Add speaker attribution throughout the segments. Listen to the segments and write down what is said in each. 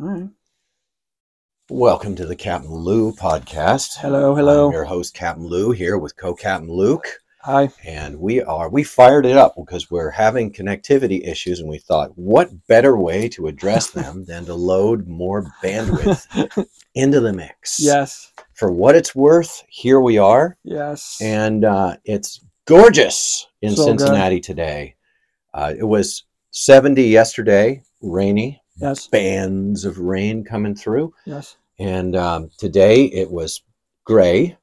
Speaker 1: All right.
Speaker 2: Welcome to the Captain Lou podcast.
Speaker 1: Hello, hello.
Speaker 2: I'm your host, Captain Lou, here with co captain Luke.
Speaker 1: Hi.
Speaker 2: And we are, we fired it up because we're having connectivity issues. And we thought, what better way to address them than to load more bandwidth into the mix?
Speaker 1: Yes.
Speaker 2: For what it's worth, here we are.
Speaker 1: Yes.
Speaker 2: and uh, it's gorgeous in
Speaker 1: So good.
Speaker 2: Cincinnati today. Uh, it was 70 yesterday, rainy,
Speaker 1: yes.
Speaker 2: bands of rain coming through,
Speaker 1: Yes.
Speaker 2: and um, today it was gray.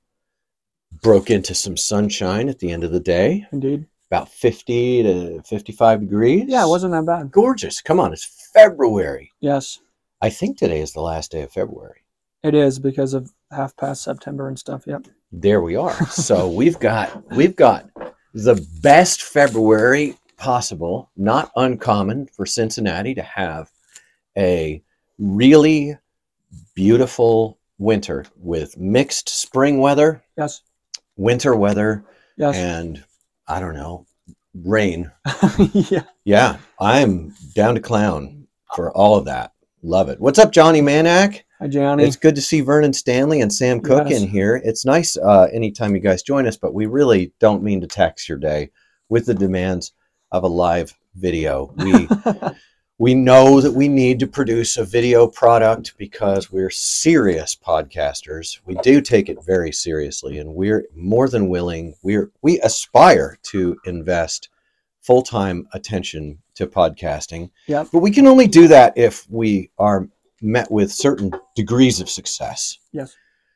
Speaker 2: Broke into some sunshine at the end of the day,
Speaker 1: Indeed.
Speaker 2: about 50 to 55 degrees.
Speaker 1: Yeah, it wasn't that bad.
Speaker 2: gorgeous. Come on, it's February.
Speaker 1: Yes,
Speaker 2: I think today is the last day of February.
Speaker 1: it is because of half past September and stuff. Yep.
Speaker 2: there we are so we've got we've got the best february possible not uncommon for cincinnati to have a really beautiful winter with mixed spring weather
Speaker 1: Yes.
Speaker 2: winter weather
Speaker 1: Yes.
Speaker 2: and i don't know rain
Speaker 1: yeah.
Speaker 2: yeah i'm down to clown for all of that love it what's up johnny manak
Speaker 1: Hi, Gianni.
Speaker 2: it's good to see Vernon Stanley and Sam Cook
Speaker 1: Yes.
Speaker 2: in here. It's nice uh, anytime you guys join us, but we really don't mean to tax your day with the demands of a live video. We we know that we need to produce a video product because we're serious podcasters. We do take it very seriously, and we're more than willing. We're we aspire to invest full time attention to podcasting.
Speaker 1: Yep.
Speaker 2: But we can only do that if we are met with certain degrees of success.
Speaker 1: yes.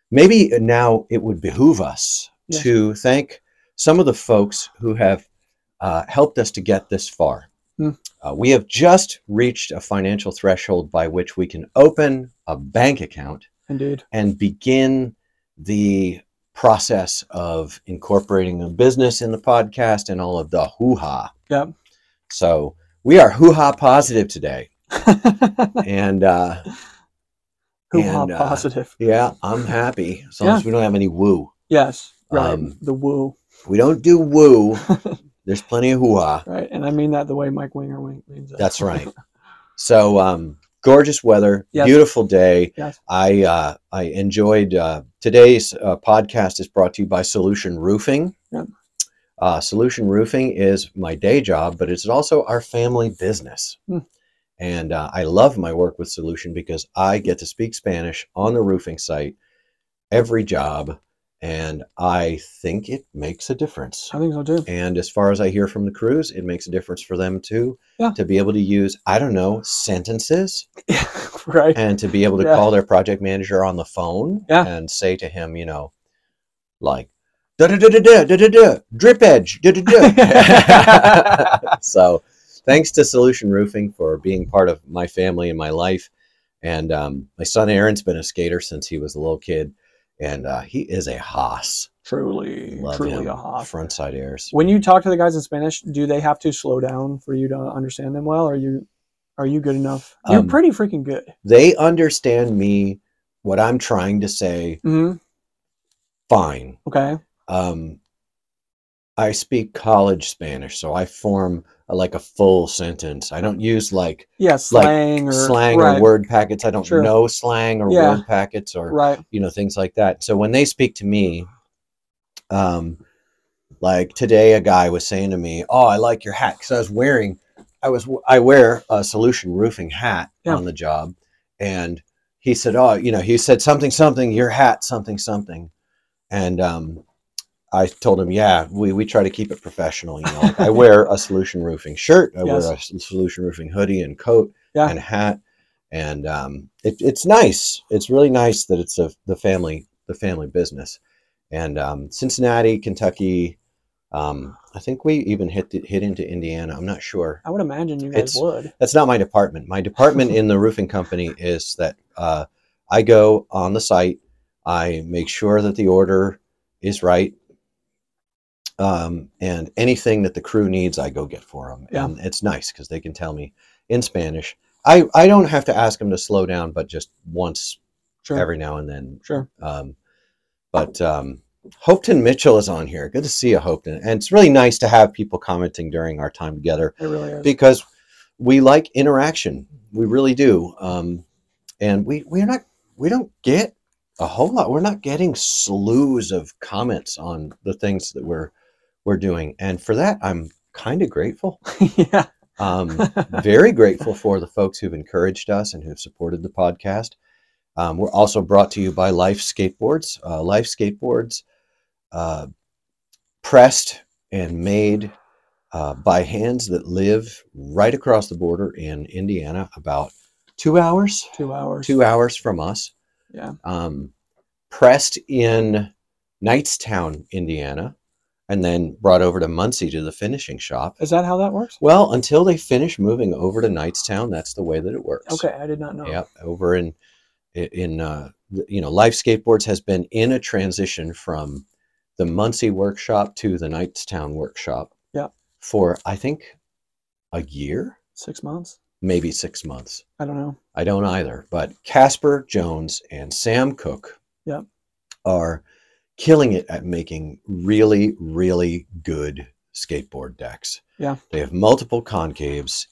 Speaker 2: Maybe now it would behoove us
Speaker 1: Yes.
Speaker 2: to thank some of the folks who have uh, helped us to get this far.
Speaker 1: Hmm.
Speaker 2: Uh, we have just reached a financial threshold by which we can open a bank account
Speaker 1: Indeed.
Speaker 2: and begin the process of incorporating a business in the podcast and all of the hoo ha.
Speaker 1: Yep.
Speaker 2: So we are hoo ha positive today. And uh,
Speaker 1: Hoo ha
Speaker 2: And, uh,
Speaker 1: positive.
Speaker 2: yeah, I'm happy as long as we don't have any woo.
Speaker 1: Yes. Right.
Speaker 2: um,
Speaker 1: the woo.
Speaker 2: We don't do woo. There's plenty of hoo ha.
Speaker 1: Right. And I mean that the way Mike Winger Wink means it.
Speaker 2: That's right. So um, gorgeous weather,
Speaker 1: Yes.
Speaker 2: beautiful day.
Speaker 1: Yes.
Speaker 2: I uh, I enjoyed uh, today's uh, podcast is brought to you by Solution Roofing.
Speaker 1: Yep.
Speaker 2: Uh, Solution Roofing is my day job, but it's also our family business.
Speaker 1: Hmm.
Speaker 2: And uh, I love my work with Solution because I get to speak Spanish on the roofing site every job, and I think it makes a difference.
Speaker 1: I think so too.
Speaker 2: And as far as I hear from the crews, it makes a difference for them too
Speaker 1: Yeah.
Speaker 2: to be able to use, I don't know, sentences
Speaker 1: right.
Speaker 2: and to be able to
Speaker 1: Yeah.
Speaker 2: call their project manager on the phone
Speaker 1: Yeah.
Speaker 2: and say to him, you know, like, da da da da da da da da, drip edge, da da da. So thanks to Solution Roofing for being part of my family and my life. And um, my son Aaron's been a skater since he was a little kid, and uh, he is a hoss.
Speaker 1: Truly,
Speaker 2: Love
Speaker 1: truly
Speaker 2: him.
Speaker 1: a hot.
Speaker 2: Frontside airs.
Speaker 1: When you talk to the guys in Spanish, do they have to slow down for you to understand them well? Are you are you good enough? You're
Speaker 2: Um,
Speaker 1: pretty freaking good.
Speaker 2: they understand me what i'm trying to say
Speaker 1: hmm
Speaker 2: fine
Speaker 1: Okay.
Speaker 2: um i speak college spanish so i form uh, like a full sentence i don't use like
Speaker 1: Yeah, slang or
Speaker 2: slang
Speaker 1: Er, right,
Speaker 2: or word packets i don't
Speaker 1: Sure.
Speaker 2: know slang or
Speaker 1: Yeah.
Speaker 2: word packets or
Speaker 1: Right.
Speaker 2: you know things like that so when they speak to me um like today a guy was saying to me oh i like your hat because i was wearing i was i wear a solution roofing hat
Speaker 1: Yeah.
Speaker 2: on the job and he said oh you know he said something something your hat something something and um I told him, yeah, we, we try to keep it professional. You know, like I wear a solution roofing shirt, I
Speaker 1: Yes.
Speaker 2: wear a s- solution roofing hoodie and coat
Speaker 1: Yeah.
Speaker 2: and hat, and um, it, it's nice. It's really nice that it's a, the family the family business, and um, Cincinnati, Kentucky. Um, I think we even hit the, hit into Indiana. I'm not sure.
Speaker 1: I would imagine you guys
Speaker 2: It's-
Speaker 1: would.
Speaker 2: That's not my department. My department in the roofing company is that uh, I go on the site. I make sure that the order is right. Um, and anything that the crew needs, I go get for them.
Speaker 1: Yeah.
Speaker 2: And it's nice because they can tell me in Spanish. I, I don't have to ask them to slow down, but just once
Speaker 1: Sure.
Speaker 2: every now and then.
Speaker 1: sure.
Speaker 2: Um, but um, Hopeton Mitchell is on here. Good to see you, Hopeton. And it's really nice to have people commenting during our time together
Speaker 1: It really is.
Speaker 2: because we like interaction. We really do. Um, and we we're not we don't get a whole lot we're not getting slews of comments on the things that we're we're doing and for that i'm kind of grateful
Speaker 1: yeah.
Speaker 2: um very grateful for the folks who've encouraged us and who've supported the podcast um, we're also brought to you by life skateboards uh, life skateboards uh, pressed and made uh, by hands that live right across the border in indiana about two hours
Speaker 1: Two hours.
Speaker 2: two hours from us.
Speaker 1: Yeah.
Speaker 2: Um, pressed in Knightstown, Indiana, and then brought over to Muncie to the finishing shop.
Speaker 1: Is that how that works?
Speaker 2: Well, until they finish moving over to Knightstown, that's the way that it works.
Speaker 1: Okay, Oh. I did not know.
Speaker 2: Yep. Over in in uh, you know, Life Skateboards has been in a transition from the Muncie workshop to the Knightstown workshop.
Speaker 1: Yep.
Speaker 2: For I think a year,
Speaker 1: Six months?
Speaker 2: maybe six months.
Speaker 1: I don't know.
Speaker 2: I don't either. But Casper Jones and Sam Cook
Speaker 1: Yep.
Speaker 2: are killing it at making really, really good skateboard decks.
Speaker 1: Yeah.
Speaker 2: They have multiple concaves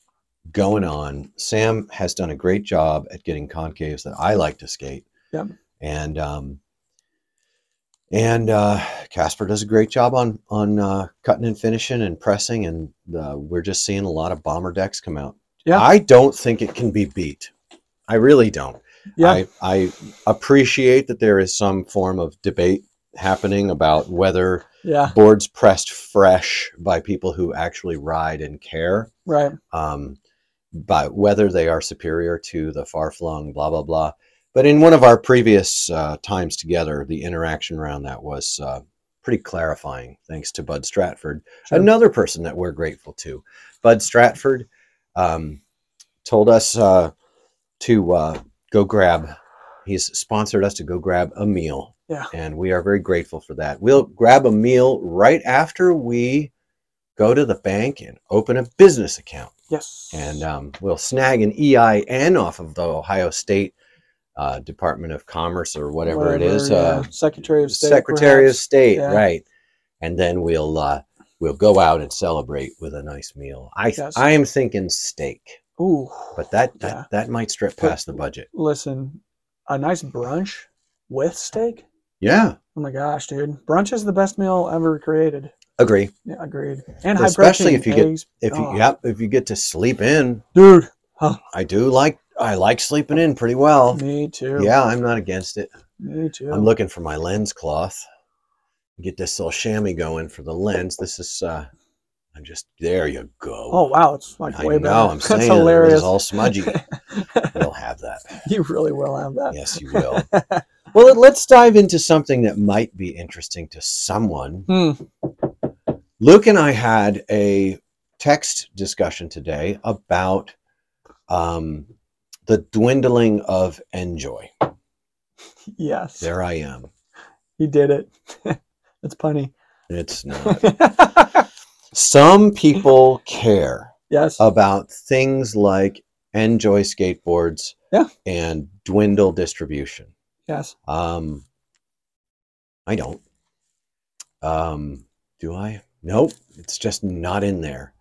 Speaker 2: going on. Sam has done a great job at getting concaves that I like to skate.
Speaker 1: Yep.
Speaker 2: And um and uh, Casper does a great job on on uh, cutting and finishing and pressing, and uh, we're just seeing a lot of bomber decks come out.
Speaker 1: Yeah.
Speaker 2: I don't think it can be beat. I really don't.
Speaker 1: Yeah.
Speaker 2: I, I appreciate that there is some form of debate happening about whether
Speaker 1: yeah.
Speaker 2: boards pressed fresh by people who actually ride and care,
Speaker 1: Right.
Speaker 2: um, by whether they are superior to the far flung, blah, blah, blah. But in one of our previous uh, times together, the interaction around that was uh, pretty clarifying, thanks to Bud Stratford
Speaker 1: Sure.
Speaker 2: another person that we're grateful to, Bud Stratford, um, told us uh, to uh, go grab. He's sponsored us to go grab a meal.
Speaker 1: Yeah.
Speaker 2: And we are very grateful for that. We'll grab a meal right after we go to the bank and open a business account.
Speaker 1: Yes.
Speaker 2: And um, we'll snag an EIN off of the Ohio State uh, Department of Commerce or whatever, it is.
Speaker 1: yeah.
Speaker 2: Uh,
Speaker 1: Secretary of State.
Speaker 2: Secretary
Speaker 1: perhaps.
Speaker 2: of State,
Speaker 1: Yeah.
Speaker 2: right? And then we'll uh, we'll go out and celebrate with a nice meal. I
Speaker 1: Yes.
Speaker 2: I am thinking steak,
Speaker 1: Ooh.
Speaker 2: but that that,
Speaker 1: Yeah.
Speaker 2: that might strip
Speaker 1: But-
Speaker 2: past the budget.
Speaker 1: Listen, a nice brunch with steak.
Speaker 2: Yeah,
Speaker 1: Oh my gosh, dude! Brunch is the best meal ever created.
Speaker 2: agree.
Speaker 1: Yeah, agreed. And high
Speaker 2: Especially
Speaker 1: protein,
Speaker 2: if you get-
Speaker 1: eggs.
Speaker 2: If you
Speaker 1: Oh.
Speaker 2: yep, if you get to sleep in,
Speaker 1: dude.
Speaker 2: I do like I like sleeping in pretty well.
Speaker 1: Me too.
Speaker 2: Yeah, I'm not against it.
Speaker 1: Me too.
Speaker 2: I'm looking for my lens cloth. Get this little chamois going for the lens. This is uh I'm just there you go.
Speaker 1: oh wow, it's like
Speaker 2: I
Speaker 1: way
Speaker 2: know
Speaker 1: better.
Speaker 2: I'm saying
Speaker 1: That's
Speaker 2: it, but
Speaker 1: hilarious.
Speaker 2: it's all smudgy. we'll have that.
Speaker 1: you really will have that.
Speaker 2: Yes, you will. well, let's dive into something that might be interesting to someone.
Speaker 1: Hmm.
Speaker 2: Luke and I had a text discussion today about um, the dwindling of Enjoy.
Speaker 1: Yes.
Speaker 2: There I am.
Speaker 1: He did it. That's punny.
Speaker 2: It's not. Some people care
Speaker 1: yes.
Speaker 2: about things like Enjoy skateboards
Speaker 1: Yeah.
Speaker 2: and dwindle distribution.
Speaker 1: yes.
Speaker 2: Um, I don't. Um, do I? Nope. It's just not in there.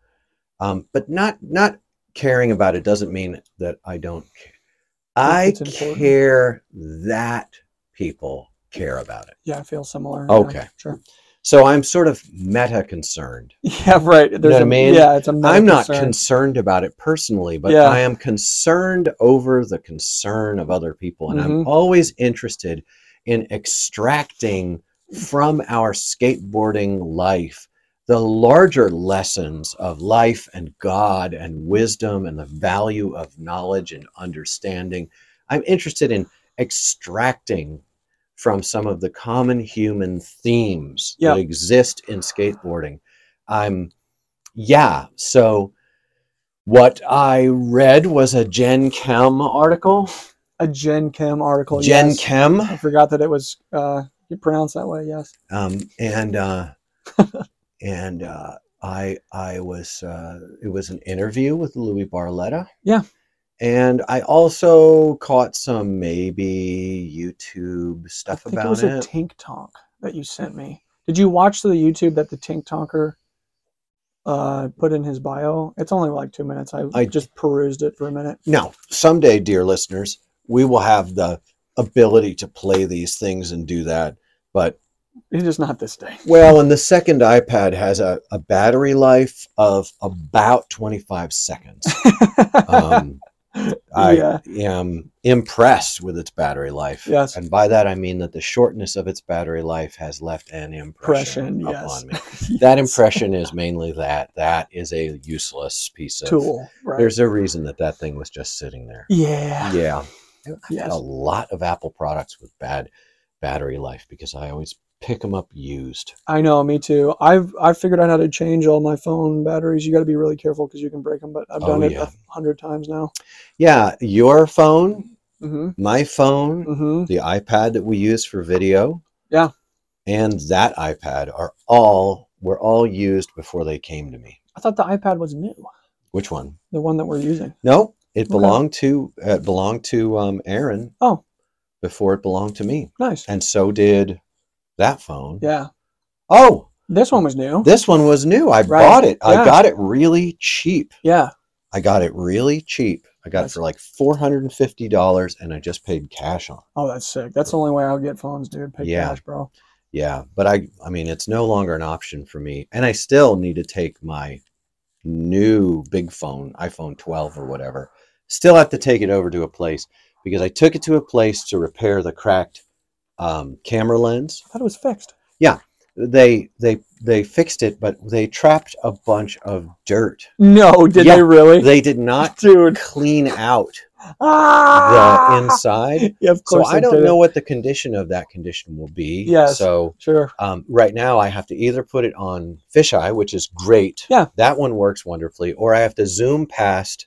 Speaker 2: Um, but not not caring about it doesn't mean that I don't. Care. I
Speaker 1: it's important.
Speaker 2: care that people care about it.
Speaker 1: Yeah, I feel similar. yeah,
Speaker 2: Okay.
Speaker 1: sure.
Speaker 2: So I'm sort of meta concerned.
Speaker 1: Yeah, right. There's
Speaker 2: what I
Speaker 1: a,
Speaker 2: mean?
Speaker 1: Yeah, it's a meta
Speaker 2: I'm not
Speaker 1: concern.
Speaker 2: concerned about it personally, but
Speaker 1: Yeah.
Speaker 2: I am concerned over the concern of other people. And
Speaker 1: Mm-hmm.
Speaker 2: I'm always interested in extracting from our skateboarding life the larger lessons of life and God and wisdom and the value of knowledge and understanding. I'm interested in extracting from some of the common human themes
Speaker 1: Yep.
Speaker 2: that exist in skateboarding. I'm, yeah. So, what I read was a Gen Chem article.
Speaker 1: a Gen Chem article.
Speaker 2: Gen
Speaker 1: Oh, yes.
Speaker 2: Chem,
Speaker 1: I forgot that it was uh, pronounced that way. Yes.
Speaker 2: um, and uh, and uh, I I was uh, it was an interview with Louis Barletta.
Speaker 1: Yeah.
Speaker 2: And I also caught some maybe YouTube
Speaker 1: I
Speaker 2: stuff
Speaker 1: think
Speaker 2: about
Speaker 1: it was a Tink Tonk that you sent me. Did you watch the YouTube that the Tink Tonker uh, put in his bio? It's only like two minutes. I,
Speaker 2: I-
Speaker 1: just perused it for a minute.
Speaker 2: Now, someday, dear listeners, we will have the ability to play these things and do that. But
Speaker 1: It's just not this day.
Speaker 2: well, and the second iPad has a, a battery life of about 25 seconds. Um, I
Speaker 1: Yeah.
Speaker 2: am impressed with its battery life.
Speaker 1: Yes.
Speaker 2: And by that I mean that the shortness of its battery life has left an impression,
Speaker 1: Impression, yes.
Speaker 2: upon me. That impression is mainly that that is a useless piece of
Speaker 1: tool, right?
Speaker 2: There's a reason that that thing was just sitting there.
Speaker 1: yeah.
Speaker 2: Yeah. I've had
Speaker 1: Yes.
Speaker 2: a lot of Apple products with bad battery life because I always pick them up used.
Speaker 1: I know, me too. I've I've figured out how to change all my phone batteries. You got to be really careful because you can break them. But I've
Speaker 2: Oh,
Speaker 1: done it a
Speaker 2: yeah.
Speaker 1: hundred times now.
Speaker 2: Yeah, your phone,
Speaker 1: Mm-hmm.
Speaker 2: my phone,
Speaker 1: Mm-hmm.
Speaker 2: the iPad that we use for video.
Speaker 1: Yeah.
Speaker 2: And that iPad are all were all used before they came to me.
Speaker 1: I thought the iPad was new,
Speaker 2: Which one?
Speaker 1: the one that we're using.
Speaker 2: No, it
Speaker 1: Okay.
Speaker 2: belonged to it belonged to um, Aaron.
Speaker 1: Oh.
Speaker 2: Before it belonged to me,
Speaker 1: Nice.
Speaker 2: and so did that phone.
Speaker 1: Yeah,
Speaker 2: Oh,
Speaker 1: this one was new.
Speaker 2: this one was new. I
Speaker 1: Right.
Speaker 2: bought it. I
Speaker 1: Yeah.
Speaker 2: got it really cheap.
Speaker 1: Yeah,
Speaker 2: I got it really cheap. I got it
Speaker 1: Nice.
Speaker 2: for like four hundred and fifty dollars, and I just paid cash on. it.
Speaker 1: Oh, that's sick. That's the only way I'll get phones, dude. Pay
Speaker 2: Yeah.
Speaker 1: cash, bro.
Speaker 2: Yeah, but I I mean it's no longer an option for me, and I still need to take my new big phone, iPhone 12 or whatever. Still have to take it over to a place because I took it to a place to repair the cracked um, camera lens.
Speaker 1: I thought it was fixed.
Speaker 2: They they they fixed it, but they trapped a bunch of dirt.
Speaker 1: No, did
Speaker 2: Yeah.
Speaker 1: they really?
Speaker 2: They did not
Speaker 1: dude.
Speaker 2: clean out the
Speaker 1: Ah!
Speaker 2: inside.
Speaker 1: yeah, of
Speaker 2: So
Speaker 1: course.
Speaker 2: I
Speaker 1: they
Speaker 2: don't
Speaker 1: did it.
Speaker 2: know what the condition of that condition will be.
Speaker 1: Yes.
Speaker 2: So
Speaker 1: Sure.
Speaker 2: um, right now I have to either put it on fisheye, which is great.
Speaker 1: Yeah.
Speaker 2: That one works wonderfully, or I have to zoom past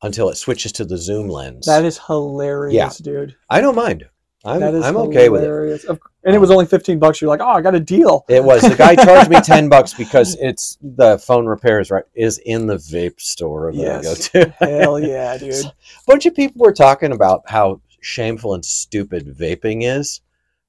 Speaker 2: until it switches to the zoom lens.
Speaker 1: That is hilarious, dude.
Speaker 2: I don't mind. I'm,
Speaker 1: that is
Speaker 2: I'm okay with it.
Speaker 1: hilarious. Of- And it was only 15 bucks. You're like, oh, I got a deal.
Speaker 2: It was the guy charged me ten bucks because it's the phone repairs right is in the vape store that I go
Speaker 1: Yes.
Speaker 2: to.
Speaker 1: Hell yeah, dude.
Speaker 2: bunch of people were talking about how shameful and stupid vaping is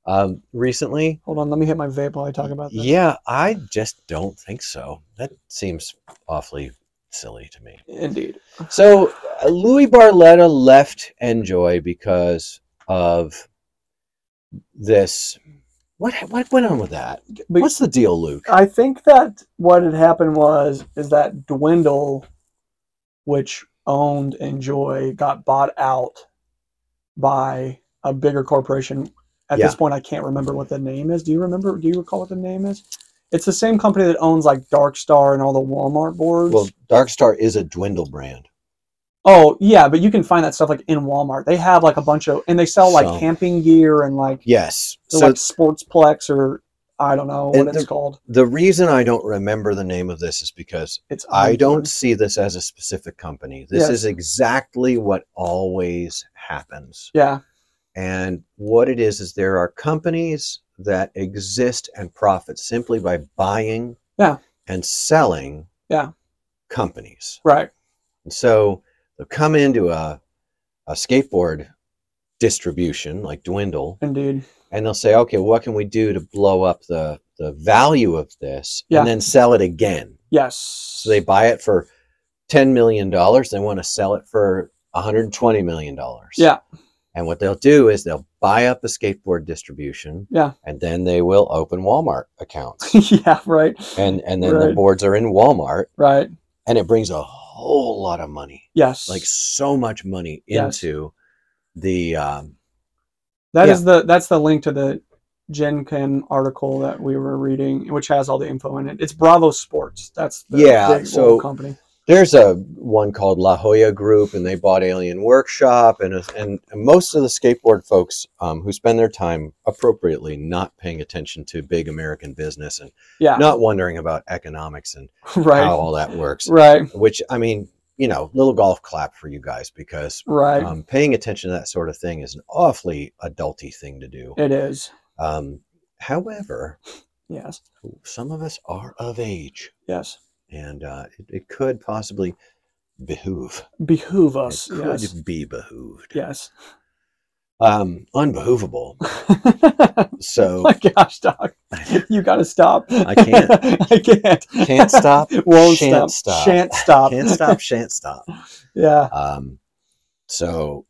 Speaker 2: um, recently.
Speaker 1: Hold on, let me hit my vape while I talk about this.
Speaker 2: Yeah, I just don't think so. That seems awfully silly to me.
Speaker 1: Indeed.
Speaker 2: So uh, Louis Barletta left Enjoy because of this. What what went on with that?
Speaker 1: But Uh,
Speaker 2: What's the deal, Luke?
Speaker 1: I think that what had happened was is that Dwindle, which owned Enjoy, got bought out by a bigger corporation. At this
Speaker 2: Yeah.
Speaker 1: point, I can't remember what the name is. Do you remember? Do you recall what the name is? It's the same company that owns like Dark Star and all the Walmart boards.
Speaker 2: Well, Dark Star is a dwindle brand.
Speaker 1: oh yeah, but you can find that stuff like in Walmart. They have like a bunch of and they sell like
Speaker 2: So-
Speaker 1: camping gear and like
Speaker 2: Yes.
Speaker 1: they're
Speaker 2: So
Speaker 1: like Sportsplex or I don't know
Speaker 2: And
Speaker 1: what it's
Speaker 2: the-
Speaker 1: called.
Speaker 2: the reason I don't remember the name of this is because
Speaker 1: It's
Speaker 2: I don't
Speaker 1: unimportant.
Speaker 2: see this as a specific company. This
Speaker 1: Mm-hmm. Yes.
Speaker 2: is exactly what always happens.
Speaker 1: Yeah,
Speaker 2: And what it is is there are companies that exist and profit simply by buying
Speaker 1: Yeah.
Speaker 2: and selling
Speaker 1: Yeah.
Speaker 2: companies.
Speaker 1: right.
Speaker 2: And so they'll come into a, a skateboard distribution like Dwindle
Speaker 1: Indeed.
Speaker 2: and they'll say, okay, what can we do to blow up the, the value of this
Speaker 1: Yeah.
Speaker 2: and then sell it again?
Speaker 1: Yes.
Speaker 2: So they buy it for $10 million. They want to sell it for $120 million.
Speaker 1: Yeah.
Speaker 2: And what they'll do is they'll buy up the skateboard distribution.
Speaker 1: Yeah.
Speaker 2: And then they will open Walmart accounts.
Speaker 1: yeah, right.
Speaker 2: and and then the
Speaker 1: Right.
Speaker 2: boards are in Walmart
Speaker 1: Right.
Speaker 2: and it brings a whole lot of money.
Speaker 1: Yes.
Speaker 2: Like so much money
Speaker 1: Yes.
Speaker 2: into the um,
Speaker 1: that is
Speaker 2: yeah.
Speaker 1: the that's the link to the Gen Chem article that we were reading, which has all the info in it. It's Bravo Sports. That's the
Speaker 2: Yeah,
Speaker 1: big old
Speaker 2: so-
Speaker 1: company.
Speaker 2: there's a one called La Jolla Group, and they bought Alien Workshop, and and most of the skateboard folks um, who spend their time appropriately not paying attention to big American business and
Speaker 1: Yeah.
Speaker 2: not wondering about economics and
Speaker 1: right.
Speaker 2: how all that works.
Speaker 1: Right.
Speaker 2: Which I mean, you know, little golf clap for you guys because
Speaker 1: Right.
Speaker 2: um, paying attention to that sort of thing is an awfully adulty thing to do.
Speaker 1: it is.
Speaker 2: Um, however,
Speaker 1: Yes.
Speaker 2: some of us are of age,
Speaker 1: Yes.
Speaker 2: and uh, it, it could possibly behoove
Speaker 1: Behoove
Speaker 2: it
Speaker 1: us.
Speaker 2: could
Speaker 1: Yes.
Speaker 2: be behooved.
Speaker 1: Yes.
Speaker 2: Um, unbehoovable. Oh.
Speaker 1: Oh
Speaker 2: So
Speaker 1: My gosh, Doc. You gotta stop.
Speaker 2: I can't.
Speaker 1: I can't.
Speaker 2: Can't stop.
Speaker 1: Won't
Speaker 2: shan't
Speaker 1: stop. Shan't stop.
Speaker 2: Can't stop. Shan't stop.
Speaker 1: Yeah.
Speaker 2: Um, so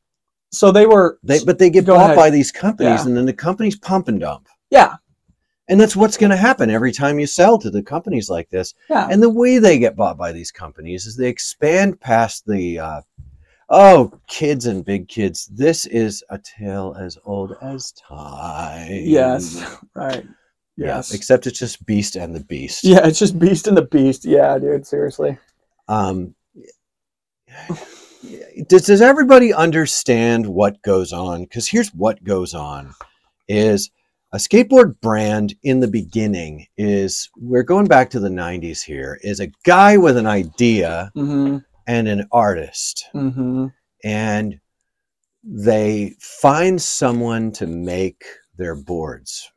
Speaker 1: so they were
Speaker 2: They, but they get
Speaker 1: Go
Speaker 2: bought
Speaker 1: ahead.
Speaker 2: by these companies,
Speaker 1: Yeah.
Speaker 2: and then the companies pump and dump.
Speaker 1: yeah
Speaker 2: And that's what's going to happen every time you sell to the companies like this.
Speaker 1: yeah
Speaker 2: And the way they get bought by these companies is they expand past the, uh, oh, kids and big kids, this is a tale as old as time.
Speaker 1: yes right
Speaker 2: Yeah,
Speaker 1: yes
Speaker 2: Except it's just Beast and the Beast.
Speaker 1: yeah it's just beast and the beast yeah dude seriously
Speaker 2: Um, does, does everybody understand what goes on? Because here's what goes on is a skateboard brand in the beginning is we're going back to the 90s here is a guy with an idea
Speaker 1: mm-hmm
Speaker 2: and an artist
Speaker 1: mm-hmm
Speaker 2: and they find someone to make their boards.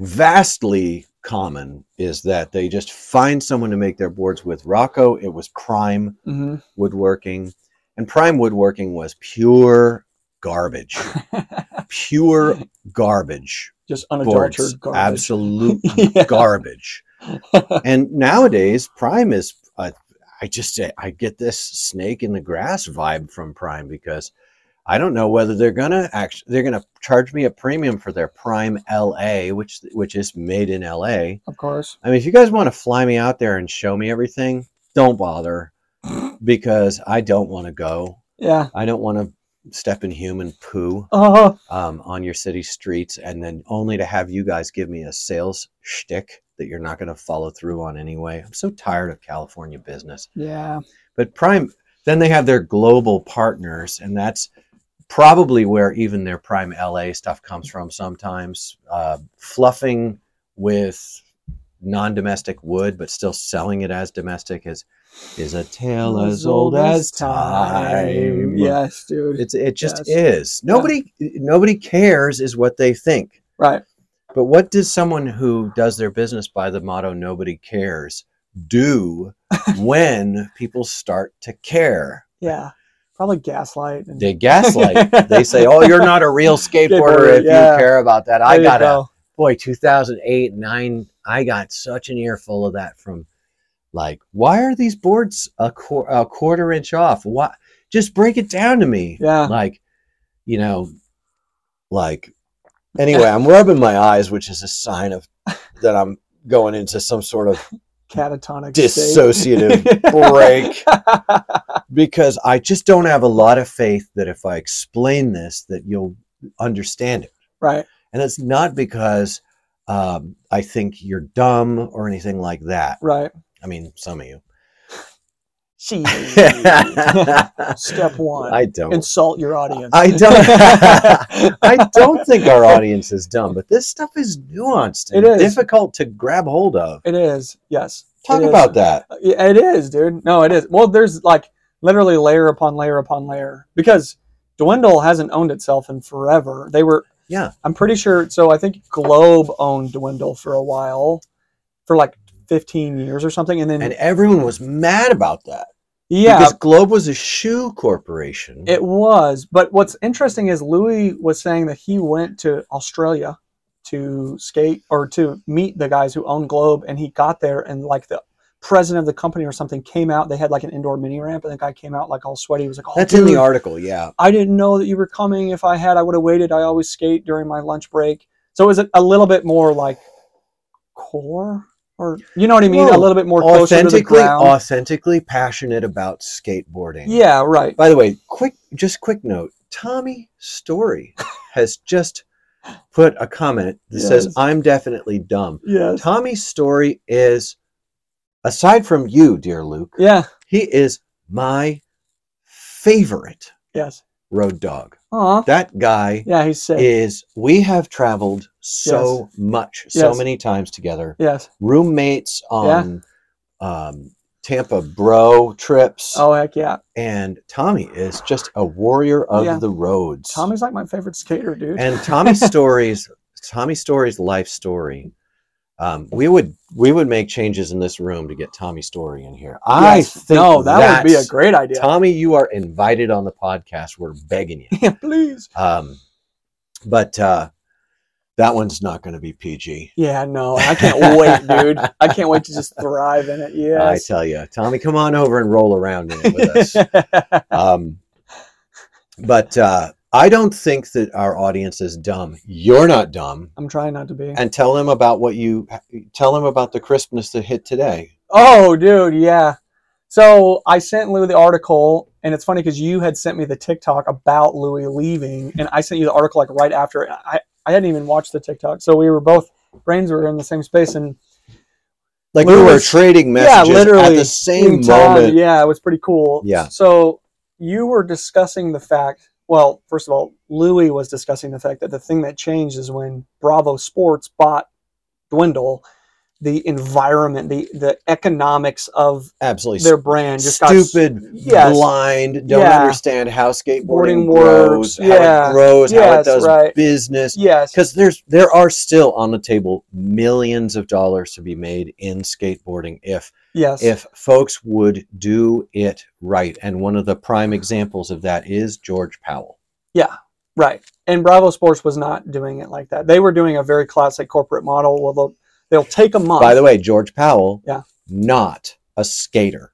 Speaker 2: Vastly common is that they just find someone to make their boards with Rocco. It was Prime
Speaker 1: mm-hmm
Speaker 2: woodworking, and Prime woodworking was pure garbage, pure garbage.
Speaker 1: just
Speaker 2: Boards,
Speaker 1: unadulterated garbage
Speaker 2: absolute
Speaker 1: Yeah.
Speaker 2: garbage. and nowadays, Prime is. Uh, I just say I get this snake in the grass vibe from Prime because I don't know whether they're gonna act. They're gonna charge me a premium for their Prime LA, which which is made in LA.
Speaker 1: of course
Speaker 2: I mean, if you guys want to fly me out there and show me everything, don't bother because I don't want to go.
Speaker 1: yeah
Speaker 2: I don't want to step in human poo
Speaker 1: uh
Speaker 2: um, on your city streets and then only to have you guys give me a sales shtick that you're not going to follow through on anyway. I'm so tired of California business.
Speaker 1: yeah
Speaker 2: But Prime, then they have their global partners, and that's probably where even their Prime LA stuff comes from sometimes. Uh, fluffing with non domestic wood, but still selling it as domestic is. Is a tale as old as time.
Speaker 1: yes dude
Speaker 2: It's it just
Speaker 1: Yes.
Speaker 2: is. Nobody nobody cares is what they think.
Speaker 1: right
Speaker 2: But what does someone who does their business by the motto nobody cares do when people start to care?
Speaker 1: yeah probably gaslight and
Speaker 2: They gaslight. they say, "Oh, you're not a real skateboarder if
Speaker 1: yeah.
Speaker 2: you care about that." I
Speaker 1: There you
Speaker 2: got a
Speaker 1: go.
Speaker 2: boy 2008 9 i got such an earful of that from like why are these boards a, qu- a quarter inch off why just break it down to me
Speaker 1: Yeah.
Speaker 2: like you know like anyway i'm rubbing my eyes which is a sign of that i'm going into some sort of
Speaker 1: catatonic state.
Speaker 2: dissociative break because i just don't have a lot of faith that if i explain this that you'll understand it
Speaker 1: right
Speaker 2: and that's not because um, I think you're dumb or anything like that.
Speaker 1: right
Speaker 2: I mean, some of you.
Speaker 1: she
Speaker 2: Step
Speaker 1: step one
Speaker 2: I don't.
Speaker 1: insult your audience
Speaker 2: I don't. I don't think our audience is dumb, but this stuff is nuanced and
Speaker 1: It is.
Speaker 2: difficult to grab hold of.
Speaker 1: it is yes
Speaker 2: Talk
Speaker 1: It is.
Speaker 2: about that.
Speaker 1: Yeah, it is dude no it is well there's like literally layer upon layer upon layer because dwindle hasn't owned itself in forever they were
Speaker 2: Yeah.
Speaker 1: i'm pretty sure so i think globe owned dwindle for a while for like 15 years or something and then
Speaker 2: And everyone was mad about that.
Speaker 1: yeah
Speaker 2: Because Globe was a shoe corporation.
Speaker 1: It was, but what's interesting is Louis was saying that he went to Australia to skate or to meet the guys who own Globe, and he got there and like the president of the company or something came out. They had like an indoor mini ramp, and the guy came out like all sweaty. He was like, "Oh,
Speaker 2: That's in the
Speaker 1: dude,
Speaker 2: article, yeah.
Speaker 1: I didn't know that you were coming. If I had, I would have waited. I always skate during my lunch break, so it was a, a little bit more like core." Or you know what I mean? a
Speaker 2: Whoa.
Speaker 1: little bit more closer to the
Speaker 2: Authentically,
Speaker 1: ground.
Speaker 2: authentically passionate about skateboarding.
Speaker 1: Yeah, right.
Speaker 2: By the way, quick, just quick note. Tommy Story has just put a comment that says,
Speaker 1: Yes.
Speaker 2: "I'm definitely dumb."
Speaker 1: Yes.
Speaker 2: Tommy Story is, aside from you, dear Luke,
Speaker 1: Yeah.
Speaker 2: he is my favorite
Speaker 1: Yes.
Speaker 2: road dog.
Speaker 1: Aw.
Speaker 2: That guy
Speaker 1: Yeah, he's sick.
Speaker 2: is. We have traveled so much, so
Speaker 1: Yes.
Speaker 2: many times together.
Speaker 1: Yes.
Speaker 2: Roommates on um, Tampa bro trips
Speaker 1: Oh heck yeah.
Speaker 2: and Tommy is just a warrior of
Speaker 1: Yeah.
Speaker 2: the roads.
Speaker 1: Tommy's like my favorite skater, dude.
Speaker 2: and Tommy stories, Tommy stories life story. Um, we would we would make changes in this room to get Tommy story in here. I
Speaker 1: Yes.
Speaker 2: think
Speaker 1: no, that would be a
Speaker 2: that's-
Speaker 1: great idea.
Speaker 2: Tommy. You are invited on the podcast. We're begging you.
Speaker 1: Please.
Speaker 2: Um, but uh, that one's not going to be PG.
Speaker 1: Yeah, no, I can't wait, dude. I can't wait to just thrive in it.
Speaker 2: I
Speaker 1: Yes.
Speaker 2: tell you, Tommy, come on over and roll around in it with us. um, but uh, I don't think that our audience is dumb. You're not dumb.
Speaker 1: I'm trying not to be.
Speaker 2: And tell them about what you tell them about the crispness that hit today.
Speaker 1: Oh, dude, yeah. So I sent Lou the article, and it's funny because you had sent me the TikTok about Louis leaving, and I sent you the article like right after. I I hadn't even watched the TikTok, so we were both brains were in the same space, and
Speaker 2: Like we were
Speaker 1: Lewis-
Speaker 2: trading
Speaker 1: yeah,
Speaker 2: messages at
Speaker 1: literally,
Speaker 2: the same
Speaker 1: in time,
Speaker 2: moment.
Speaker 1: Yeah, it was pretty cool.
Speaker 2: Yeah.
Speaker 1: So you were discussing the fact. Well, first of all, Louis was discussing the fact that the thing that changed is when Bravo Sports bought Dwindle, the environment, the the economics of
Speaker 2: Absolutely
Speaker 1: their brand just got
Speaker 2: stupid,
Speaker 1: Yes.
Speaker 2: blind, don't
Speaker 1: Yeah.
Speaker 2: understand how skateboarding
Speaker 1: Boarding works,
Speaker 2: grows, how
Speaker 1: yeah.
Speaker 2: it grows, how it
Speaker 1: Yes,
Speaker 2: does
Speaker 1: right.
Speaker 2: business.
Speaker 1: Yes.
Speaker 2: Because there's there are still on the table millions of dollars to be made in skateboarding if
Speaker 1: Yes.
Speaker 2: if folks would do it right. And one of the prime examples of that is George Powell.
Speaker 1: right. And Bravo Sports was not doing it like that. They were doing a very classic corporate model. Well, they'll, they'll take a month.
Speaker 2: By the way, George Powell,
Speaker 1: Yeah.
Speaker 2: not a skater.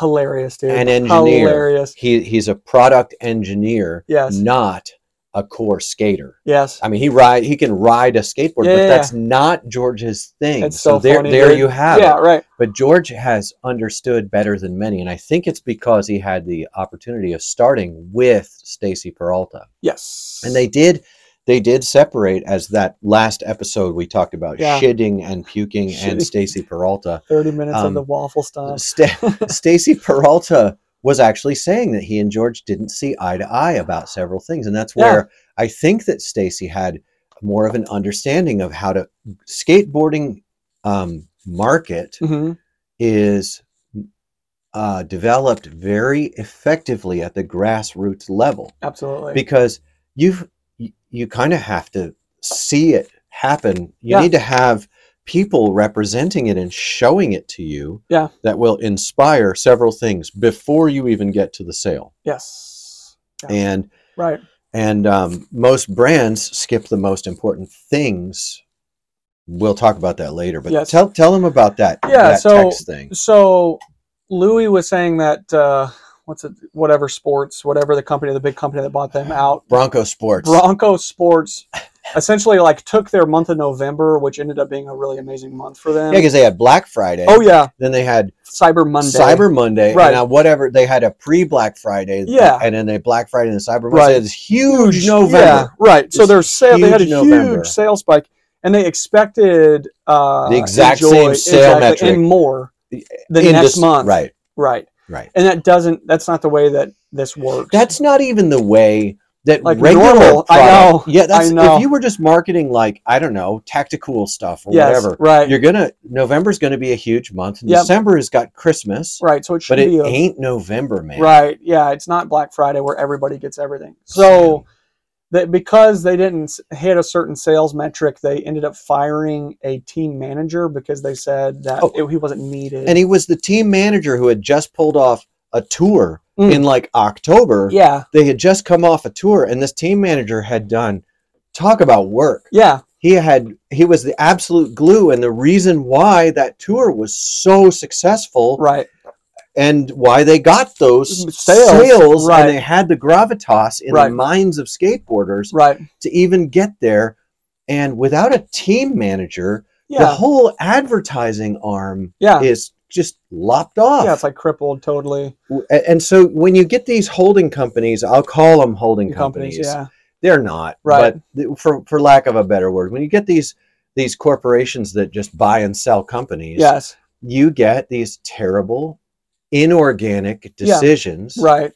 Speaker 1: hilarious, dude.
Speaker 2: an engineer.
Speaker 1: Hilarious.
Speaker 2: He he's a product engineer,
Speaker 1: Yes.
Speaker 2: not a core skater.
Speaker 1: Yes.
Speaker 2: I mean, he ride he can ride a skateboard,
Speaker 1: Yeah,
Speaker 2: but
Speaker 1: yeah,
Speaker 2: that's not George's thing.
Speaker 1: It's so
Speaker 2: there,
Speaker 1: funny,
Speaker 2: there
Speaker 1: dude.
Speaker 2: you have
Speaker 1: Yeah.
Speaker 2: it.
Speaker 1: Right.
Speaker 2: But George has understood better than many, and I think it's because he had the opportunity of starting with Stacy Peralta,
Speaker 1: Yes.
Speaker 2: and they did. They did separate as that last episode we talked about
Speaker 1: Yeah.
Speaker 2: shitting and puking and
Speaker 1: Shitting.
Speaker 2: Stacy Peralta.
Speaker 1: thirty minutes
Speaker 2: um,
Speaker 1: of the waffle stuff.
Speaker 2: Sta- Stacy Peralta was actually saying that he and George didn't see eye to eye about several things, and that's
Speaker 1: Yeah.
Speaker 2: where I think that Stacy had more of an understanding of how to skateboarding um, market
Speaker 1: hmm
Speaker 2: is uh, developed very effectively at the grassroots level
Speaker 1: Absolutely.
Speaker 2: because you've you, you kind of have to see it happen you
Speaker 1: Yeah.
Speaker 2: need to have people representing it and showing it to you
Speaker 1: Yeah.
Speaker 2: that will inspire several things before you even get to the sale
Speaker 1: yes. Yeah.
Speaker 2: and
Speaker 1: Right.
Speaker 2: and um, most brands skip the most important things we'll talk about that later but
Speaker 1: Yes.
Speaker 2: tell tell them about that
Speaker 1: Yeah,
Speaker 2: that
Speaker 1: so-
Speaker 2: text thing
Speaker 1: So Louis was saying that uh, what's it? Whatever sports, whatever the company, the big company that bought them out,
Speaker 2: bronco sports
Speaker 1: Bronco Sports essentially like took their month of November, which ended up being a really amazing month for them.
Speaker 2: Yeah, because they had Black Friday.
Speaker 1: oh yeah,
Speaker 2: Then they had
Speaker 1: Cyber Monday.
Speaker 2: Cyber Monday.
Speaker 1: Right.
Speaker 2: And now whatever they had a pre Black Friday.
Speaker 1: Yeah.
Speaker 2: And then they Black Friday and Cyber Monday.
Speaker 1: Right.
Speaker 2: It's huge November.
Speaker 1: Yeah, right. so
Speaker 2: It's
Speaker 1: their sale, they had a
Speaker 2: huge November.
Speaker 1: huge sales spike, and they expected uh,
Speaker 2: The exact
Speaker 1: enjoy-
Speaker 2: same sale metric.
Speaker 1: and more the
Speaker 2: In
Speaker 1: next
Speaker 2: this-
Speaker 1: month.
Speaker 2: Right.
Speaker 1: right.
Speaker 2: Right.
Speaker 1: And that doesn't. That's not the way that this works.
Speaker 2: That's not even the way that
Speaker 1: Like
Speaker 2: regular
Speaker 1: normal. I
Speaker 2: product-
Speaker 1: know.
Speaker 2: Yeah, that's
Speaker 1: I know.
Speaker 2: if you were just marketing like, I don't know, tactical stuff or
Speaker 1: yes,
Speaker 2: whatever.
Speaker 1: right.
Speaker 2: You're gonna November's gonna be a huge month. And
Speaker 1: Yep.
Speaker 2: December has got Christmas.
Speaker 1: right. So it should
Speaker 2: But it
Speaker 1: be a,
Speaker 2: ain't November, man.
Speaker 1: right. Yeah, it's not Black Friday where everybody gets everything. So that because they didn't s- hit a certain sales metric, they ended up firing a team manager because they said that
Speaker 2: Oh.
Speaker 1: it, he wasn't needed.
Speaker 2: And he was the team manager who had just pulled off a tour
Speaker 1: Mm.
Speaker 2: in like October.
Speaker 1: yeah,
Speaker 2: they had just come off a tour and this team manager had done talk about work
Speaker 1: yeah,
Speaker 2: he had he was the absolute glue and the reason why that tour was so successful
Speaker 1: right, Mm,
Speaker 2: and why they got those
Speaker 1: Sales,
Speaker 2: sales
Speaker 1: right.
Speaker 2: and they had the gravitas in
Speaker 1: Right.
Speaker 2: the minds of skateboarders
Speaker 1: right.
Speaker 2: to even get there and without a team manager the
Speaker 1: Yeah,
Speaker 2: whole advertising arm
Speaker 1: yeah,
Speaker 2: is just lopped off
Speaker 1: yeah. It's like crippled totally.
Speaker 2: A- and so when you get these holding companies i'll call them holding
Speaker 1: Companies,
Speaker 2: companies
Speaker 1: yeah,
Speaker 2: they're not
Speaker 1: Right.
Speaker 2: but th- for for lack of a better word when you get these these corporations that just buy and sell companies
Speaker 1: yes,
Speaker 2: you get these terrible inorganic decisions
Speaker 1: right,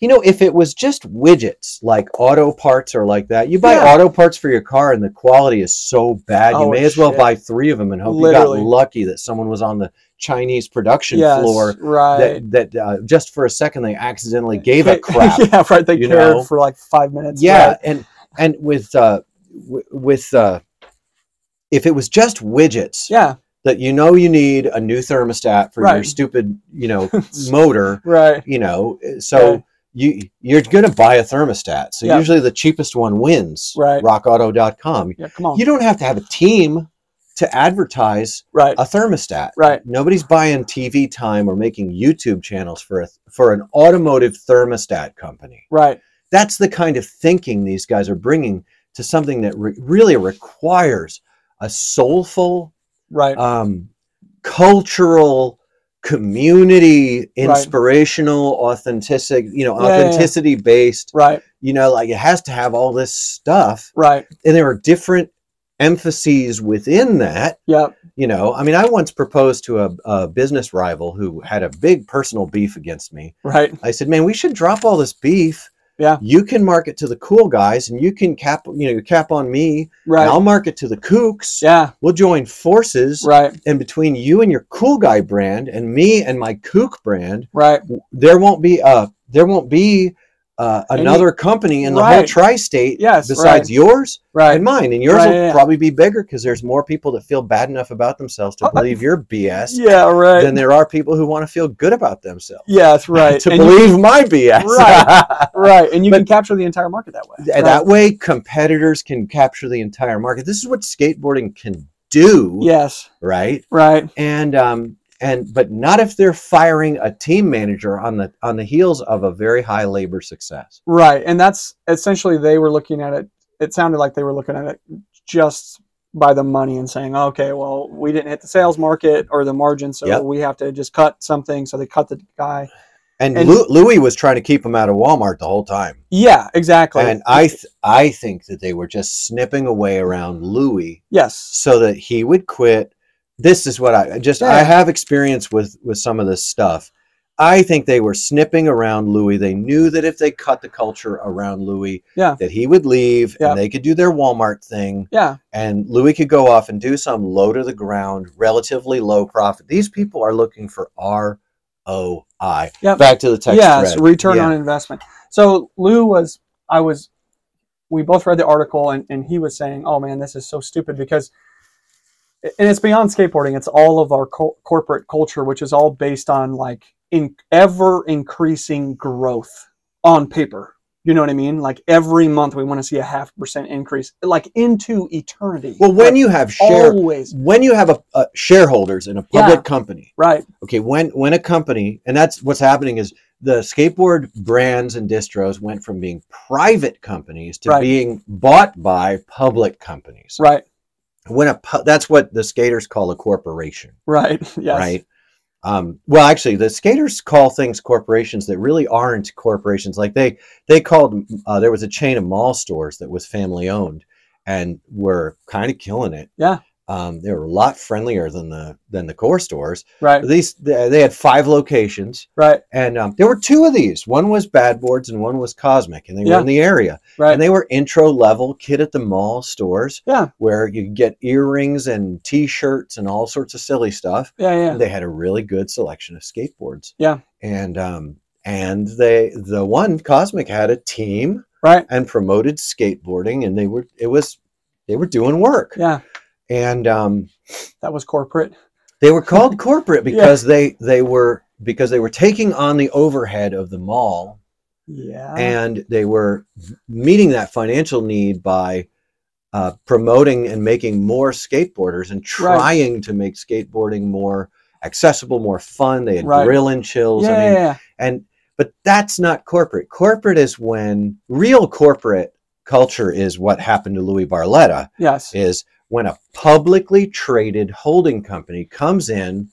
Speaker 2: you know if it was just widgets like auto parts or like that you buy
Speaker 1: Yeah.
Speaker 2: auto parts for your car and the quality is so bad you
Speaker 1: Oh,
Speaker 2: may as well
Speaker 1: shit.
Speaker 2: buy three of them and hope
Speaker 1: Literally.
Speaker 2: you got lucky that someone was on the chinese production
Speaker 1: yes,
Speaker 2: floor
Speaker 1: right.
Speaker 2: that, that uh, just for a second they accidentally gave a
Speaker 1: Ca-
Speaker 2: crap
Speaker 1: yeah, right. They
Speaker 2: you
Speaker 1: cared
Speaker 2: know?
Speaker 1: for like five minutes.
Speaker 2: yeah
Speaker 1: right.
Speaker 2: and and with uh w- with uh if it was just widgets
Speaker 1: yeah,
Speaker 2: that you know you need a new thermostat for your
Speaker 1: Right.
Speaker 2: stupid you know motor
Speaker 1: right,
Speaker 2: you know eh, so
Speaker 1: Right.
Speaker 2: you you're gonna buy a thermostat so
Speaker 1: Yeah.
Speaker 2: usually the cheapest one wins
Speaker 1: Right.
Speaker 2: rockauto.com
Speaker 1: yeah. Come on,
Speaker 2: you don't have to have a team to advertise
Speaker 1: right,
Speaker 2: a thermostat
Speaker 1: right,
Speaker 2: nobody's buying tv time or making youtube channels for a for an automotive thermostat company
Speaker 1: right.
Speaker 2: That's the kind of thinking these guys are bringing to something that re- really requires a soulful,
Speaker 1: right
Speaker 2: um, cultural, community, inspirational, authentic, you know,
Speaker 1: Yeah, yeah, yeah.
Speaker 2: authenticity based.
Speaker 1: right
Speaker 2: You know, like it has to have all this stuff,
Speaker 1: right
Speaker 2: and there are different emphases within that
Speaker 1: yeah
Speaker 2: you know i mean i once proposed to a, a business rival who had a big personal beef against me
Speaker 1: right
Speaker 2: i said man we should drop all this beef
Speaker 1: Yeah.
Speaker 2: you can market to the cool guys and you can cap you know cap on me and
Speaker 1: right
Speaker 2: i'll market to the kooks
Speaker 1: yeah
Speaker 2: we'll join forces
Speaker 1: right
Speaker 2: and between you and your cool guy brand and me and my kook brand
Speaker 1: right
Speaker 2: there won't be uh there won't be uh,
Speaker 1: Any-
Speaker 2: another company in the whole
Speaker 1: Right.
Speaker 2: tri-state
Speaker 1: Yes,
Speaker 2: besides
Speaker 1: right.
Speaker 2: yours
Speaker 1: right
Speaker 2: and mine and yours
Speaker 1: Right,
Speaker 2: will
Speaker 1: yeah, yeah.
Speaker 2: probably be bigger because there's more people that feel bad enough about themselves to
Speaker 1: Oh, I-
Speaker 2: believe your BS
Speaker 1: yeah right
Speaker 2: than there are people who want to feel good about themselves.
Speaker 1: yeah that's right
Speaker 2: to
Speaker 1: And you-
Speaker 2: believe my BS.
Speaker 1: Right. right and you
Speaker 2: But-
Speaker 1: can capture the entire market that way
Speaker 2: And That way, competitors can capture the entire market. This is what skateboarding can do,
Speaker 1: yes
Speaker 2: right?
Speaker 1: right
Speaker 2: And um, and but not if they're firing a team manager on the on the heels of a very high labor success.
Speaker 1: Right, and that's essentially they were looking at it. It sounded like they were looking at it just by the money and saying, "Okay, well, we didn't hit the sales market or the margin, so
Speaker 2: Yep.
Speaker 1: we have to just cut something." So they cut the guy.
Speaker 2: And,
Speaker 1: And-
Speaker 2: Lou, Louis was trying to keep him out of Walmart the whole time.
Speaker 1: Yeah, exactly.
Speaker 2: And I th- I think that they were just snipping away around Louis
Speaker 1: yes,
Speaker 2: so that he would quit. This is what I I just I
Speaker 1: Yeah.
Speaker 2: have experience with with some of this stuff. I think they were snipping around Louis. They knew that if they cut the culture around Louis,
Speaker 1: Yeah.
Speaker 2: that he would leave
Speaker 1: Yeah.
Speaker 2: and they could do their Walmart thing
Speaker 1: yeah,
Speaker 2: and Louis could go off and do some low to the ground, relatively low profit. These people are looking for R O I.
Speaker 1: Yep.
Speaker 2: Back to the text.
Speaker 1: yes.
Speaker 2: thread.
Speaker 1: Return
Speaker 2: Yeah.
Speaker 1: on investment. So Lou was, I was, we both read the article, and and he was saying, "Oh man, this is so stupid," because. And it's beyond skateboarding. It's all of our co- corporate culture, which is all based on like in ever increasing growth. on paper. You know what I mean? Like every month we want to see a half percent increase, like into eternity.
Speaker 2: Well, when
Speaker 1: Like,
Speaker 2: you have share
Speaker 1: always
Speaker 2: when you have a, a shareholders in a public
Speaker 1: Yeah.
Speaker 2: company,
Speaker 1: right,
Speaker 2: okay when when a company and that's what's happening is the skateboard brands and distros went from being private companies to
Speaker 1: Right.
Speaker 2: being bought by public companies
Speaker 1: right,
Speaker 2: when a pu- that's what the skaters call a corporation
Speaker 1: right. Yes,
Speaker 2: right um, well actually the skaters call things corporations that really aren't corporations like they they called uh, there was a chain of mall stores that was family owned and were kind of killing it
Speaker 1: Yeah.
Speaker 2: um, they were a lot friendlier than the than the core stores
Speaker 1: right,
Speaker 2: these they they had five locations
Speaker 1: right,
Speaker 2: and um, there were two of these one was bad boards and one was cosmic and they were
Speaker 1: Yeah.
Speaker 2: in the area
Speaker 1: right.
Speaker 2: and they were intro level kid at the mall stores
Speaker 1: Yeah.
Speaker 2: where you could get earrings and t-shirts and all sorts of silly stuff
Speaker 1: yeah,
Speaker 2: And
Speaker 1: yeah,
Speaker 2: they had a really good selection of skateboards
Speaker 1: Yeah.
Speaker 2: and um and they the one cosmic had a team
Speaker 1: right,
Speaker 2: and promoted skateboarding and they were it was they were doing work
Speaker 1: yeah.
Speaker 2: and um
Speaker 1: That was corporate.
Speaker 2: they were called corporate
Speaker 1: Yeah.
Speaker 2: because they they were because they were taking on the overhead of the mall
Speaker 1: Yeah,
Speaker 2: and they were meeting that financial need by uh, promoting and making more skateboarders and
Speaker 1: Right.
Speaker 2: trying to make skateboarding more accessible, more fun. They had
Speaker 1: Right.
Speaker 2: grill and chills.
Speaker 1: yeah,
Speaker 2: I mean,
Speaker 1: yeah, yeah.
Speaker 2: and but that's not corporate. Corporate is when real corporate culture is what happened to Louis Barletta
Speaker 1: yes,
Speaker 2: is when a publicly traded holding company comes in,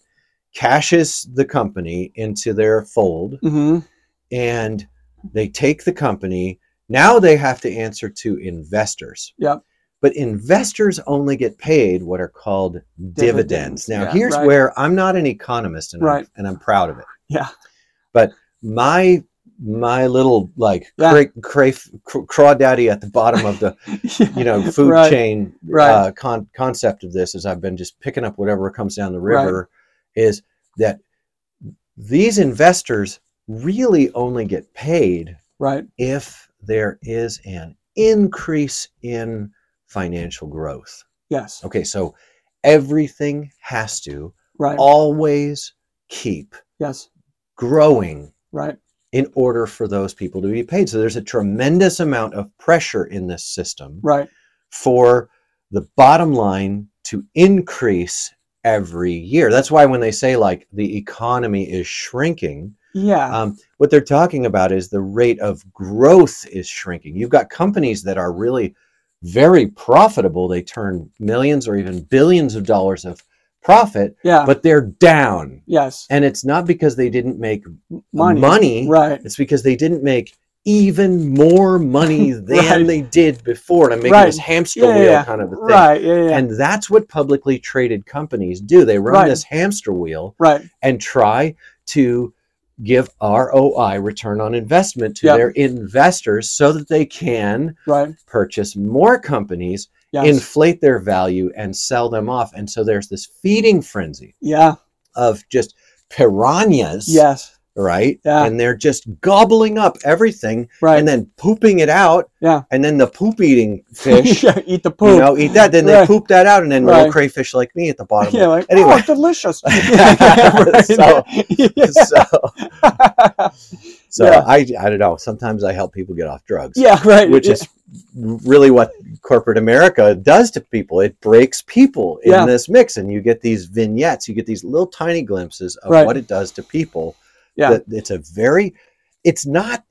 Speaker 2: cashes the company into their fold,
Speaker 1: hmm
Speaker 2: and they take the company. Now they have to answer to investors.
Speaker 1: Yep.
Speaker 2: But investors only get paid what are called dividends.
Speaker 1: Dividends,
Speaker 2: Now,
Speaker 1: yeah,
Speaker 2: here's
Speaker 1: right.
Speaker 2: where I'm not an economist, and, I'm,
Speaker 1: Right.
Speaker 2: and I'm proud of it.
Speaker 1: Yeah.
Speaker 2: But my my little like
Speaker 1: Yeah.
Speaker 2: cra- cra- cr- crawdaddy at the bottom of the you know food
Speaker 1: Right.
Speaker 2: chain
Speaker 1: Right.
Speaker 2: uh, con- concept of this as i've been just picking up whatever comes down the
Speaker 1: Right.
Speaker 2: river is that these investors really only get paid
Speaker 1: right,
Speaker 2: if there is an increase in financial growth
Speaker 1: yes,
Speaker 2: okay so everything has to
Speaker 1: right,
Speaker 2: always keep
Speaker 1: yes,
Speaker 2: growing
Speaker 1: right,
Speaker 2: in order for those people to be paid so there's a tremendous amount of pressure in this system
Speaker 1: right,
Speaker 2: for the bottom line to increase every year. That's why when they say like the economy is shrinking,
Speaker 1: Yeah.
Speaker 2: Um, what they're talking about is the rate of growth is shrinking. You've got companies that are really very profitable. They turn millions or even billions of dollars of profit,
Speaker 1: yeah.
Speaker 2: but they're down.
Speaker 1: yes.
Speaker 2: And it's not because they didn't make
Speaker 1: Money.
Speaker 2: money.
Speaker 1: Right.
Speaker 2: It's because they didn't make even more money than
Speaker 1: Right.
Speaker 2: they did before. And I'm making
Speaker 1: Right.
Speaker 2: this hamster
Speaker 1: Yeah, yeah,
Speaker 2: wheel
Speaker 1: yeah.
Speaker 2: kind of a thing.
Speaker 1: Right. Yeah. yeah, yeah.
Speaker 2: And that's what publicly traded companies do. They run
Speaker 1: Right.
Speaker 2: this hamster wheel
Speaker 1: right.
Speaker 2: and try to give ROI return on investment to
Speaker 1: Yep.
Speaker 2: their investors so that they can
Speaker 1: Right.
Speaker 2: purchase more companies,
Speaker 1: Yes.
Speaker 2: inflate their value, and sell them off. And so there's this feeding frenzy
Speaker 1: yeah.
Speaker 2: of just piranhas,
Speaker 1: Yes.
Speaker 2: right?
Speaker 1: Yeah.
Speaker 2: And they're just gobbling up everything
Speaker 1: Right.
Speaker 2: and then pooping it out.
Speaker 1: Yeah.
Speaker 2: And then the poop eating fish.
Speaker 1: yeah, eat the poop.
Speaker 2: You know, eat that. Then they
Speaker 1: Right.
Speaker 2: poop that out, and then
Speaker 1: Right.
Speaker 2: little crayfish like me at the bottom.
Speaker 1: yeah. Like
Speaker 2: Anyway.
Speaker 1: oh, delicious.
Speaker 2: So-
Speaker 1: Yeah.
Speaker 2: So, so
Speaker 1: Yeah.
Speaker 2: I, I don't know. Sometimes I help people get off drugs,
Speaker 1: Yeah, Right.
Speaker 2: which
Speaker 1: yeah.
Speaker 2: is really what corporate America does to people. It breaks people in
Speaker 1: Yeah.
Speaker 2: this mix, and you get these vignettes. You get these little tiny glimpses of
Speaker 1: Right.
Speaker 2: what it does to people.
Speaker 1: Yeah.
Speaker 2: That it's a very, it's not,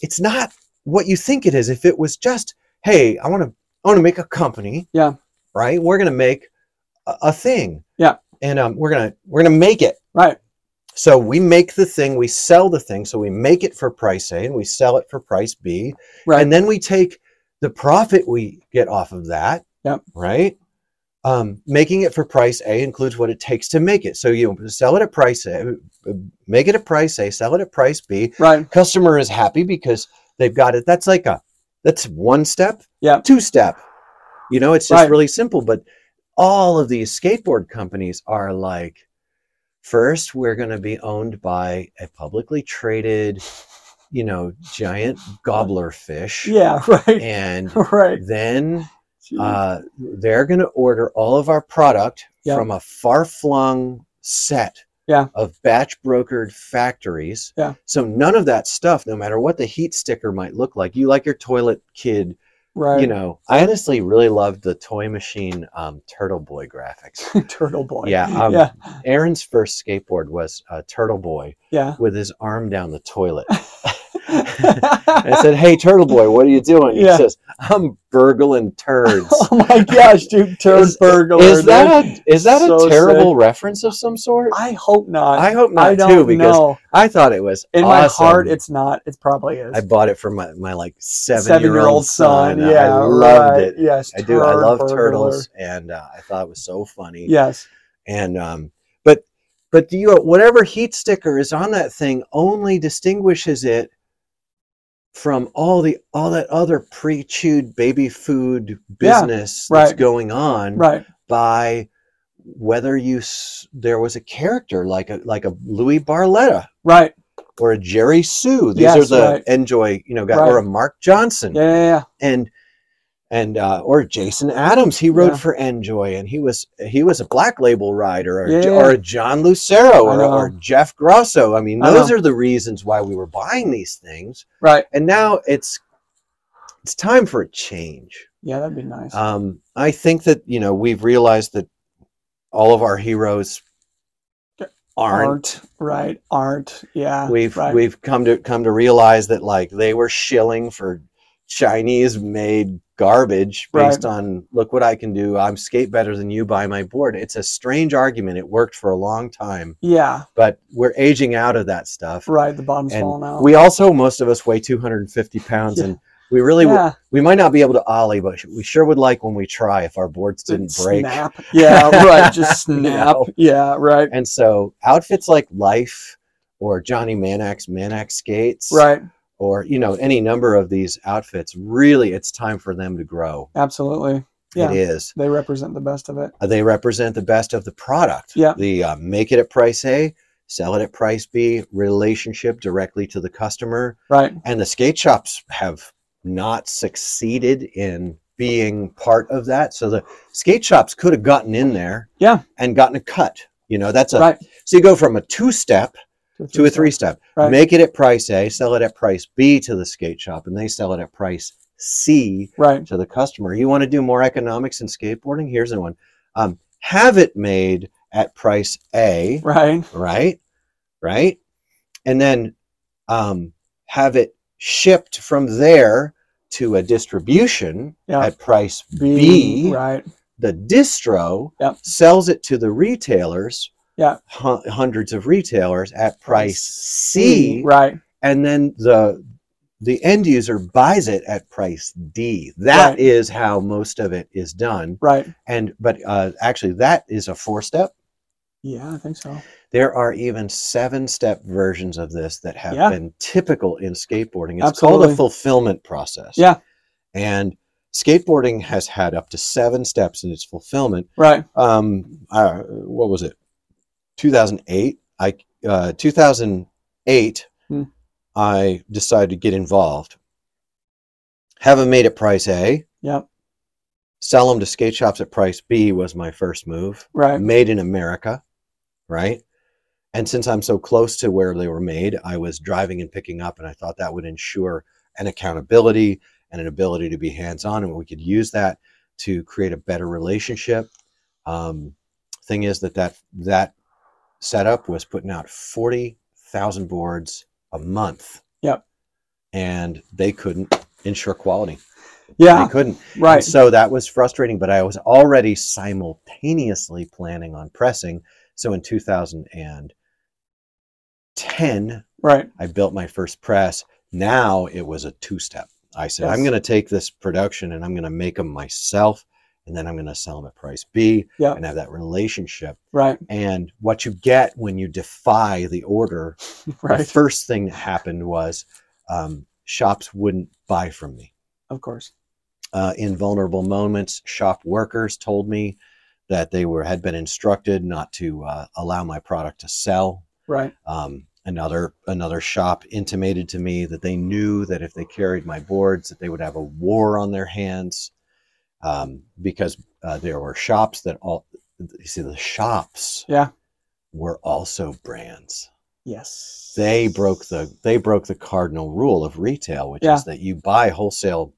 Speaker 2: it's not what you think it is. If it was just, hey, I want to, I want to make a company.
Speaker 1: Yeah.
Speaker 2: Right. We're gonna make a, a thing.
Speaker 1: Yeah.
Speaker 2: And um, we're gonna we're gonna make it.
Speaker 1: Right.
Speaker 2: So we make the thing, we sell the thing. So we make it for price A and we sell it for price B.
Speaker 1: Right.
Speaker 2: And then we take the profit we get off of that.
Speaker 1: Yep.
Speaker 2: Right. Um, making it for price A includes what it takes to make it. So you sell it at price A, make it at price A, sell it at price B.
Speaker 1: right.
Speaker 2: Customer is happy because they've got it. That's like a that's one step,
Speaker 1: Yep.
Speaker 2: two step. You know, it's just
Speaker 1: Right.
Speaker 2: really simple. But all of these skateboard companies are like, first we're going to be owned by a publicly traded you know giant gobbler fish
Speaker 1: Yeah. Right.
Speaker 2: and
Speaker 1: Right.
Speaker 2: then uh, they're going to order all of our product
Speaker 1: Yep.
Speaker 2: from a far-flung set
Speaker 1: Yeah.
Speaker 2: of batch brokered factories
Speaker 1: Yeah.
Speaker 2: so none of that stuff no matter what the heat sticker might look like you like your toilet kid
Speaker 1: right.
Speaker 2: you know i honestly really loved the toy machine um, turtle boy graphics
Speaker 1: Turtle boy.
Speaker 2: yeah, um,
Speaker 1: yeah.
Speaker 2: Aaron's first skateboard was a turtle boy
Speaker 1: Yeah.
Speaker 2: with his arm down the toilet. I
Speaker 1: Oh
Speaker 2: said, Hey, turtle boy, what are you doing?
Speaker 1: Yeah.
Speaker 2: He says, I'm burgling turds.
Speaker 1: oh my gosh, dude, turd
Speaker 2: Is-
Speaker 1: burglar.
Speaker 2: is, that
Speaker 1: dude.
Speaker 2: a, is that
Speaker 1: So
Speaker 2: a terrible reference of some sort?
Speaker 1: I hope not.
Speaker 2: I, hope
Speaker 1: I
Speaker 2: not
Speaker 1: don't
Speaker 2: too, because
Speaker 1: know.
Speaker 2: I thought it was
Speaker 1: In my
Speaker 2: awesome.
Speaker 1: heart, it's not. It probably is.
Speaker 2: I bought it for my, my like seven, year
Speaker 1: Seven-year-old
Speaker 2: old son.
Speaker 1: Yeah,
Speaker 2: I loved
Speaker 1: right.
Speaker 2: it.
Speaker 1: Yes,
Speaker 2: I do. I
Speaker 1: turd
Speaker 2: love
Speaker 1: burglar.
Speaker 2: turtles, and uh, I thought it was so funny.
Speaker 1: Yes,
Speaker 2: and um but but do you whatever heat sticker is on that thing only distinguishes it from all the all that other pre-chewed baby food
Speaker 1: Yeah,
Speaker 2: business
Speaker 1: right.
Speaker 2: that's going on
Speaker 1: right.
Speaker 2: by whether you s- there was a character like a like a Louis Barletta
Speaker 1: Right.
Speaker 2: or a Jerry Sue these
Speaker 1: Yes,
Speaker 2: are the
Speaker 1: right.
Speaker 2: enjoy you know guy,
Speaker 1: Right.
Speaker 2: or a Mark Johnson
Speaker 1: Yeah, yeah, yeah.
Speaker 2: and and uh, or Jason Adams, he rode
Speaker 1: Yeah.
Speaker 2: for Enjoy, and he was he was a black label rider, or,
Speaker 1: Yeah, yeah,
Speaker 2: or a John Lucero,
Speaker 1: I
Speaker 2: or,
Speaker 1: know.
Speaker 2: or Jeff Grosso. I mean,
Speaker 1: I
Speaker 2: those
Speaker 1: know.
Speaker 2: are the reasons why we were buying these things,
Speaker 1: Right.
Speaker 2: and now it's it's time for a change.
Speaker 1: Yeah, that'd be nice.
Speaker 2: Um, I think that you know we've realized that all of our heroes aren't.
Speaker 1: right. Aren't. Yeah.
Speaker 2: We've
Speaker 1: right.
Speaker 2: we've come to come to realize that like they were shilling for Chinese made garbage based on look what I can do. I'm skate better than you by my board. It's a strange argument. It worked for a long time,
Speaker 1: yeah.
Speaker 2: but we're aging out of that stuff.
Speaker 1: Right. The bottom's falling
Speaker 2: And
Speaker 1: out.
Speaker 2: we also most of us weigh 250 pounds,
Speaker 1: Yeah.
Speaker 2: and we really w-
Speaker 1: yeah.
Speaker 2: we might not be able to ollie, but we sure would like when we try if our boards didn't
Speaker 1: Just
Speaker 2: break.
Speaker 1: Snap. Yeah. Right. Just
Speaker 2: You
Speaker 1: snap.
Speaker 2: know?
Speaker 1: Yeah. Right.
Speaker 2: And so outfits like Life or Johnny Manax Manax skates,
Speaker 1: Right.
Speaker 2: or you know any number of these outfits really it's time for them to grow
Speaker 1: Absolutely. Yeah.
Speaker 2: it is Uh,
Speaker 1: They represent the best of it.
Speaker 2: they represent the best of the product
Speaker 1: Yeah.
Speaker 2: the uh, make it at price a sell it at price b relationship directly to the customer
Speaker 1: Right.
Speaker 2: and the skate shops have not succeeded in being part of that so the skate shops could have gotten in there
Speaker 1: Yeah.
Speaker 2: and gotten a cut you know that's a
Speaker 1: right.
Speaker 2: so you go from a two step to a three step.
Speaker 1: Right.
Speaker 2: Make it at price A, sell it at price B to the skate shop, and they sell it at price C
Speaker 1: Right.
Speaker 2: to the customer. You want to do more economics in skateboarding? Here's the one. Um, have it made at price A,
Speaker 1: Right.
Speaker 2: right? Right? and then um, have it shipped from there to a distribution
Speaker 1: Yeah.
Speaker 2: at price B.
Speaker 1: right?
Speaker 2: The distro
Speaker 1: Yep.
Speaker 2: sells it to the retailers,
Speaker 1: Yeah.
Speaker 2: hu- hundreds of retailers at price C,
Speaker 1: right?
Speaker 2: and then the the end user buys it at price D. That
Speaker 1: Right.
Speaker 2: is how most of it is done.
Speaker 1: Right.
Speaker 2: And but uh, actually, that is a four step.
Speaker 1: Yeah, I think so.
Speaker 2: There are even seven step versions of this that have
Speaker 1: Yeah.
Speaker 2: been typical in skateboarding. It's called
Speaker 1: Absolutely.
Speaker 2: a fulfillment process.
Speaker 1: Yeah.
Speaker 2: And skateboarding has had up to seven steps in its fulfillment.
Speaker 1: Right.
Speaker 2: Um, uh, what was it? 2008. I, uh, 2008,
Speaker 1: Hmm.
Speaker 2: I decided to get involved. Have them made at price A,
Speaker 1: Yep.
Speaker 2: sell them to skate shops at price B was my first move
Speaker 1: Right.
Speaker 2: made in America, right? And since I'm so close to where they were made, I was driving and picking up, and I thought that would ensure an accountability and an ability to be hands on, and we could use that to create a better relationship. Um, thing is that that that setup was putting out forty thousand boards a month.
Speaker 1: Yep.
Speaker 2: And they couldn't ensure quality. Mm-hmm.
Speaker 1: Yeah.
Speaker 2: They couldn't. And
Speaker 1: Right.
Speaker 2: so that was frustrating, but I was already simultaneously planning on pressing. So in 2010,
Speaker 1: Right.
Speaker 2: I built my first press. Now it was a two step. I said, I'm
Speaker 1: Yes.
Speaker 2: going to take this production and I'm going to make them myself. And then I'm going to sell them at price B
Speaker 1: Yeah.
Speaker 2: and have that relationship.
Speaker 1: Right.
Speaker 2: And what you get when you defy the order, the
Speaker 1: Right.
Speaker 2: first thing that happened was um, shops wouldn't buy from me
Speaker 1: Of course.
Speaker 2: uh, in vulnerable moments. Shop workers told me that they were had been instructed not to uh, allow my product to sell.
Speaker 1: Right.
Speaker 2: Um, another another shop intimated to me that they knew that if they carried my boards, that they would have a war on their hands, um, because uh, there were shops that all you see the shops
Speaker 1: Yeah.
Speaker 2: were also brands
Speaker 1: Yes.
Speaker 2: they broke the they broke the cardinal rule of retail, which
Speaker 1: Yeah.
Speaker 2: is that you buy wholesale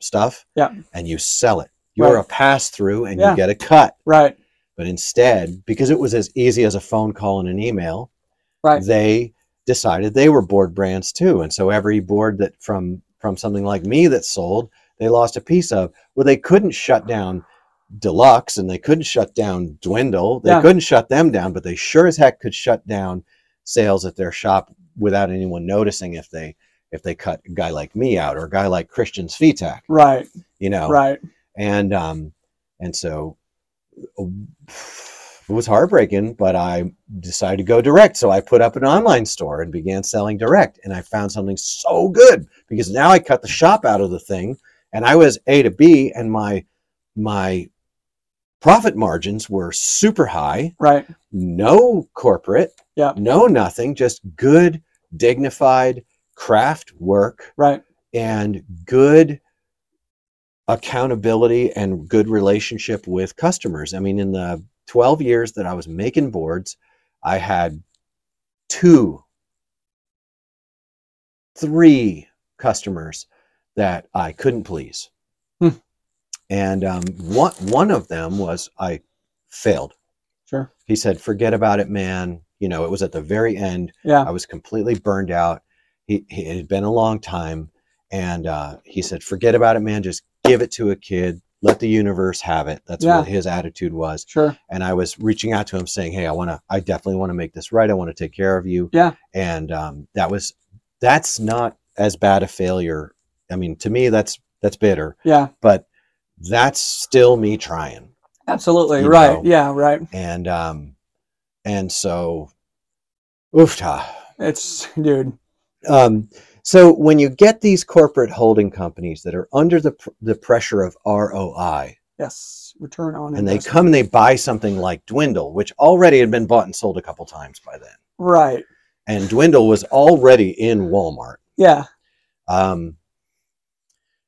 Speaker 2: stuff
Speaker 1: Yeah.
Speaker 2: and you sell it. You're
Speaker 1: Right.
Speaker 2: a pass through and
Speaker 1: Yeah.
Speaker 2: you get a cut.
Speaker 1: Right.
Speaker 2: But instead, because it was as easy as a phone call and an email,
Speaker 1: Right.
Speaker 2: they decided they were board brands too. And so every board that from from something like me that sold, they lost a piece of. Well, they couldn't shut down Deluxe and they couldn't shut down Dwindle. They
Speaker 1: Yeah.
Speaker 2: couldn't shut them down, but they sure as heck could shut down sales at their shop without anyone noticing if they if they cut a guy like me out or a guy like Christian Svitak,
Speaker 1: Right.
Speaker 2: you know.
Speaker 1: Right.
Speaker 2: And um and so uh, it was heartbreaking, but I decided to go direct. So I put up an online store and began selling direct. And I found something so good because now I cut the shop out of the thing and I was A to B and my my profit margins were super high.
Speaker 1: Right.
Speaker 2: No corporate,
Speaker 1: Yeah.
Speaker 2: no nothing, just good, dignified craft work
Speaker 1: Right.
Speaker 2: and good accountability and good relationship with customers. I mean, in the 12 years that I was making boards, I had two, three customers that I couldn't please.
Speaker 1: Hmm.
Speaker 2: And um, one, one of them was I failed.
Speaker 1: Sure.
Speaker 2: He said, forget about it, man. You know, it was at the very end.
Speaker 1: Yeah.
Speaker 2: I was completely burned out. He, he- it had been a long time, and uh, he said, "Forget about it, man. Just give it to a kid. Let the universe have it." That's
Speaker 1: Yeah.
Speaker 2: what his attitude was.
Speaker 1: Sure.
Speaker 2: And I was reaching out to him, saying, "Hey, I want to. I definitely want to make this right. I want to take care of you."
Speaker 1: Yeah.
Speaker 2: And um, that was. That's not as bad a failure. I mean, to me, that's that's bitter,
Speaker 1: Yeah.
Speaker 2: but that's still me trying.
Speaker 1: Absolutely.
Speaker 2: You
Speaker 1: right.
Speaker 2: know.
Speaker 1: Yeah. Right.
Speaker 2: And um, and so, oofta.
Speaker 1: It's dude.
Speaker 2: Um, so when you get these corporate holding companies that are under the, pr- the pressure of ROI
Speaker 1: Yes. Return on
Speaker 2: and they
Speaker 1: investment.
Speaker 2: come and they buy something like Dwindle, which already had been bought and sold a couple times by then,
Speaker 1: Right.
Speaker 2: and Dwindle was already in Walmart.
Speaker 1: Yeah.
Speaker 2: Um,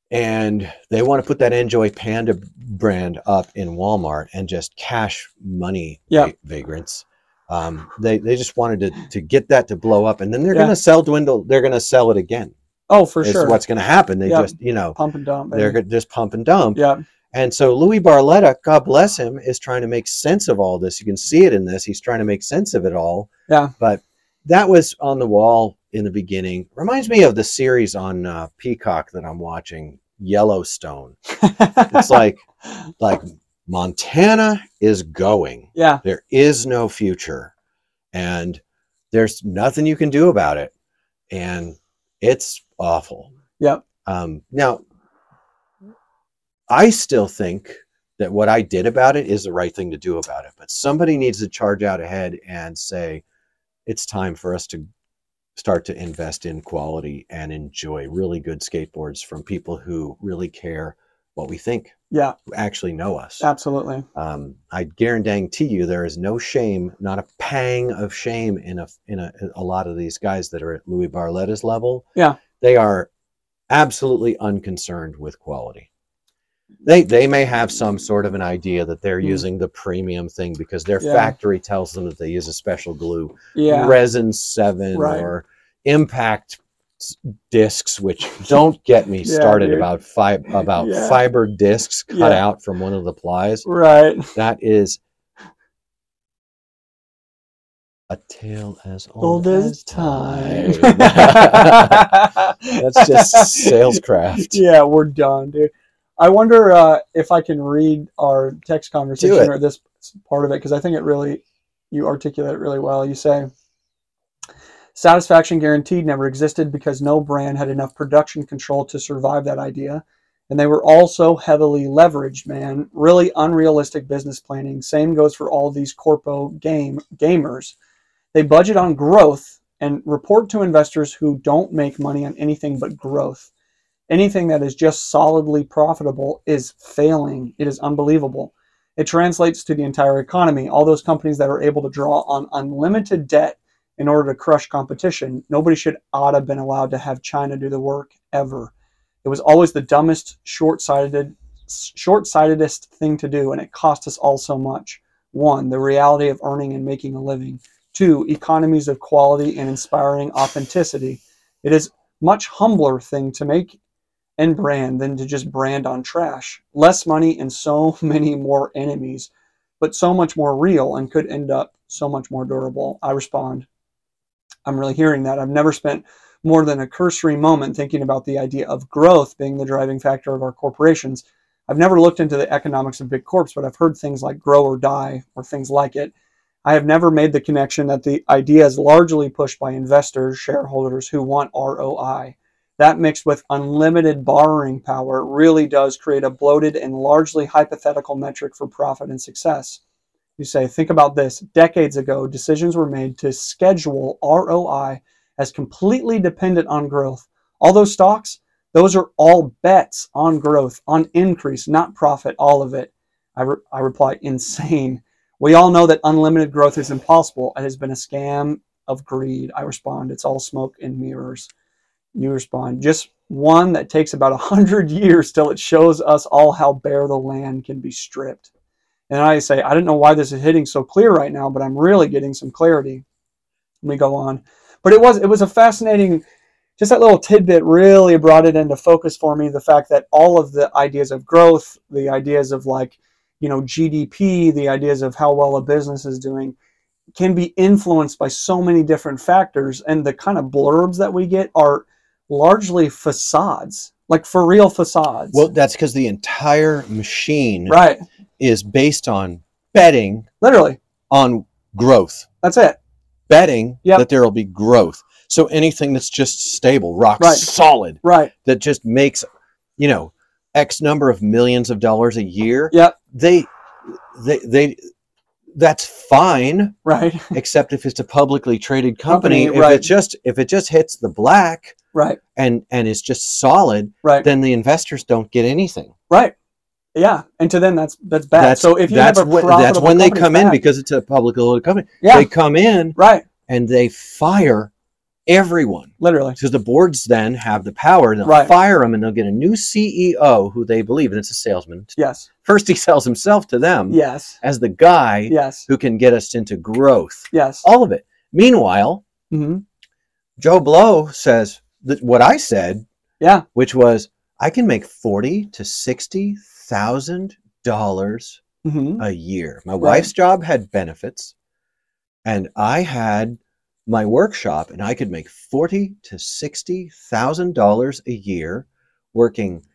Speaker 2: and they want to put that Enjoy Panda brand up in Walmart and just cash money
Speaker 1: Yeah.
Speaker 2: va- vagrants. Um, they, they just wanted to, to get that to blow up and then they're
Speaker 1: Yeah.
Speaker 2: going to sell Dwindle. They're going to sell it again.
Speaker 1: Oh, for
Speaker 2: is
Speaker 1: sure.
Speaker 2: what's going to happen. They
Speaker 1: Yep.
Speaker 2: just, you know,
Speaker 1: Pump and dump.
Speaker 2: they're
Speaker 1: baby.
Speaker 2: gonna just pump and dump.
Speaker 1: Yeah.
Speaker 2: And so Louis Barletta, God bless him, is trying to make sense of all this. You can see it in this. He's trying to make sense of it all.
Speaker 1: Yeah.
Speaker 2: But that was on the wall in the beginning. Reminds me of the series on uh, Peacock that I'm watching, Yellowstone. It's like like Montana is going.
Speaker 1: yeah,
Speaker 2: There is no future, and there's nothing you can do about it, and it's awful.
Speaker 1: Yep.
Speaker 2: Um, now, I still think that what I did about it is the right thing to do about it, but somebody needs to charge out ahead and say it's time for us to start to invest in quality and enjoy really good skateboards from people who really care what we think,
Speaker 1: yeah,
Speaker 2: who actually know us.
Speaker 1: absolutely.
Speaker 2: Um, I guarantee you, there is no shame, not a pang of shame in a in a, a lot of these guys that are at Louis Barletta's level.
Speaker 1: Yeah.
Speaker 2: they are absolutely unconcerned with quality. They they may have some sort of an idea that they're
Speaker 1: Mm.
Speaker 2: using the premium thing because their
Speaker 1: Yeah.
Speaker 2: factory tells them that they use a special glue,
Speaker 1: Yeah,
Speaker 2: resin seven
Speaker 1: Right.
Speaker 2: or impact s- discs which don't get me
Speaker 1: Yeah,
Speaker 2: started
Speaker 1: dude.
Speaker 2: about fi- about
Speaker 1: Yeah.
Speaker 2: fiber discs cut
Speaker 1: Yeah.
Speaker 2: out from one of the plies
Speaker 1: right.
Speaker 2: that is a tale as old,
Speaker 1: Old as time.
Speaker 2: That's just salescraft.
Speaker 1: Yeah, we're done, dude. I wonder uh, if I can read our text
Speaker 2: it.
Speaker 1: conversation or this part of it because I think it really, you articulate it really well. You say, satisfaction guaranteed never existed because no brand had enough production control to survive that idea. And they were also heavily leveraged, man. Really unrealistic business planning. Same goes for all these corpo game gamers. They budget on growth and report to investors who don't make money on anything but growth. Anything that is just solidly profitable is failing. It is unbelievable. It translates to the entire economy. All those companies that are able to draw on unlimited debt in order to crush competition, nobody should ought have been allowed to have China do the work ever. It was always the dumbest, short-sighted, short-sightedest thing to do, and it cost us all so much. One, the reality of earning and making a living. Two, economies of quality and inspiring authenticity. It is much humbler thing to make and brand than to just brand on trash. Less money and so many more enemies, but so much more real and could end up so much more durable. I respond. I'm really hearing that. I've never spent more than a cursory moment thinking about the idea of growth being the driving factor of our corporations. I've never looked into the economics of big corps, but I've heard things like grow or die or things like it. I have never made the connection that the idea is largely pushed by investors, shareholders who want ROI. That mixed with unlimited borrowing power really does create a bloated and largely hypothetical metric for profit and success. You say, think about this. Decades ago, decisions were made to schedule ROI as completely dependent on growth. All those stocks, those are all bets on growth, on increase, not profit, all of it. I, re- I reply, insane. We all know that unlimited growth is impossible. It has been a scam of greed. I respond, it's all smoke and mirrors. You respond, just one that takes about a hundred years till it shows us all how bare the land can be stripped. And I say, I don't know why this is hitting so clear right now, but I'm really getting some clarity. We go on, but it was it was a fascinating. Just that little tidbit really brought it into focus for me. The fact that all of the ideas of growth, the ideas of like you know GDP, the ideas of how well a business is doing, can be influenced by so many different factors, and the kind of blurbs that we get are largely facades, like for real facades.
Speaker 2: Well, that's because the entire machine
Speaker 1: right,
Speaker 2: is based on betting
Speaker 1: literally,
Speaker 2: on growth,
Speaker 1: that's it.
Speaker 2: betting
Speaker 1: Yep.
Speaker 2: that there will be growth. So anything that's just stable, rock
Speaker 1: Right.
Speaker 2: solid,
Speaker 1: Right,
Speaker 2: that just makes, you know, X number of millions of dollars a year.
Speaker 1: Yep.
Speaker 2: They, they, they, that's fine.
Speaker 1: right,
Speaker 2: except if it's a publicly traded company,
Speaker 1: Company,
Speaker 2: if
Speaker 1: right.
Speaker 2: it just if it just hits the black
Speaker 1: right,
Speaker 2: and and is just solid
Speaker 1: right,
Speaker 2: then the investors don't get anything
Speaker 1: right. Yeah, and to them that's that's bad.
Speaker 2: that's
Speaker 1: so if you
Speaker 2: that's
Speaker 1: have a
Speaker 2: when, that's
Speaker 1: profitable
Speaker 2: when they
Speaker 1: company,
Speaker 2: come
Speaker 1: it's
Speaker 2: in
Speaker 1: bad.
Speaker 2: because it's a publicly traded company
Speaker 1: yeah,
Speaker 2: they come in
Speaker 1: right,
Speaker 2: and they fire everyone
Speaker 1: literally,
Speaker 2: because the boards then have the power and they'll
Speaker 1: Right.
Speaker 2: fire them and they'll get a new ceo who they believe and it's a salesman
Speaker 1: yes,
Speaker 2: first he sells himself to them
Speaker 1: yes,
Speaker 2: as the guy
Speaker 1: yes,
Speaker 2: who can get us into growth
Speaker 1: yes.
Speaker 2: all of it meanwhile
Speaker 1: hmm
Speaker 2: Joe Blow says that what I said,
Speaker 1: Yeah,
Speaker 2: which was I can make forty to sixty thousand dollars
Speaker 1: hmm
Speaker 2: a year. My
Speaker 1: Right.
Speaker 2: wife's job had benefits, and I had my workshop and I could make forty to sixty thousand dollars a year working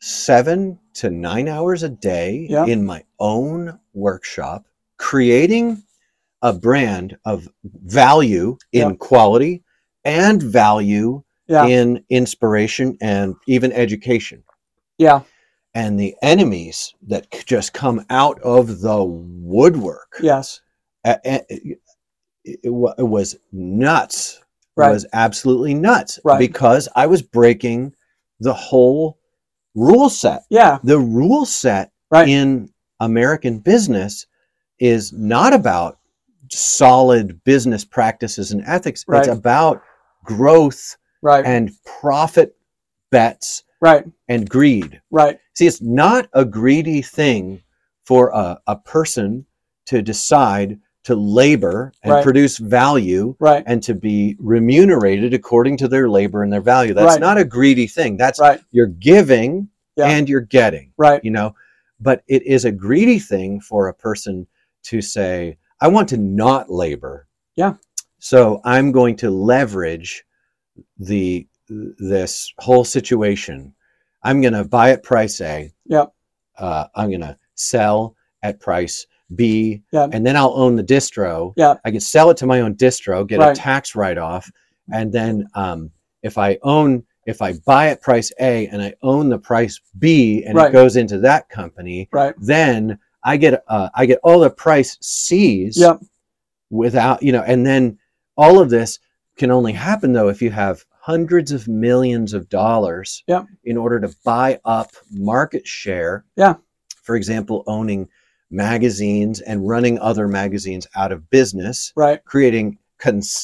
Speaker 2: seven to nine hours a day
Speaker 1: Yeah.
Speaker 2: in my own workshop, creating a brand of value in quality and value
Speaker 1: Yeah.
Speaker 2: in inspiration and even education
Speaker 1: Yeah.
Speaker 2: and the enemies that c- just come out of the woodwork.
Speaker 1: Yes.
Speaker 2: A- a- It, it wa- it was nuts.
Speaker 1: Right.
Speaker 2: It was absolutely nuts
Speaker 1: Right.
Speaker 2: because I was breaking the whole rule set.
Speaker 1: Yeah.
Speaker 2: The rule set
Speaker 1: Right.
Speaker 2: in American business is not about solid business practices and ethics,
Speaker 1: Right.
Speaker 2: it's about growth
Speaker 1: Right.
Speaker 2: and profit bets
Speaker 1: right.
Speaker 2: and greed.
Speaker 1: Right.
Speaker 2: See, it's not a greedy thing for a, a person to decide to labor and
Speaker 1: Right.
Speaker 2: produce value
Speaker 1: Right.
Speaker 2: and to be remunerated according to their labor and their value. That's
Speaker 1: Right.
Speaker 2: not a greedy thing. That's
Speaker 1: Right.
Speaker 2: you're giving
Speaker 1: Yeah.
Speaker 2: and you're getting,
Speaker 1: Right.
Speaker 2: you know. But it is a greedy thing for a person to say, I want to not labor.
Speaker 1: Yeah.
Speaker 2: So I'm going to leverage the this whole situation. I'm going to buy at price A.
Speaker 1: Yep.
Speaker 2: Uh, I'm going to sell at price B.
Speaker 1: Yep.
Speaker 2: And then I'll own the distro.
Speaker 1: Yep.
Speaker 2: I can sell it to my own distro, get
Speaker 1: Right.
Speaker 2: a tax write off, and then um, if I own if I buy at price A and I own the price B and
Speaker 1: Right.
Speaker 2: it goes into that company,
Speaker 1: Right.
Speaker 2: then I get uh, I get all the price C's
Speaker 1: Yep.
Speaker 2: without you know and then all of this can only happen though if you have hundreds of millions of dollars
Speaker 1: Yep.
Speaker 2: in order to buy up market share
Speaker 1: Yeah.
Speaker 2: for example owning magazines and running other magazines out of business
Speaker 1: Right.
Speaker 2: creating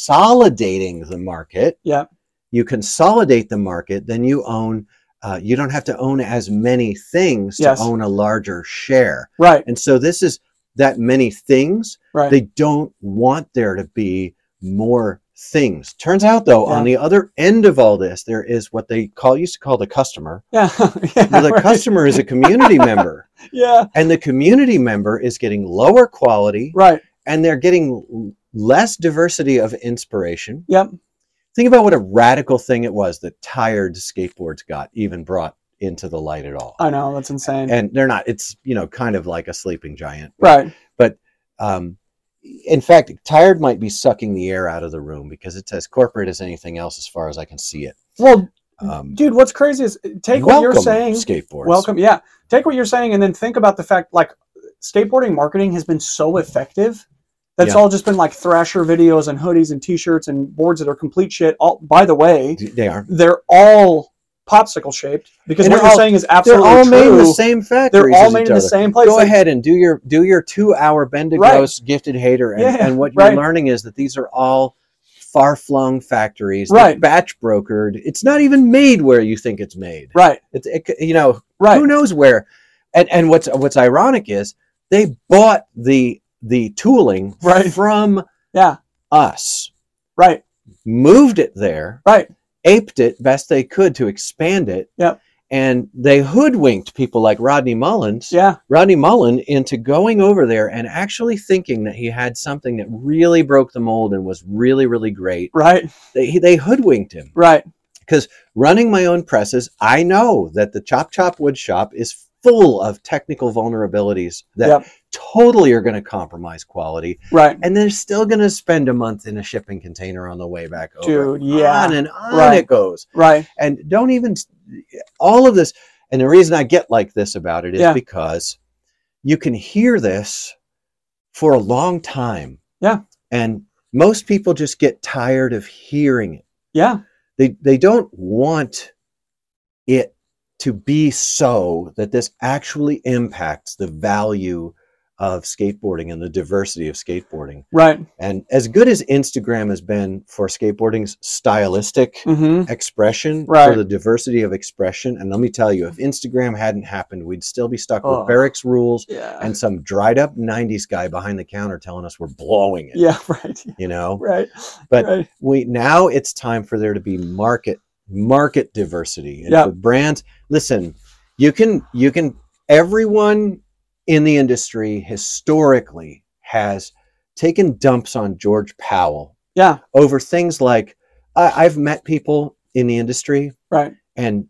Speaker 2: consolidating the market
Speaker 1: Yeah.
Speaker 2: you consolidate the market then you own uh, you don't have to own as many things
Speaker 1: Yes.
Speaker 2: to own a larger share
Speaker 1: Right.
Speaker 2: and so this is that many things
Speaker 1: Right.
Speaker 2: they don't want there to be more things. Turns out, though,
Speaker 1: Yeah.
Speaker 2: on the other end of all this, there is what they call used to call the customer.
Speaker 1: yeah. yeah.
Speaker 2: Well, the
Speaker 1: right.
Speaker 2: customer is a community member,
Speaker 1: Yeah.
Speaker 2: and the community member is getting lower quality,
Speaker 1: Right.
Speaker 2: and they're getting l- less diversity of inspiration.
Speaker 1: Yep.
Speaker 2: Think about what a radical thing it was that tired skateboards got even brought into the light at all.
Speaker 1: I know that's insane.
Speaker 2: And they're not. It's you know kind of like a sleeping giant.
Speaker 1: right.
Speaker 2: um, in fact, tired might be sucking the air out of the room because it's as corporate as anything else, as far as I can see it.
Speaker 1: Well,
Speaker 2: Um,
Speaker 1: dude, what's crazy is take what
Speaker 2: welcome,
Speaker 1: you're saying.
Speaker 2: skateboards.
Speaker 1: Welcome. Yeah. Take what you're saying and then think about the fact like skateboarding marketing has been so effective. That's
Speaker 2: Yeah.
Speaker 1: all just been like thrasher videos and hoodies and t-shirts and boards that are complete shit. All by the way,
Speaker 2: They are.
Speaker 1: they're all popsicle shaped because
Speaker 2: And
Speaker 1: what you're
Speaker 2: they're all-
Speaker 1: saying is
Speaker 2: They're
Speaker 1: absolutely
Speaker 2: all made in
Speaker 1: true.
Speaker 2: the same factory.
Speaker 1: they're all made in the same place.
Speaker 2: Go
Speaker 1: Like,
Speaker 2: ahead and do your do your two hour Bendigo's
Speaker 1: Right.
Speaker 2: gifted hater, and,
Speaker 1: Yeah, yeah,
Speaker 2: and what
Speaker 1: right.
Speaker 2: you're learning is that these are all far flung factories, that
Speaker 1: Right.
Speaker 2: Batch brokered. It's not even made where you think it's made.
Speaker 1: Right.
Speaker 2: It's it, c- you know
Speaker 1: Right.
Speaker 2: who knows where and and what's what's ironic is they bought the the tooling
Speaker 1: Right.
Speaker 2: from
Speaker 1: Yeah.
Speaker 2: us
Speaker 1: Right.
Speaker 2: moved it there
Speaker 1: Right.
Speaker 2: aped it best they could to expand it
Speaker 1: Yep.
Speaker 2: and they hoodwinked people like rodney mullins
Speaker 1: Yeah.
Speaker 2: rodney mullen into going over there and actually thinking that he had something that really broke the mold and was really really great
Speaker 1: Right.
Speaker 2: they, they hoodwinked him
Speaker 1: Right.
Speaker 2: running my own presses, I know that the Chop Chop Wood Shop is full of technical vulnerabilities that
Speaker 1: Yep.
Speaker 2: totally are going to compromise quality.
Speaker 1: Right.
Speaker 2: And they're still going to spend a month in a shipping container on the way back over.
Speaker 1: Dude, yeah.
Speaker 2: On and on
Speaker 1: Right.
Speaker 2: it goes.
Speaker 1: Right.
Speaker 2: And don't even, all of this. And the reason I get like this about it is
Speaker 1: Yeah.
Speaker 2: because you can hear this for a long time.
Speaker 1: Yeah.
Speaker 2: And most people just get tired of hearing it
Speaker 1: Yeah.
Speaker 2: they they don't want it to be so that this actually impacts the value of skateboarding and the diversity of skateboarding.
Speaker 1: Right.
Speaker 2: And as good as Instagram has been for skateboarding's stylistic
Speaker 1: Mm-hmm.
Speaker 2: expression,
Speaker 1: Right.
Speaker 2: for the diversity of expression, and let me tell you, if Instagram hadn't happened, we'd still be stuck
Speaker 1: Oh.
Speaker 2: with barracks rules
Speaker 1: Yeah.
Speaker 2: and some dried up 90s guy behind the counter telling us we're blowing it,
Speaker 1: yeah. Right.
Speaker 2: you know?
Speaker 1: Right.
Speaker 2: But
Speaker 1: right.
Speaker 2: we now it's time for there to be market market diversity and
Speaker 1: Yeah.
Speaker 2: for brands listen you can you can everyone in the industry historically has taken dumps on george powell
Speaker 1: Yeah.
Speaker 2: over things like I, I've met people in the industry,
Speaker 1: Right.
Speaker 2: And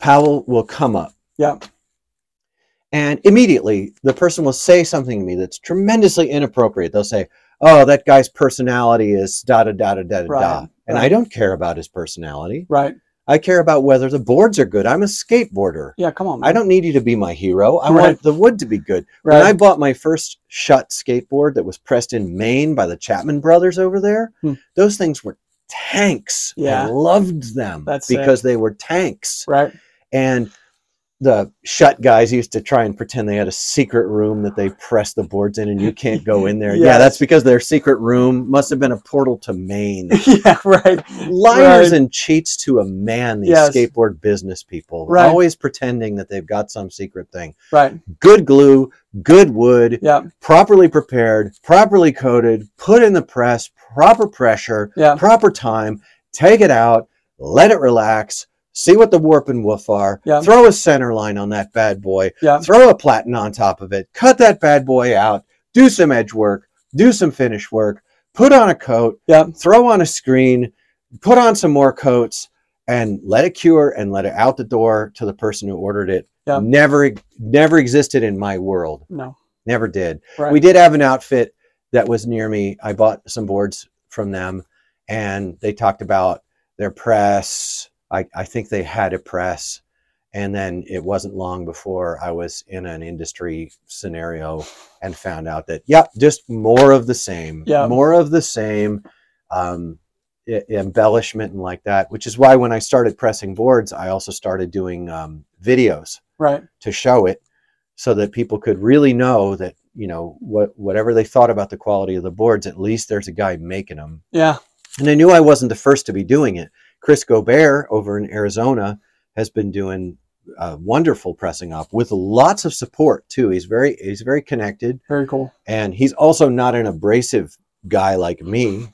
Speaker 2: Powell will come up,
Speaker 1: Yeah.
Speaker 2: and immediately the person will say something to me that's tremendously inappropriate. They'll say, "Oh, that guy's personality is da da da da da da da,"
Speaker 1: Right,
Speaker 2: and I
Speaker 1: right.
Speaker 2: don't care about his personality.
Speaker 1: Right.
Speaker 2: I care about whether the boards are good. I'm a skateboarder.
Speaker 1: Yeah. Come on.
Speaker 2: I don't need you to be my hero. I
Speaker 1: Right.
Speaker 2: want the wood to be good. When I
Speaker 1: Right.
Speaker 2: bought my first shut skateboard that was pressed in Maine by the Chapman brothers over there,
Speaker 1: Hmm.
Speaker 2: those things were tanks.
Speaker 1: Yeah.
Speaker 2: I loved them
Speaker 1: That's sick.
Speaker 2: because they were tanks.
Speaker 1: right.
Speaker 2: And the shut guys used to try and pretend they had a secret room that they pressed the boards in and you can't go in there. Yeah,
Speaker 1: Yes.
Speaker 2: that's because their secret room must have been a portal to Maine.
Speaker 1: yeah. Right.
Speaker 2: Liars
Speaker 1: Right.
Speaker 2: and cheats to a man, these
Speaker 1: Yes.
Speaker 2: skateboard business people.
Speaker 1: Right.
Speaker 2: Always pretending that they've got some secret thing.
Speaker 1: Right.
Speaker 2: Good glue, good wood,
Speaker 1: Yeah.
Speaker 2: properly prepared, properly coated, put in the press, proper pressure,
Speaker 1: Yeah.
Speaker 2: proper time, take it out, let it relax, see what the warp and woof are,
Speaker 1: Yeah.
Speaker 2: throw a center line on that bad boy,
Speaker 1: Yeah.
Speaker 2: throw a platen on top of it, cut that bad boy out, do some edge work, do some finish work, put on a coat,
Speaker 1: Yeah.
Speaker 2: throw on a screen, put on some more coats. And let it cure and let it out the door to the person who ordered it.
Speaker 1: Yeah.
Speaker 2: Never, never existed in my world.
Speaker 1: No.
Speaker 2: Never did
Speaker 1: Right.
Speaker 2: we did have an outfit that was near me. I bought some boards from them, and they talked about their press. I, I think they had a press, and then it wasn't long before I was in an industry scenario and found out that yep, just more of the same.
Speaker 1: Yeah.
Speaker 2: more of the same. Um, e- embellishment and like that which is why when i started pressing boards i also started doing um, videos
Speaker 1: Right.
Speaker 2: to show it so that people could really know that you know what whatever they thought about the quality of the boards at least there's a guy making them
Speaker 1: Yeah.
Speaker 2: and i knew i wasn't the first to be doing it chris gobert over in arizona has been doing uh, wonderful pressing up with lots of support too he's very he's very connected
Speaker 1: Very cool.
Speaker 2: and he's also not an abrasive guy like me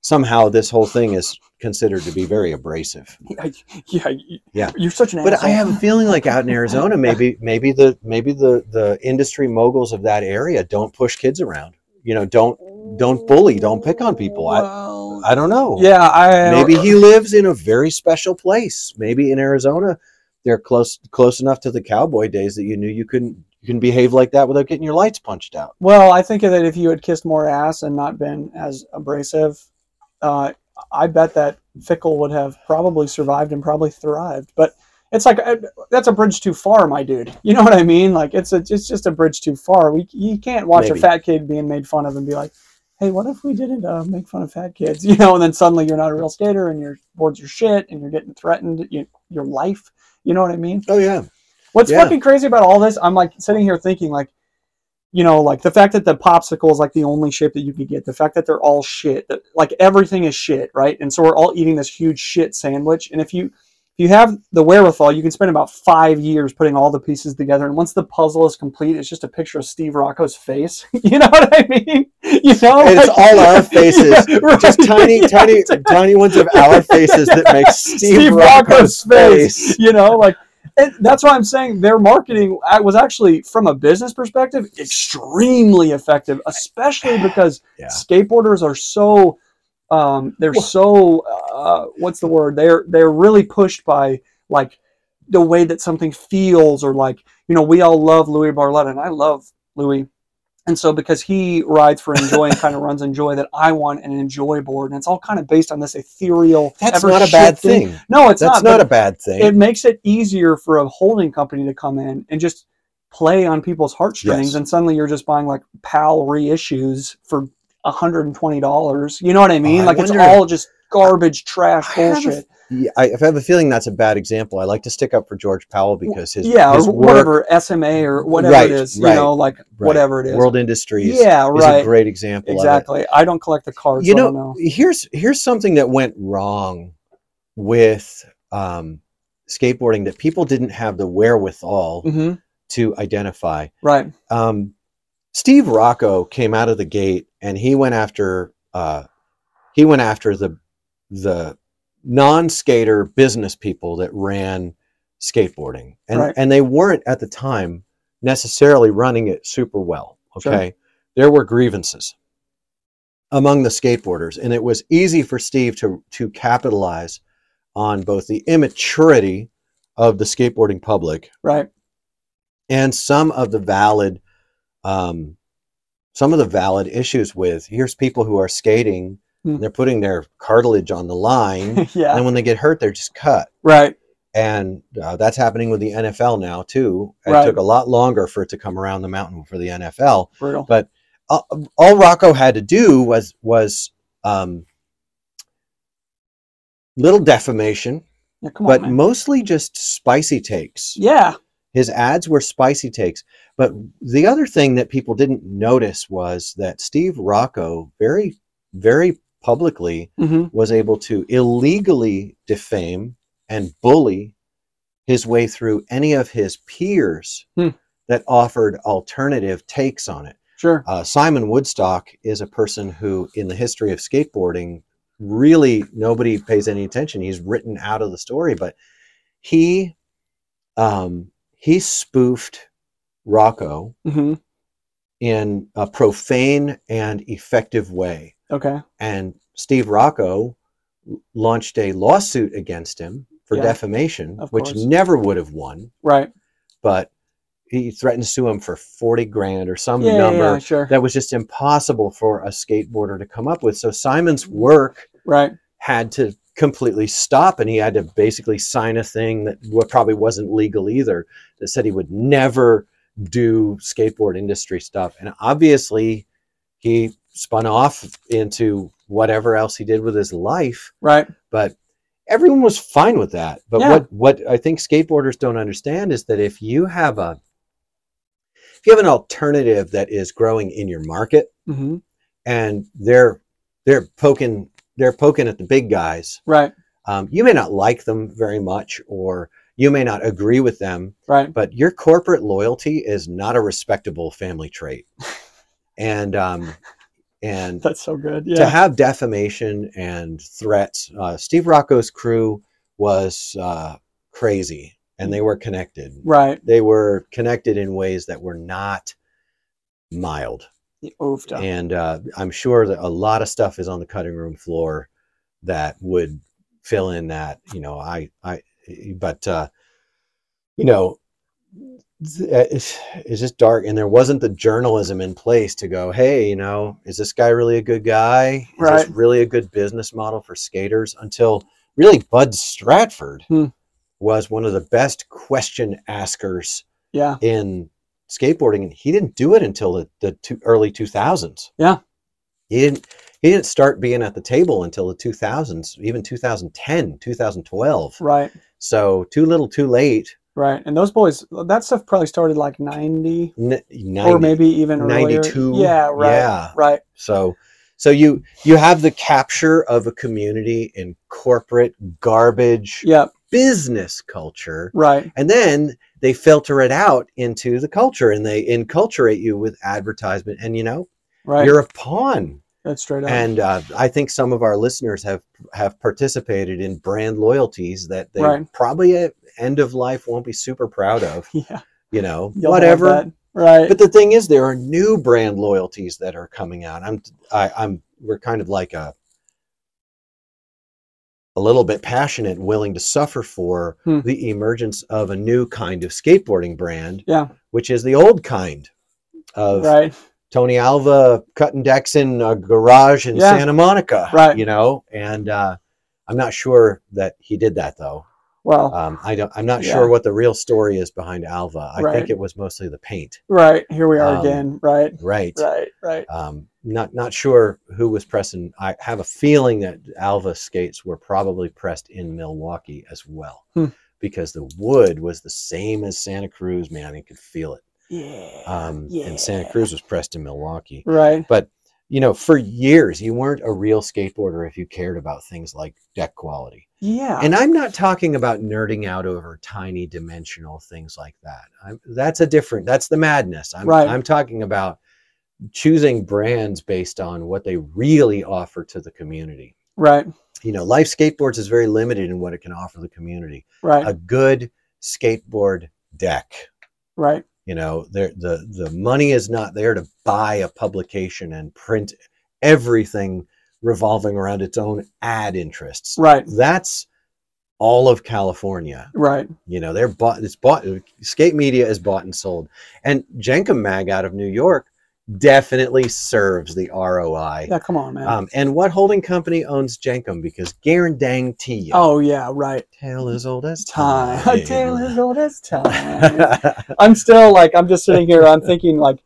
Speaker 2: somehow this whole thing is considered to be very abrasive
Speaker 1: Yeah. Yeah. you-
Speaker 2: Yeah.
Speaker 1: You're such an.
Speaker 2: but I
Speaker 1: asshole.
Speaker 2: have a feeling like out in Arizona, maybe maybe the maybe the the industry moguls of that area don't push kids around. You know, don't don't bully, don't pick on people. I
Speaker 1: Well,
Speaker 2: I don't know.
Speaker 1: yeah. uh, I
Speaker 2: Maybe he lives in a very special place. Maybe in Arizona, they're close close enough to the cowboy days that you knew you couldn't you can behave like that without getting your lights punched out.
Speaker 1: Well, I think that if you had kissed more ass and not been as abrasive, uh, I bet that Fickle would have probably survived and probably thrived. But it's like uh, that's a bridge too far, my dude. You know what I mean? Like it's a, it's just a bridge too far. We you can't watch
Speaker 2: Maybe.
Speaker 1: a fat kid being made fun of and be like, hey, what if we didn't uh, make fun of fat kids? You know, and then suddenly you're not a real skater and your boards are shit and you're getting threatened. You, your life. You know what I mean?
Speaker 2: Oh yeah.
Speaker 1: What's
Speaker 2: Yeah.
Speaker 1: fucking crazy about all this? I'm like sitting here thinking, like, you know, like the fact that the popsicle is like the only shape that you can get, the fact that they're all shit, that like everything is shit, right? And so we're all eating this huge shit sandwich. And if you if you have the wherewithal, you can spend about five years putting all the pieces together. And once the puzzle is complete, it's just a picture of Steve Rocco's face. you know what I mean? You know,
Speaker 2: And it's
Speaker 1: Like-
Speaker 2: all our faces.
Speaker 1: Oh, Yeah, right.
Speaker 2: Just tiny,
Speaker 1: Yeah.
Speaker 2: tiny, tiny ones of our faces that make Steve,
Speaker 1: Steve
Speaker 2: Rocco's
Speaker 1: Rocco's
Speaker 2: face.
Speaker 1: you know like and that's why i'm saying their marketing I was actually from a business perspective extremely effective especially because
Speaker 2: Yeah.
Speaker 1: skateboarders are so um, they're
Speaker 2: Well-
Speaker 1: so uh, what's the word they're they're really pushed by like the way that something feels or like you know we all love louis barletta and i love louis and so because he rides for enjoy and kind of runs enjoy that i want an enjoy board and it's all kind of based on this ethereal
Speaker 2: That's
Speaker 1: ever
Speaker 2: not a bad
Speaker 1: shifting-
Speaker 2: thing.
Speaker 1: no it's
Speaker 2: That's
Speaker 1: not but
Speaker 2: not a bad thing.
Speaker 1: it makes it easier for a holding company to come in and just play on people's heartstrings
Speaker 2: Yes.
Speaker 1: and suddenly you're just buying like pal reissues for $120 you know what i mean
Speaker 2: I
Speaker 1: like it's
Speaker 2: wonder-
Speaker 1: all just garbage trash
Speaker 2: I have a
Speaker 1: bullshit
Speaker 2: Yeah, I, if I have a feeling that's a bad example. I like to stick up for George Powell because his
Speaker 1: yeah
Speaker 2: his
Speaker 1: or
Speaker 2: work,
Speaker 1: whatever sma or whatever it
Speaker 2: Right,
Speaker 1: is
Speaker 2: right,
Speaker 1: you know like
Speaker 2: right,
Speaker 1: whatever it is
Speaker 2: World Industries
Speaker 1: yeah
Speaker 2: is a
Speaker 1: right
Speaker 2: great example. of it.
Speaker 1: exactly i don't collect the cards
Speaker 2: You
Speaker 1: so I
Speaker 2: know,
Speaker 1: don't know
Speaker 2: here's here's something that went wrong with um, skateboarding that people didn't have the wherewithal
Speaker 1: Mhm,
Speaker 2: to identify.
Speaker 1: right
Speaker 2: Um, Steve Rocco came out of the gate and he went after uh, he went after the the non-skater business people that ran skateboarding and
Speaker 1: Right.
Speaker 2: and they weren't at the time necessarily running it super well
Speaker 1: Sure.
Speaker 2: okay there were grievances among the skateboarders. And it was easy for Steve to, to capitalize on both the immaturity of the skateboarding public
Speaker 1: right?
Speaker 2: and some of the valid um, some of the valid issues with here's people who are skating
Speaker 1: Hmm.
Speaker 2: and they're putting their cartilage on the line
Speaker 1: yeah,
Speaker 2: and when they get hurt they're just cut
Speaker 1: right.
Speaker 2: and uh, that's happening with the nfl now too it
Speaker 1: Right.
Speaker 2: took a lot longer for it to come around the mountain for the nfl
Speaker 1: Brutal.
Speaker 2: all Rocco had to do was was um, little defamation,
Speaker 1: Yeah, come on,
Speaker 2: but
Speaker 1: man.
Speaker 2: mostly just spicy takes.
Speaker 1: yeah,
Speaker 2: His ads were spicy takes. But the other thing that people didn't notice was that Steve Rocco very very publicly
Speaker 1: hmm
Speaker 2: was able to illegally defame and bully his way through any of his peers
Speaker 1: Hmm.
Speaker 2: that offered alternative takes on it.
Speaker 1: sure.
Speaker 2: Uh, Simon Woodstock is a person who, in the history of skateboarding, really nobody pays any attention. He's written out of the story, but he um, he spoofed Rocco
Speaker 1: hmm
Speaker 2: in a profane and effective way,
Speaker 1: Okay,
Speaker 2: and Steve Rocco launched a lawsuit against him for
Speaker 1: Yeah,
Speaker 2: defamation,
Speaker 1: of
Speaker 2: which
Speaker 1: course.
Speaker 2: never would have won,
Speaker 1: right.
Speaker 2: but he threatened to sue him for forty grand or some
Speaker 1: Yeah, yeah,
Speaker 2: number
Speaker 1: yeah, sure.
Speaker 2: that was just impossible for a skateboarder to come up with. So Simon's work
Speaker 1: Right.
Speaker 2: had to completely stop, and he had to basically sign a thing that wa- probably wasn't legal either that said he would never do skateboard industry stuff. And obviously, he spun off into whatever else he did with his life,
Speaker 1: Right.
Speaker 2: but everyone was fine with that. But
Speaker 1: Yeah.
Speaker 2: what what I think skateboarders don't understand is that if you have a if you have an alternative that is growing in your market
Speaker 1: hmm
Speaker 2: and they're they're poking they're poking at the big guys.
Speaker 1: Right.
Speaker 2: Um, you may not like them very much, or you may not agree with them,
Speaker 1: Right.
Speaker 2: but your corporate loyalty is not a respectable family trait. And um, and
Speaker 1: That's so good.
Speaker 2: to
Speaker 1: Yeah.
Speaker 2: have defamation and threats, uh, Steve Rocco's crew was uh, crazy, and they were connected.
Speaker 1: Right.
Speaker 2: They were connected in ways that were not mild
Speaker 1: Oofta.
Speaker 2: and uh, I'm sure that a lot of stuff is on the cutting room floor that would fill in that. You know, I, I, but uh, you know, th- it's, it's just dark, and there wasn't the journalism in place to go, hey, you know, is this guy really a good guy? Is
Speaker 1: Right.
Speaker 2: this really a good business model for skaters? Until really, Bud Stratford
Speaker 1: Hmm.
Speaker 2: was one of the best question askers
Speaker 1: yeah.
Speaker 2: in skateboarding and he didn't do it until the, the two, early 2000s
Speaker 1: Yeah.
Speaker 2: he didn't he didn't start being at the table until the 2000s even 2010 2012
Speaker 1: Right.
Speaker 2: so too little too late
Speaker 1: Right. And those boys, that stuff probably started like 90
Speaker 2: N- 90,
Speaker 1: or maybe even earlier.
Speaker 2: 92
Speaker 1: Yeah. Right.
Speaker 2: yeah
Speaker 1: Right.
Speaker 2: so so you you have the capture of a community in corporate garbage
Speaker 1: Yep.
Speaker 2: business culture
Speaker 1: Right.
Speaker 2: and then they filter it out into the culture and they enculturate you with advertisement and you know
Speaker 1: Right.
Speaker 2: you're a pawn
Speaker 1: That's straight up.
Speaker 2: and uh, i think some of our listeners have have participated in brand loyalties that they
Speaker 1: Right.
Speaker 2: probably at end of life won't be super proud of
Speaker 1: yeah.
Speaker 2: you know
Speaker 1: You'll have
Speaker 2: whatever
Speaker 1: that. Right.
Speaker 2: but the thing is there are new brand loyalties that are coming out i'm I, i'm we're kind of like a a little bit passionate and willing to suffer for
Speaker 1: Hmm.
Speaker 2: the emergence of a new kind of skateboarding brand
Speaker 1: Yeah.
Speaker 2: which is the old kind of
Speaker 1: right.
Speaker 2: Tony Alva cutting decks in a garage in
Speaker 1: Yeah.
Speaker 2: Santa Monica,
Speaker 1: Right.
Speaker 2: You know, and uh, I'm not sure that he did that though.
Speaker 1: Well,
Speaker 2: Um, I don't. I'm not
Speaker 1: Yeah.
Speaker 2: sure what the real story is behind Alva. I
Speaker 1: Right.
Speaker 2: think it was mostly the paint,
Speaker 1: right. Here we are
Speaker 2: um,
Speaker 1: again. Right.
Speaker 2: right?
Speaker 1: Right. Right.
Speaker 2: Um, not not sure who was pressing. I have a feeling that Alva skates were probably pressed in Milwaukee as well,
Speaker 1: Hmm.
Speaker 2: because the wood was the same as Santa Cruz. Man, you could feel it.
Speaker 1: Yeah.
Speaker 2: Um, And
Speaker 1: yeah.
Speaker 2: Santa Cruz was pressed in Milwaukee
Speaker 1: Right.
Speaker 2: you know, for years you weren't a real skateboarder if you cared about things like deck quality.
Speaker 1: Yeah.
Speaker 2: And I'm not talking about nerding out over tiny dimensional things like that. I'm, that's a different. That's the madness. I'm,
Speaker 1: Right.
Speaker 2: I'm talking about choosing brands based on what they really offer to the community.
Speaker 1: right.
Speaker 2: You know, Life Skateboards is very limited in what it can offer the community.
Speaker 1: Right.
Speaker 2: A good skateboard deck.
Speaker 1: right.
Speaker 2: You know, there the the money is not there to buy a publication and print everything revolving around its own ad interests.
Speaker 1: Right.
Speaker 2: That's all of California.
Speaker 1: Right.
Speaker 2: You know, they're bought. It's bought. Skate media is bought and sold. And Jenkum Mag out of New York definitely serves the ROI.
Speaker 1: Yeah. Come on, man.
Speaker 2: Um, and what holding company owns Jenkum? Because guarantee to you,
Speaker 1: oh yeah. Right.
Speaker 2: tale as old as time.
Speaker 1: Time. Tale as old as time. I'm still like I'm just sitting here. I'm thinking like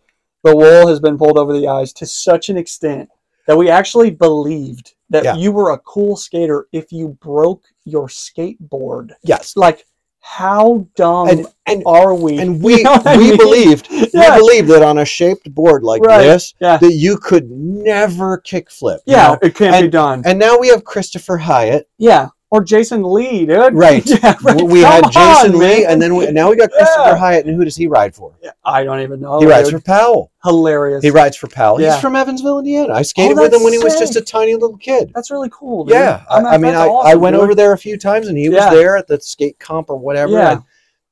Speaker 1: the wool has been pulled over the eyes to such an extent that we actually believed that
Speaker 2: Yeah.
Speaker 1: you were a cool skater if you broke your skateboard.
Speaker 2: yes.
Speaker 1: Like, how dumb
Speaker 2: And and
Speaker 1: are we?
Speaker 2: and we
Speaker 1: You know what I
Speaker 2: we
Speaker 1: mean?
Speaker 2: believed
Speaker 1: Yeah.
Speaker 2: we believed that on a shaped board like
Speaker 1: Right.
Speaker 2: this
Speaker 1: yeah,
Speaker 2: that you could never kickflip. you
Speaker 1: yeah,
Speaker 2: know?
Speaker 1: it can't be
Speaker 2: and-
Speaker 1: done.
Speaker 2: And now we have Christopher Hyatt.
Speaker 1: yeah, or Jason Lee, dude.
Speaker 2: Right.
Speaker 1: Yeah, right.
Speaker 2: we
Speaker 1: Come
Speaker 2: had Jason
Speaker 1: on,
Speaker 2: Lee,
Speaker 1: man.
Speaker 2: and then we, now we got Christopher
Speaker 1: Yeah.
Speaker 2: Hyatt. And who does he ride for?
Speaker 1: Yeah, I don't even know.
Speaker 2: he rides
Speaker 1: dude.
Speaker 2: for Powell.
Speaker 1: Hilarious.
Speaker 2: He rides for Powell.
Speaker 1: Yeah.
Speaker 2: He's from Evansville, Indiana. I skated
Speaker 1: Oh,
Speaker 2: with him
Speaker 1: that's
Speaker 2: when he was
Speaker 1: sick.
Speaker 2: just a tiny little kid.
Speaker 1: That's really cool. Dude.
Speaker 2: Yeah, I, I mean, I, I went over there a few times, and he was
Speaker 1: Yeah.
Speaker 2: there at the skate comp or whatever.
Speaker 1: Yeah.
Speaker 2: and-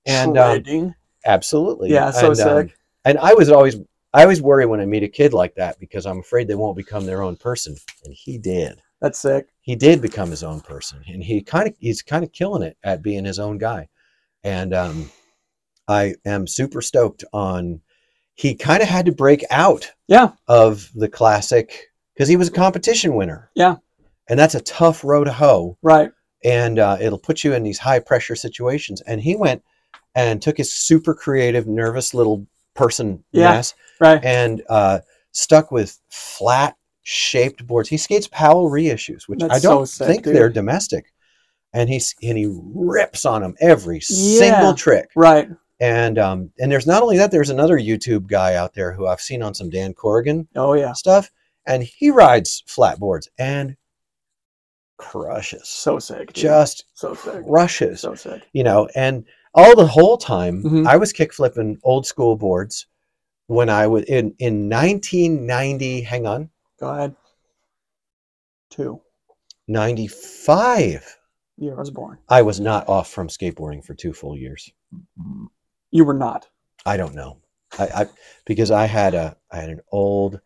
Speaker 2: and um,
Speaker 1: Shredding.
Speaker 2: absolutely,
Speaker 1: Yeah, so
Speaker 2: and, um,
Speaker 1: sick.
Speaker 2: and I was always, I always worry when I meet a kid like that because I'm afraid they won't become their own person, and he did.
Speaker 1: That's sick.
Speaker 2: he did become his own person and he kind of he's kind of killing it at being his own guy and um i am super stoked on he kind of had to break out
Speaker 1: Yeah.
Speaker 2: of the classic because he was a competition winner
Speaker 1: Yeah.
Speaker 2: and that's a tough row to hoe
Speaker 1: Right.
Speaker 2: and uh, it'll put you in these high pressure situations and he went and took his super creative nervous little person
Speaker 1: Yeah.
Speaker 2: mess
Speaker 1: Right.
Speaker 2: and uh, stuck with flat shaped boards. He skates Powell reissues, which I
Speaker 1: That's
Speaker 2: don't
Speaker 1: so sick,
Speaker 2: think they're
Speaker 1: dude.
Speaker 2: domestic. And he and he rips on them every
Speaker 1: Yeah.
Speaker 2: single trick.
Speaker 1: Right.
Speaker 2: And um, and there's not only that, there's another YouTube guy out there who I've seen on some Dan Corrigan
Speaker 1: Oh yeah.
Speaker 2: stuff, and he rides flat boards and crushes,
Speaker 1: So sick. dude.
Speaker 2: just
Speaker 1: so sick.
Speaker 2: crushes
Speaker 1: So sick.
Speaker 2: you know, and all the whole time
Speaker 1: Mhm.
Speaker 2: I was kick flipping old school boards when I was in in 1990. Hang on,
Speaker 1: Go ahead. Two.
Speaker 2: 95.
Speaker 1: Year I was born.
Speaker 2: I was not off from skateboarding for two full years.
Speaker 1: You were not.
Speaker 2: I don't know, I, I because I had a I had an old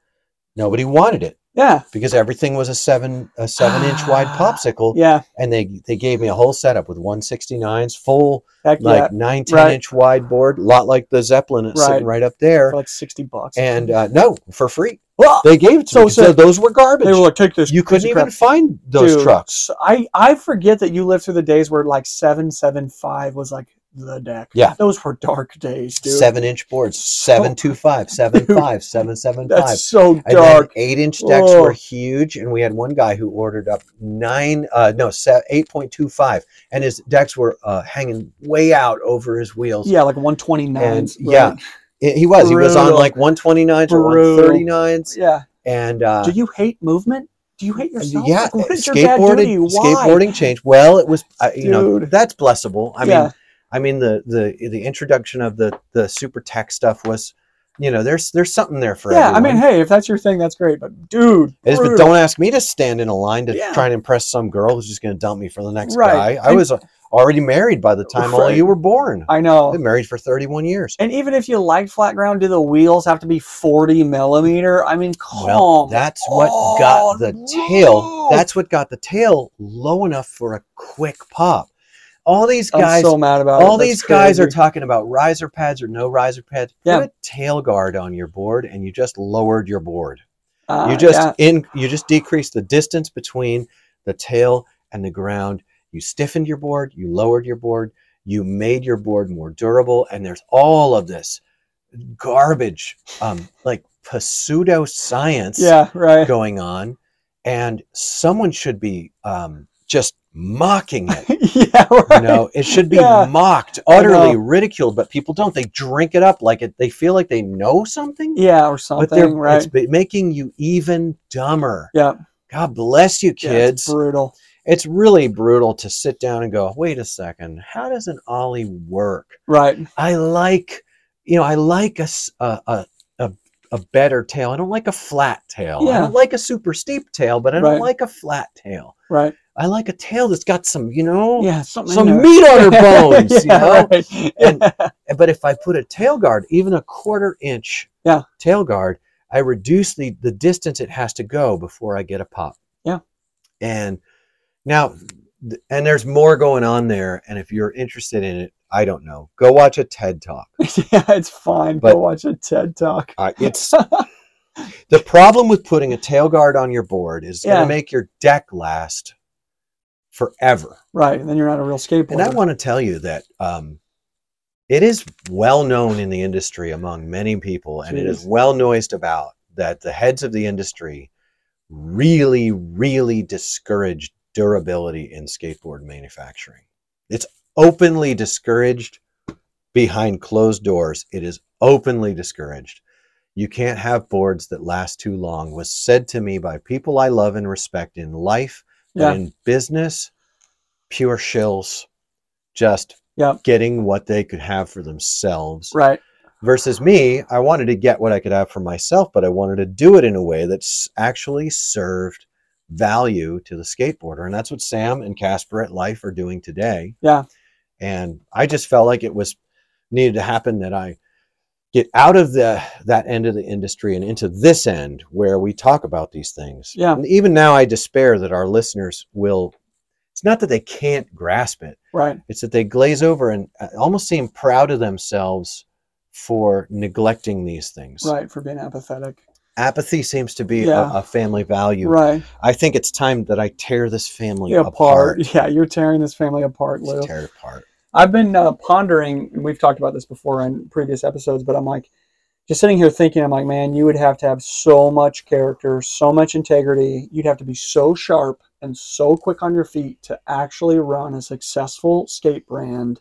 Speaker 2: nobody wanted it
Speaker 1: Yeah.
Speaker 2: because everything was a seven a seven inch wide popsicle,
Speaker 1: Ah, Yeah.
Speaker 2: and they they gave me a whole setup with 169s full
Speaker 1: Heck yeah.
Speaker 2: like 19
Speaker 1: Right.
Speaker 2: inch wide board, a lot like the Zeppelin that's sitting right up there.
Speaker 1: For like sixty bucks.
Speaker 2: and uh, no, for free.
Speaker 1: Whoa!
Speaker 2: They gave it to
Speaker 1: So
Speaker 2: me 'cause
Speaker 1: sick.
Speaker 2: those were garbage.
Speaker 1: they were like, take this.
Speaker 2: you couldn't
Speaker 1: piece of crap.
Speaker 2: even find those
Speaker 1: Dude,
Speaker 2: trucks.
Speaker 1: I I forget that you lived through the days where like seven seven five was like the deck.
Speaker 2: Yeah.
Speaker 1: Those were dark days, dude.
Speaker 2: Seven inch boards, seven two five, seven five, seven seven
Speaker 1: That's
Speaker 2: five.
Speaker 1: so
Speaker 2: And then
Speaker 1: dark. Oh.
Speaker 2: eight inch decks
Speaker 1: Whoa.
Speaker 2: were huge, and we had one guy who ordered up nine, uh, no, se- eight point two five, and his decks were uh, hanging way out over his wheels.
Speaker 1: yeah, like one twenty nine.
Speaker 2: And, yeah. It- he was, he was on
Speaker 1: Brutal.
Speaker 2: like one twenty nines or one
Speaker 1: Brutal.
Speaker 2: thirty nines,
Speaker 1: Yeah.
Speaker 2: and uh,
Speaker 1: do you hate movement? Do you hate yourself?
Speaker 2: yeah,
Speaker 1: Like, what did your dad do to you?
Speaker 2: skateboarding,
Speaker 1: Why?
Speaker 2: skateboarding changed. Well, it was, uh, you know,
Speaker 1: Dude.
Speaker 2: that's blessable. I
Speaker 1: Yeah.
Speaker 2: mean, I mean the the the introduction of the the super tech stuff was, you know, there's there's something there for
Speaker 1: Yeah, I
Speaker 2: everyone.
Speaker 1: mean, hey, if that's your thing, that's great. But dude,
Speaker 2: It is, but
Speaker 1: brutal.
Speaker 2: don't ask me to stand in a line to
Speaker 1: Yeah.
Speaker 2: try and impress some girl who's just going to dump me for the next
Speaker 1: Right.
Speaker 2: guy. I
Speaker 1: And-
Speaker 2: was uh, already married by the time all
Speaker 1: Right.
Speaker 2: you were born.
Speaker 1: I
Speaker 2: I've
Speaker 1: know.
Speaker 2: been married for 31 years.
Speaker 1: And even if you like flat ground, do the wheels have to be 40 millimeter? I mean, come
Speaker 2: Well, that's what
Speaker 1: on,
Speaker 2: got the tail.
Speaker 1: no.
Speaker 2: That's what got the tail low enough for a quick pop. All these guys
Speaker 1: I'm so mad about it.
Speaker 2: all
Speaker 1: Oh, That's
Speaker 2: these guys are
Speaker 1: crazy.
Speaker 2: talking about riser pads or no riser pads.
Speaker 1: Yeah.
Speaker 2: Put a tail guard on your board, and you just lowered your board.
Speaker 1: Uh,
Speaker 2: you just
Speaker 1: yeah.
Speaker 2: in you just decreased the distance between the tail and the ground. You stiffened your board. You lowered your board. You made your board more durable. And there's all of this garbage, um, like pseudo science
Speaker 1: yeah, right.
Speaker 2: going on, and someone should be um, just mocking it.
Speaker 1: yeah,
Speaker 2: You
Speaker 1: right.
Speaker 2: know, it should be
Speaker 1: Yeah.
Speaker 2: mocked,
Speaker 1: I know.
Speaker 2: utterly ridiculed, but people don't. They drink it up like it. They feel like they know something,
Speaker 1: Yeah, or
Speaker 2: but they're
Speaker 1: something, right?
Speaker 2: it's be- making you even dumber.
Speaker 1: Yeah.
Speaker 2: God bless you,
Speaker 1: Yeah, it's
Speaker 2: kids.
Speaker 1: brutal.
Speaker 2: it's really brutal to sit down and go, wait a second, how does an ollie work?
Speaker 1: Right.
Speaker 2: I like, you know, I like a s- a- a- a- a better tail. I don't like a flat tail. I
Speaker 1: Yeah.
Speaker 2: don't like a super steep tail, but I don't
Speaker 1: Right.
Speaker 2: like a flat tail.
Speaker 1: Right.
Speaker 2: I like a tail that's got some, you know,
Speaker 1: Yeah, something in
Speaker 2: some
Speaker 1: there.
Speaker 2: meat on her bones, you
Speaker 1: yeah,
Speaker 2: know?
Speaker 1: right.
Speaker 2: And- But if I put a tail guard, even a quarter inch
Speaker 1: Yeah.
Speaker 2: tail guard, I reduce the the distance it has to go before I get a pop.
Speaker 1: Yeah.
Speaker 2: And now th- and there's more going on there and if you're interested in it, I don't know. Go watch a TED talk.
Speaker 1: yeah, it's fine.
Speaker 2: But-
Speaker 1: Go watch a TED talk.
Speaker 2: Uh, it's the problem with putting a tail guard on your board is going
Speaker 1: Yeah.
Speaker 2: to make your deck last forever.
Speaker 1: Right, and then you're not a real skateboarder.
Speaker 2: And I want to tell you that um, it is well known in the industry among many people, and it is
Speaker 1: Jeez.
Speaker 2: well noised about that the heads of the industry really, really discourage durability in skateboard manufacturing. It's openly discouraged behind closed doors. It is openly discouraged. You can't have boards that last too long, was said to me by people I love and respect in life but
Speaker 1: yeah,
Speaker 2: in business, pure shills, just
Speaker 1: Yep.
Speaker 2: getting what they could have for themselves.
Speaker 1: right.
Speaker 2: Versus me, I wanted to get what I could have for myself, but I wanted to do it in a way that's actually served value to the skateboarder. And that's what Sam and Casper at Life are doing today.
Speaker 1: Yeah.
Speaker 2: And I just felt like it was needed to happen that I get out of the that end of the industry and into this end where we talk about these things.
Speaker 1: Yeah.
Speaker 2: And even now I despair that our listeners will it's not that they can't grasp it.
Speaker 1: Right.
Speaker 2: It's that they glaze over and uh, almost seem proud of themselves for neglecting these things.
Speaker 1: Right. For being apathetic.
Speaker 2: Apathy seems to be
Speaker 1: Yeah.
Speaker 2: a, a family value.
Speaker 1: right.
Speaker 2: I think it's time that I tear this family
Speaker 1: Yeah,
Speaker 2: apart.
Speaker 1: apart. Yeah, you're tearing this family apart, Lou.
Speaker 2: Just tear it apart.
Speaker 1: I've been uh, pondering, and we've talked about this before in previous episodes, but I'm like, just sitting here thinking, I'm like, man, you would have to have so much character, so much integrity. You'd have to be so sharp and so quick on your feet to actually run a successful skate brand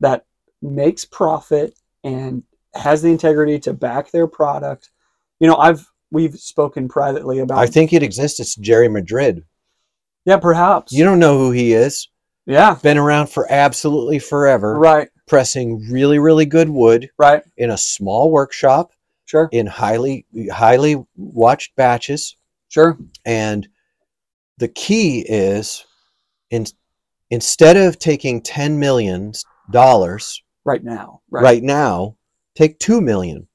Speaker 1: that makes profit and has the integrity to back their product. You know, I've we've spoken privately about.
Speaker 2: I think it exists. It's Jerry Madrid.
Speaker 1: yeah, perhaps.
Speaker 2: You don't know who he is.
Speaker 1: yeah,
Speaker 2: Been around for absolutely forever,
Speaker 1: right,
Speaker 2: pressing really, really good wood
Speaker 1: right,
Speaker 2: in a small workshop
Speaker 1: sure,
Speaker 2: in highly, highly watched batches.
Speaker 1: sure,
Speaker 2: And the key is in, instead of taking $10 million dollars
Speaker 1: right now, right,
Speaker 2: right now, take 2 million.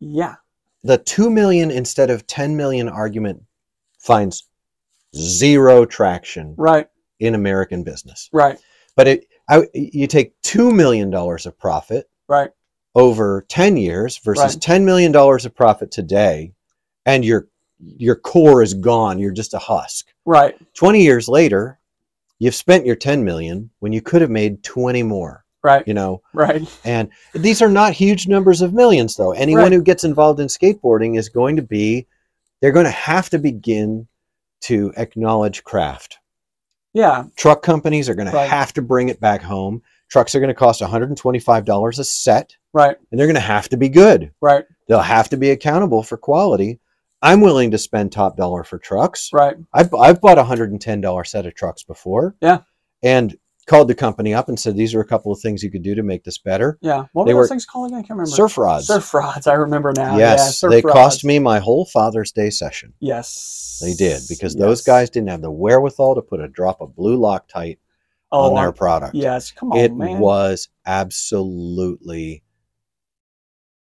Speaker 1: yeah,
Speaker 2: The 2 million instead of 10 million argument finds zero traction
Speaker 1: right,
Speaker 2: in American business.
Speaker 1: right.
Speaker 2: But it, I, you take $2 million of profit
Speaker 1: Right.
Speaker 2: over 10 years versus
Speaker 1: Right.
Speaker 2: $10 million of profit today, and your, your core is gone. You're just a husk.
Speaker 1: Right.
Speaker 2: 20 years later, you've spent your 10 million when you could have made 20 more,
Speaker 1: Right.
Speaker 2: you know?
Speaker 1: Right.
Speaker 2: And these are not huge numbers of millions, though. Anyone
Speaker 1: Right.
Speaker 2: who gets involved in skateboarding is going to be, they're going to have to begin to acknowledge craft
Speaker 1: Yeah.
Speaker 2: truck companies are going
Speaker 1: Right.
Speaker 2: to have to bring it back home. Trucks are going to cost $125 a set,
Speaker 1: Right.
Speaker 2: and they're going to have to be good.
Speaker 1: Right.
Speaker 2: They'll have to be accountable for quality. I'm willing to spend top dollar for trucks.
Speaker 1: Right.
Speaker 2: I've, I've bought a $110 set of trucks before.
Speaker 1: Yeah.
Speaker 2: And called the company up and said, these are a couple of things you could do to make this better.
Speaker 1: Yeah. What
Speaker 2: They
Speaker 1: were
Speaker 2: were
Speaker 1: those things called again? I can't remember.
Speaker 2: Surf rods.
Speaker 1: Surf rods. I remember now.
Speaker 2: yes.
Speaker 1: Yeah, surf
Speaker 2: they
Speaker 1: rods.
Speaker 2: cost me my whole Father's Day session.
Speaker 1: Yes.
Speaker 2: They did because those
Speaker 1: Yes.
Speaker 2: guys didn't have the wherewithal to put a drop of blue Loctite
Speaker 1: Oh,
Speaker 2: on their
Speaker 1: I'm-
Speaker 2: product.
Speaker 1: Yes. Come on,
Speaker 2: it
Speaker 1: man.
Speaker 2: was absolutely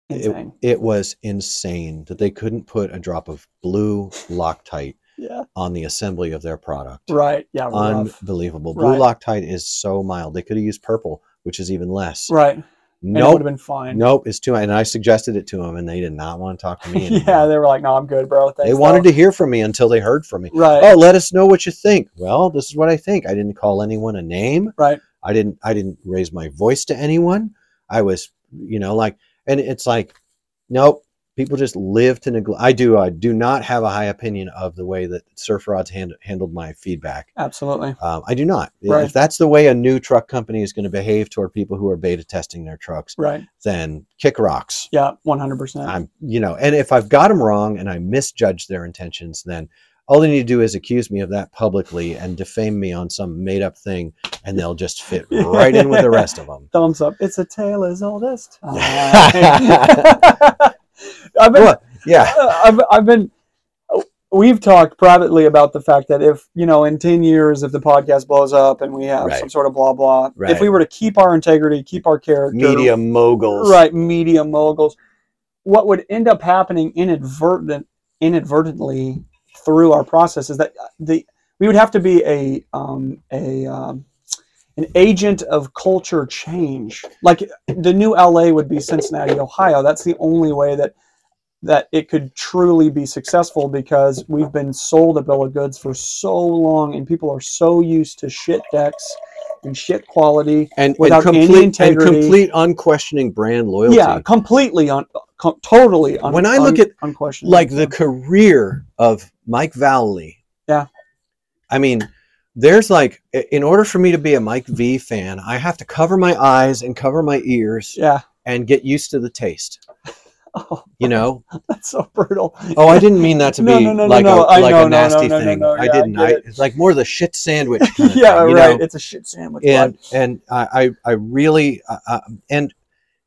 Speaker 2: it,
Speaker 1: Insane.
Speaker 2: it was insane that they couldn't put a drop of blue loctite
Speaker 1: yeah.
Speaker 2: on the assembly of their product
Speaker 1: Right. Yeah. rough.
Speaker 2: unbelievable blue loctite is so mild they could have used purple which is even less
Speaker 1: Right. And it would
Speaker 2: nope
Speaker 1: have been fine.
Speaker 2: nope it's too and i suggested it to them and they did not want to talk to me anymore.
Speaker 1: yeah. They were like, "No, I'm good, bro. Thanks."
Speaker 2: they wanted to hear from me until they heard from me
Speaker 1: Right.
Speaker 2: oh let us know what you think well this is what i think i didn't call anyone a name
Speaker 1: Right.
Speaker 2: i didn't i didn't raise my voice to anyone i was you know like and it's like nope people just live to neglect i do i do not have a high opinion of the way that surf rods hand, handled my feedback
Speaker 1: Absolutely.
Speaker 2: um, i do not
Speaker 1: Right.
Speaker 2: if that's the way a new truck company is going to behave toward people who are beta testing their trucks
Speaker 1: Right.
Speaker 2: then kick rocks
Speaker 1: Yeah. One hundred percent.
Speaker 2: I'm, you know, and if I've got them wrong and I misjudge their intentions, then all they need to do is accuse me of that publicly and defame me on some made up thing, and they'll just fit right in with the rest of them.
Speaker 1: Thumbs up. It's a tale as old as time. Uh, I've been
Speaker 2: Well, yeah,
Speaker 1: Uh, I've, I've been we've talked privately about the fact that if you know in 10 years if the podcast blows up and we have
Speaker 2: Right.
Speaker 1: some sort of blah blah if
Speaker 2: Right.
Speaker 1: we were to keep our integrity keep our character
Speaker 2: media moguls.
Speaker 1: right media moguls what would end up happening inadvertent inadvertently through our process is that uh, the we would have to be a um, a um, an agent of culture change. Like the new LA would be Cincinnati, Ohio. That's the only way that that it could truly be successful because we've been sold a bill of goods for so long and people are so used to shit decks and shit quality
Speaker 2: and,
Speaker 1: Without any
Speaker 2: and complete and
Speaker 1: integrity.
Speaker 2: complete unquestioning brand loyalty.
Speaker 1: yeah completely on com- totally un-
Speaker 2: When I look at,
Speaker 1: unquestioned
Speaker 2: like the career of Mike Valley.
Speaker 1: Yeah.
Speaker 2: I mean, there's like i- in order for me to be a Mike V fan, I have to cover my eyes and cover my ears
Speaker 1: yeah
Speaker 2: and get used to the taste.
Speaker 1: oh
Speaker 2: You know?
Speaker 1: that's so brutal
Speaker 2: Oh, I didn't mean that to
Speaker 1: No,
Speaker 2: be
Speaker 1: no, no, no,
Speaker 2: like
Speaker 1: no. I
Speaker 2: a like
Speaker 1: know, no,
Speaker 2: a
Speaker 1: no,
Speaker 2: nasty
Speaker 1: no, no,
Speaker 2: thing.
Speaker 1: no.
Speaker 2: I
Speaker 1: Yeah, I
Speaker 2: didn't.
Speaker 1: get
Speaker 2: I,
Speaker 1: it.
Speaker 2: it's like more the shit sandwich. Kind of
Speaker 1: yeah
Speaker 2: thing, you
Speaker 1: right
Speaker 2: know?
Speaker 1: it's a shit sandwich
Speaker 2: and
Speaker 1: bud.
Speaker 2: and I I, I really uh, uh, and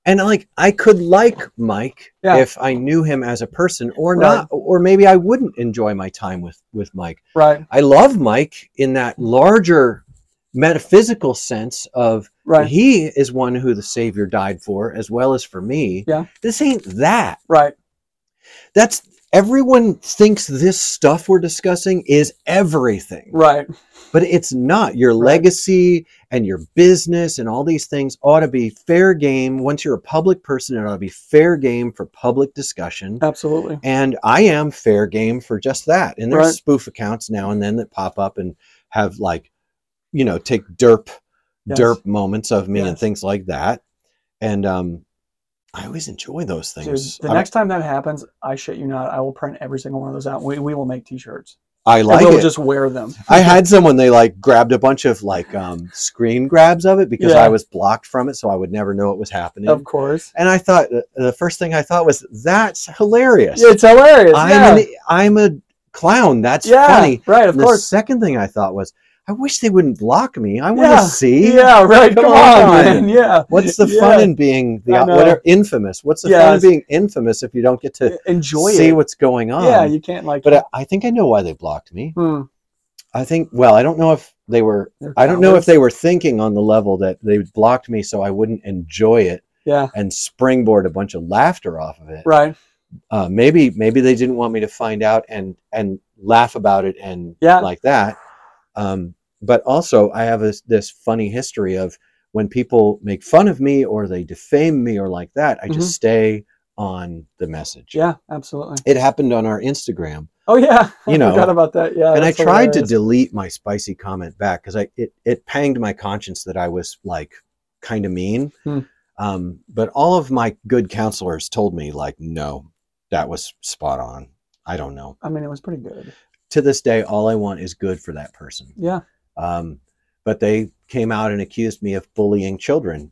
Speaker 2: and like I could like Mike
Speaker 1: Yeah.
Speaker 2: if I knew him as a person or
Speaker 1: Right.
Speaker 2: not, or maybe I wouldn't enjoy my time with with Mike.
Speaker 1: right
Speaker 2: I love Mike in that larger metaphysical sense of
Speaker 1: right
Speaker 2: he is one who the Savior died for as well as for me.
Speaker 1: Yeah.
Speaker 2: This ain't that.
Speaker 1: right
Speaker 2: That's everyone thinks this stuff we're discussing is everything
Speaker 1: right
Speaker 2: but it's not your
Speaker 1: Right.
Speaker 2: legacy and your business and all these things ought to be fair game once you're a public person it ought to be fair game for public discussion
Speaker 1: absolutely
Speaker 2: and i am fair game for just that and there's
Speaker 1: Right.
Speaker 2: spoof accounts now and then that pop up and have like you know take derp
Speaker 1: Yes.
Speaker 2: derp moments of me and
Speaker 1: Yes.
Speaker 2: things like that and um i always enjoy those things
Speaker 1: Dude, the
Speaker 2: I,
Speaker 1: next time that happens, I shit you not, I will print every single one of those out. We, we will make T-shirts.
Speaker 2: I
Speaker 1: And
Speaker 2: like
Speaker 1: we'll
Speaker 2: it
Speaker 1: just wear them.
Speaker 2: I had someone they like grabbed a bunch of like um, screen grabs of it because
Speaker 1: Yeah.
Speaker 2: I was blocked from it, so I would never know it was happening.
Speaker 1: of course.
Speaker 2: and I thought the- the first thing I thought was that's hilarious.
Speaker 1: It's hilarious.
Speaker 2: I'm
Speaker 1: yeah.
Speaker 2: an, I'm a clown. That's
Speaker 1: Yeah,
Speaker 2: funny.
Speaker 1: right. Of
Speaker 2: And the
Speaker 1: course.
Speaker 2: second thing I thought was I wish they wouldn't block me. I want to
Speaker 1: Yeah,
Speaker 2: see
Speaker 1: Yeah. Right.
Speaker 2: Come
Speaker 1: Come, on,
Speaker 2: on.
Speaker 1: man. Yeah.
Speaker 2: what's the
Speaker 1: Yeah.
Speaker 2: fun in being the
Speaker 1: I know.
Speaker 2: whatever infamous. What's the fun
Speaker 1: Yes.
Speaker 2: in being infamous if you don't get to
Speaker 1: e, Enjoy
Speaker 2: see
Speaker 1: it.
Speaker 2: what's going on?
Speaker 1: yeah. You can't like.
Speaker 2: but I, I think I know why they blocked me.
Speaker 1: Hmm.
Speaker 2: I think well, I don't know if they were
Speaker 1: They're
Speaker 2: I don't know if
Speaker 1: cowards.
Speaker 2: they were thinking on the level that they blocked me so I wouldn't enjoy it
Speaker 1: Yeah.
Speaker 2: and springboard a bunch of laughter off of it.
Speaker 1: Right.
Speaker 2: Uh, maybe maybe they didn't want me to find out and and laugh about it and
Speaker 1: Yeah.
Speaker 2: like that. Um, but also I have this this funny history of when people make fun of me or they defame me or like that, I just stay on the message.
Speaker 1: Mm-hmm. Yeah. Absolutely.
Speaker 2: It happened on our Instagram,
Speaker 1: Oh yeah.
Speaker 2: You know,
Speaker 1: I forgot about that. Yeah.
Speaker 2: and
Speaker 1: Oh,
Speaker 2: I
Speaker 1: that's
Speaker 2: tried to
Speaker 1: hilarious.
Speaker 2: delete my spicy comment back because I it, it panged my conscience that I was like kind of mean.
Speaker 1: Hmm.
Speaker 2: Um, but all of my good counselors told me like, no, that was spot on. I don't know.
Speaker 1: I mean, it was pretty good.
Speaker 2: To this day, all I want is good for that person.
Speaker 1: Yeah.
Speaker 2: Um, but they came out and accused me of bullying children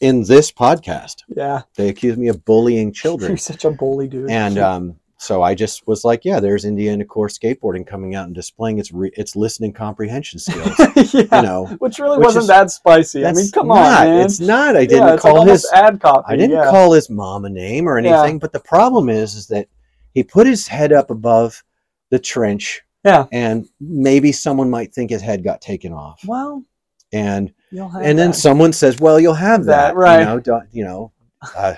Speaker 2: in this podcast.
Speaker 1: Yeah.
Speaker 2: They accused me of bullying children.
Speaker 1: You're such a bully, dude.
Speaker 2: and um, so I just was like, yeah, there's Indiana Core skateboarding coming out and displaying its re- its listening comprehension skills.
Speaker 1: yeah.
Speaker 2: You know,
Speaker 1: Which really
Speaker 2: which
Speaker 1: wasn't
Speaker 2: is-
Speaker 1: that spicy. I mean,
Speaker 2: That's
Speaker 1: come
Speaker 2: not-
Speaker 1: on, man.
Speaker 2: It's not. I
Speaker 1: Yeah,
Speaker 2: didn't
Speaker 1: it's like
Speaker 2: call
Speaker 1: almost
Speaker 2: his.
Speaker 1: ad copy.
Speaker 2: I didn't
Speaker 1: yeah.
Speaker 2: call his mom a name or
Speaker 1: Yeah.
Speaker 2: anything. But the problem is, is that he put his head up above the trench.
Speaker 1: Yeah.
Speaker 2: And maybe someone might think his head got taken off.
Speaker 1: Well,
Speaker 2: And
Speaker 1: you'll have
Speaker 2: and then
Speaker 1: that.
Speaker 2: someone says, "Well, you'll have that,
Speaker 1: That, right.
Speaker 2: You know, don't, you know, uh,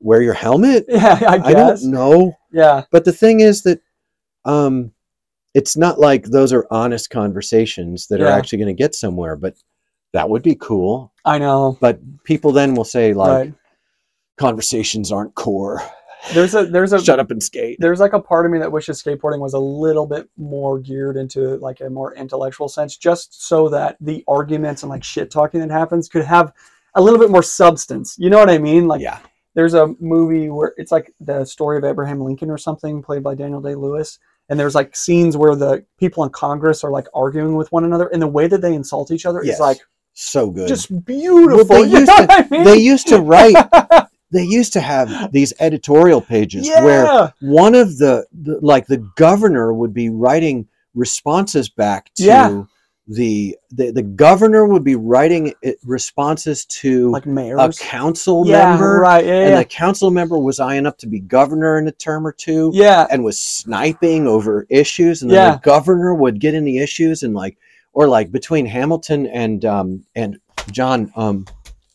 Speaker 2: wear your helmet."
Speaker 1: Yeah, I guess.
Speaker 2: I don't know.
Speaker 1: Yeah,
Speaker 2: but the thing is that um it's not like those are honest conversations that are
Speaker 1: Yeah.
Speaker 2: actually going to get somewhere but that would be cool
Speaker 1: I know.
Speaker 2: but people then will say like
Speaker 1: right.
Speaker 2: conversations aren't core
Speaker 1: There's a there's a
Speaker 2: shut up and skate
Speaker 1: there's like a part of me that wishes skateboarding was a little bit more geared into like a more intellectual sense, just so that the arguments and like shit talking that happens could have a little bit more substance. You know what I mean? Like
Speaker 2: yeah
Speaker 1: there's a movie where it's like the story of Abraham Lincoln or something, played by Daniel Day Lewis. And there's like scenes where the people in Congress are like arguing with one another, and the way that they insult each other
Speaker 2: Yes.
Speaker 1: is like
Speaker 2: so good
Speaker 1: just beautiful. you
Speaker 2: used
Speaker 1: know
Speaker 2: to-
Speaker 1: what I mean?
Speaker 2: they used to write they used to have these editorial pages where one of the, the like the governor would be writing responses back to
Speaker 1: Yeah.
Speaker 2: the, the the governor would be writing it, responses to
Speaker 1: like mayors.
Speaker 2: a council
Speaker 1: yeah,
Speaker 2: member
Speaker 1: right? Yeah,
Speaker 2: and
Speaker 1: yeah.
Speaker 2: the council member was eyeing up to be governor in a term or two
Speaker 1: yeah,
Speaker 2: and was sniping over issues and then the
Speaker 1: Yeah.
Speaker 2: governor would get in the issues and like or like between hamilton and um and john um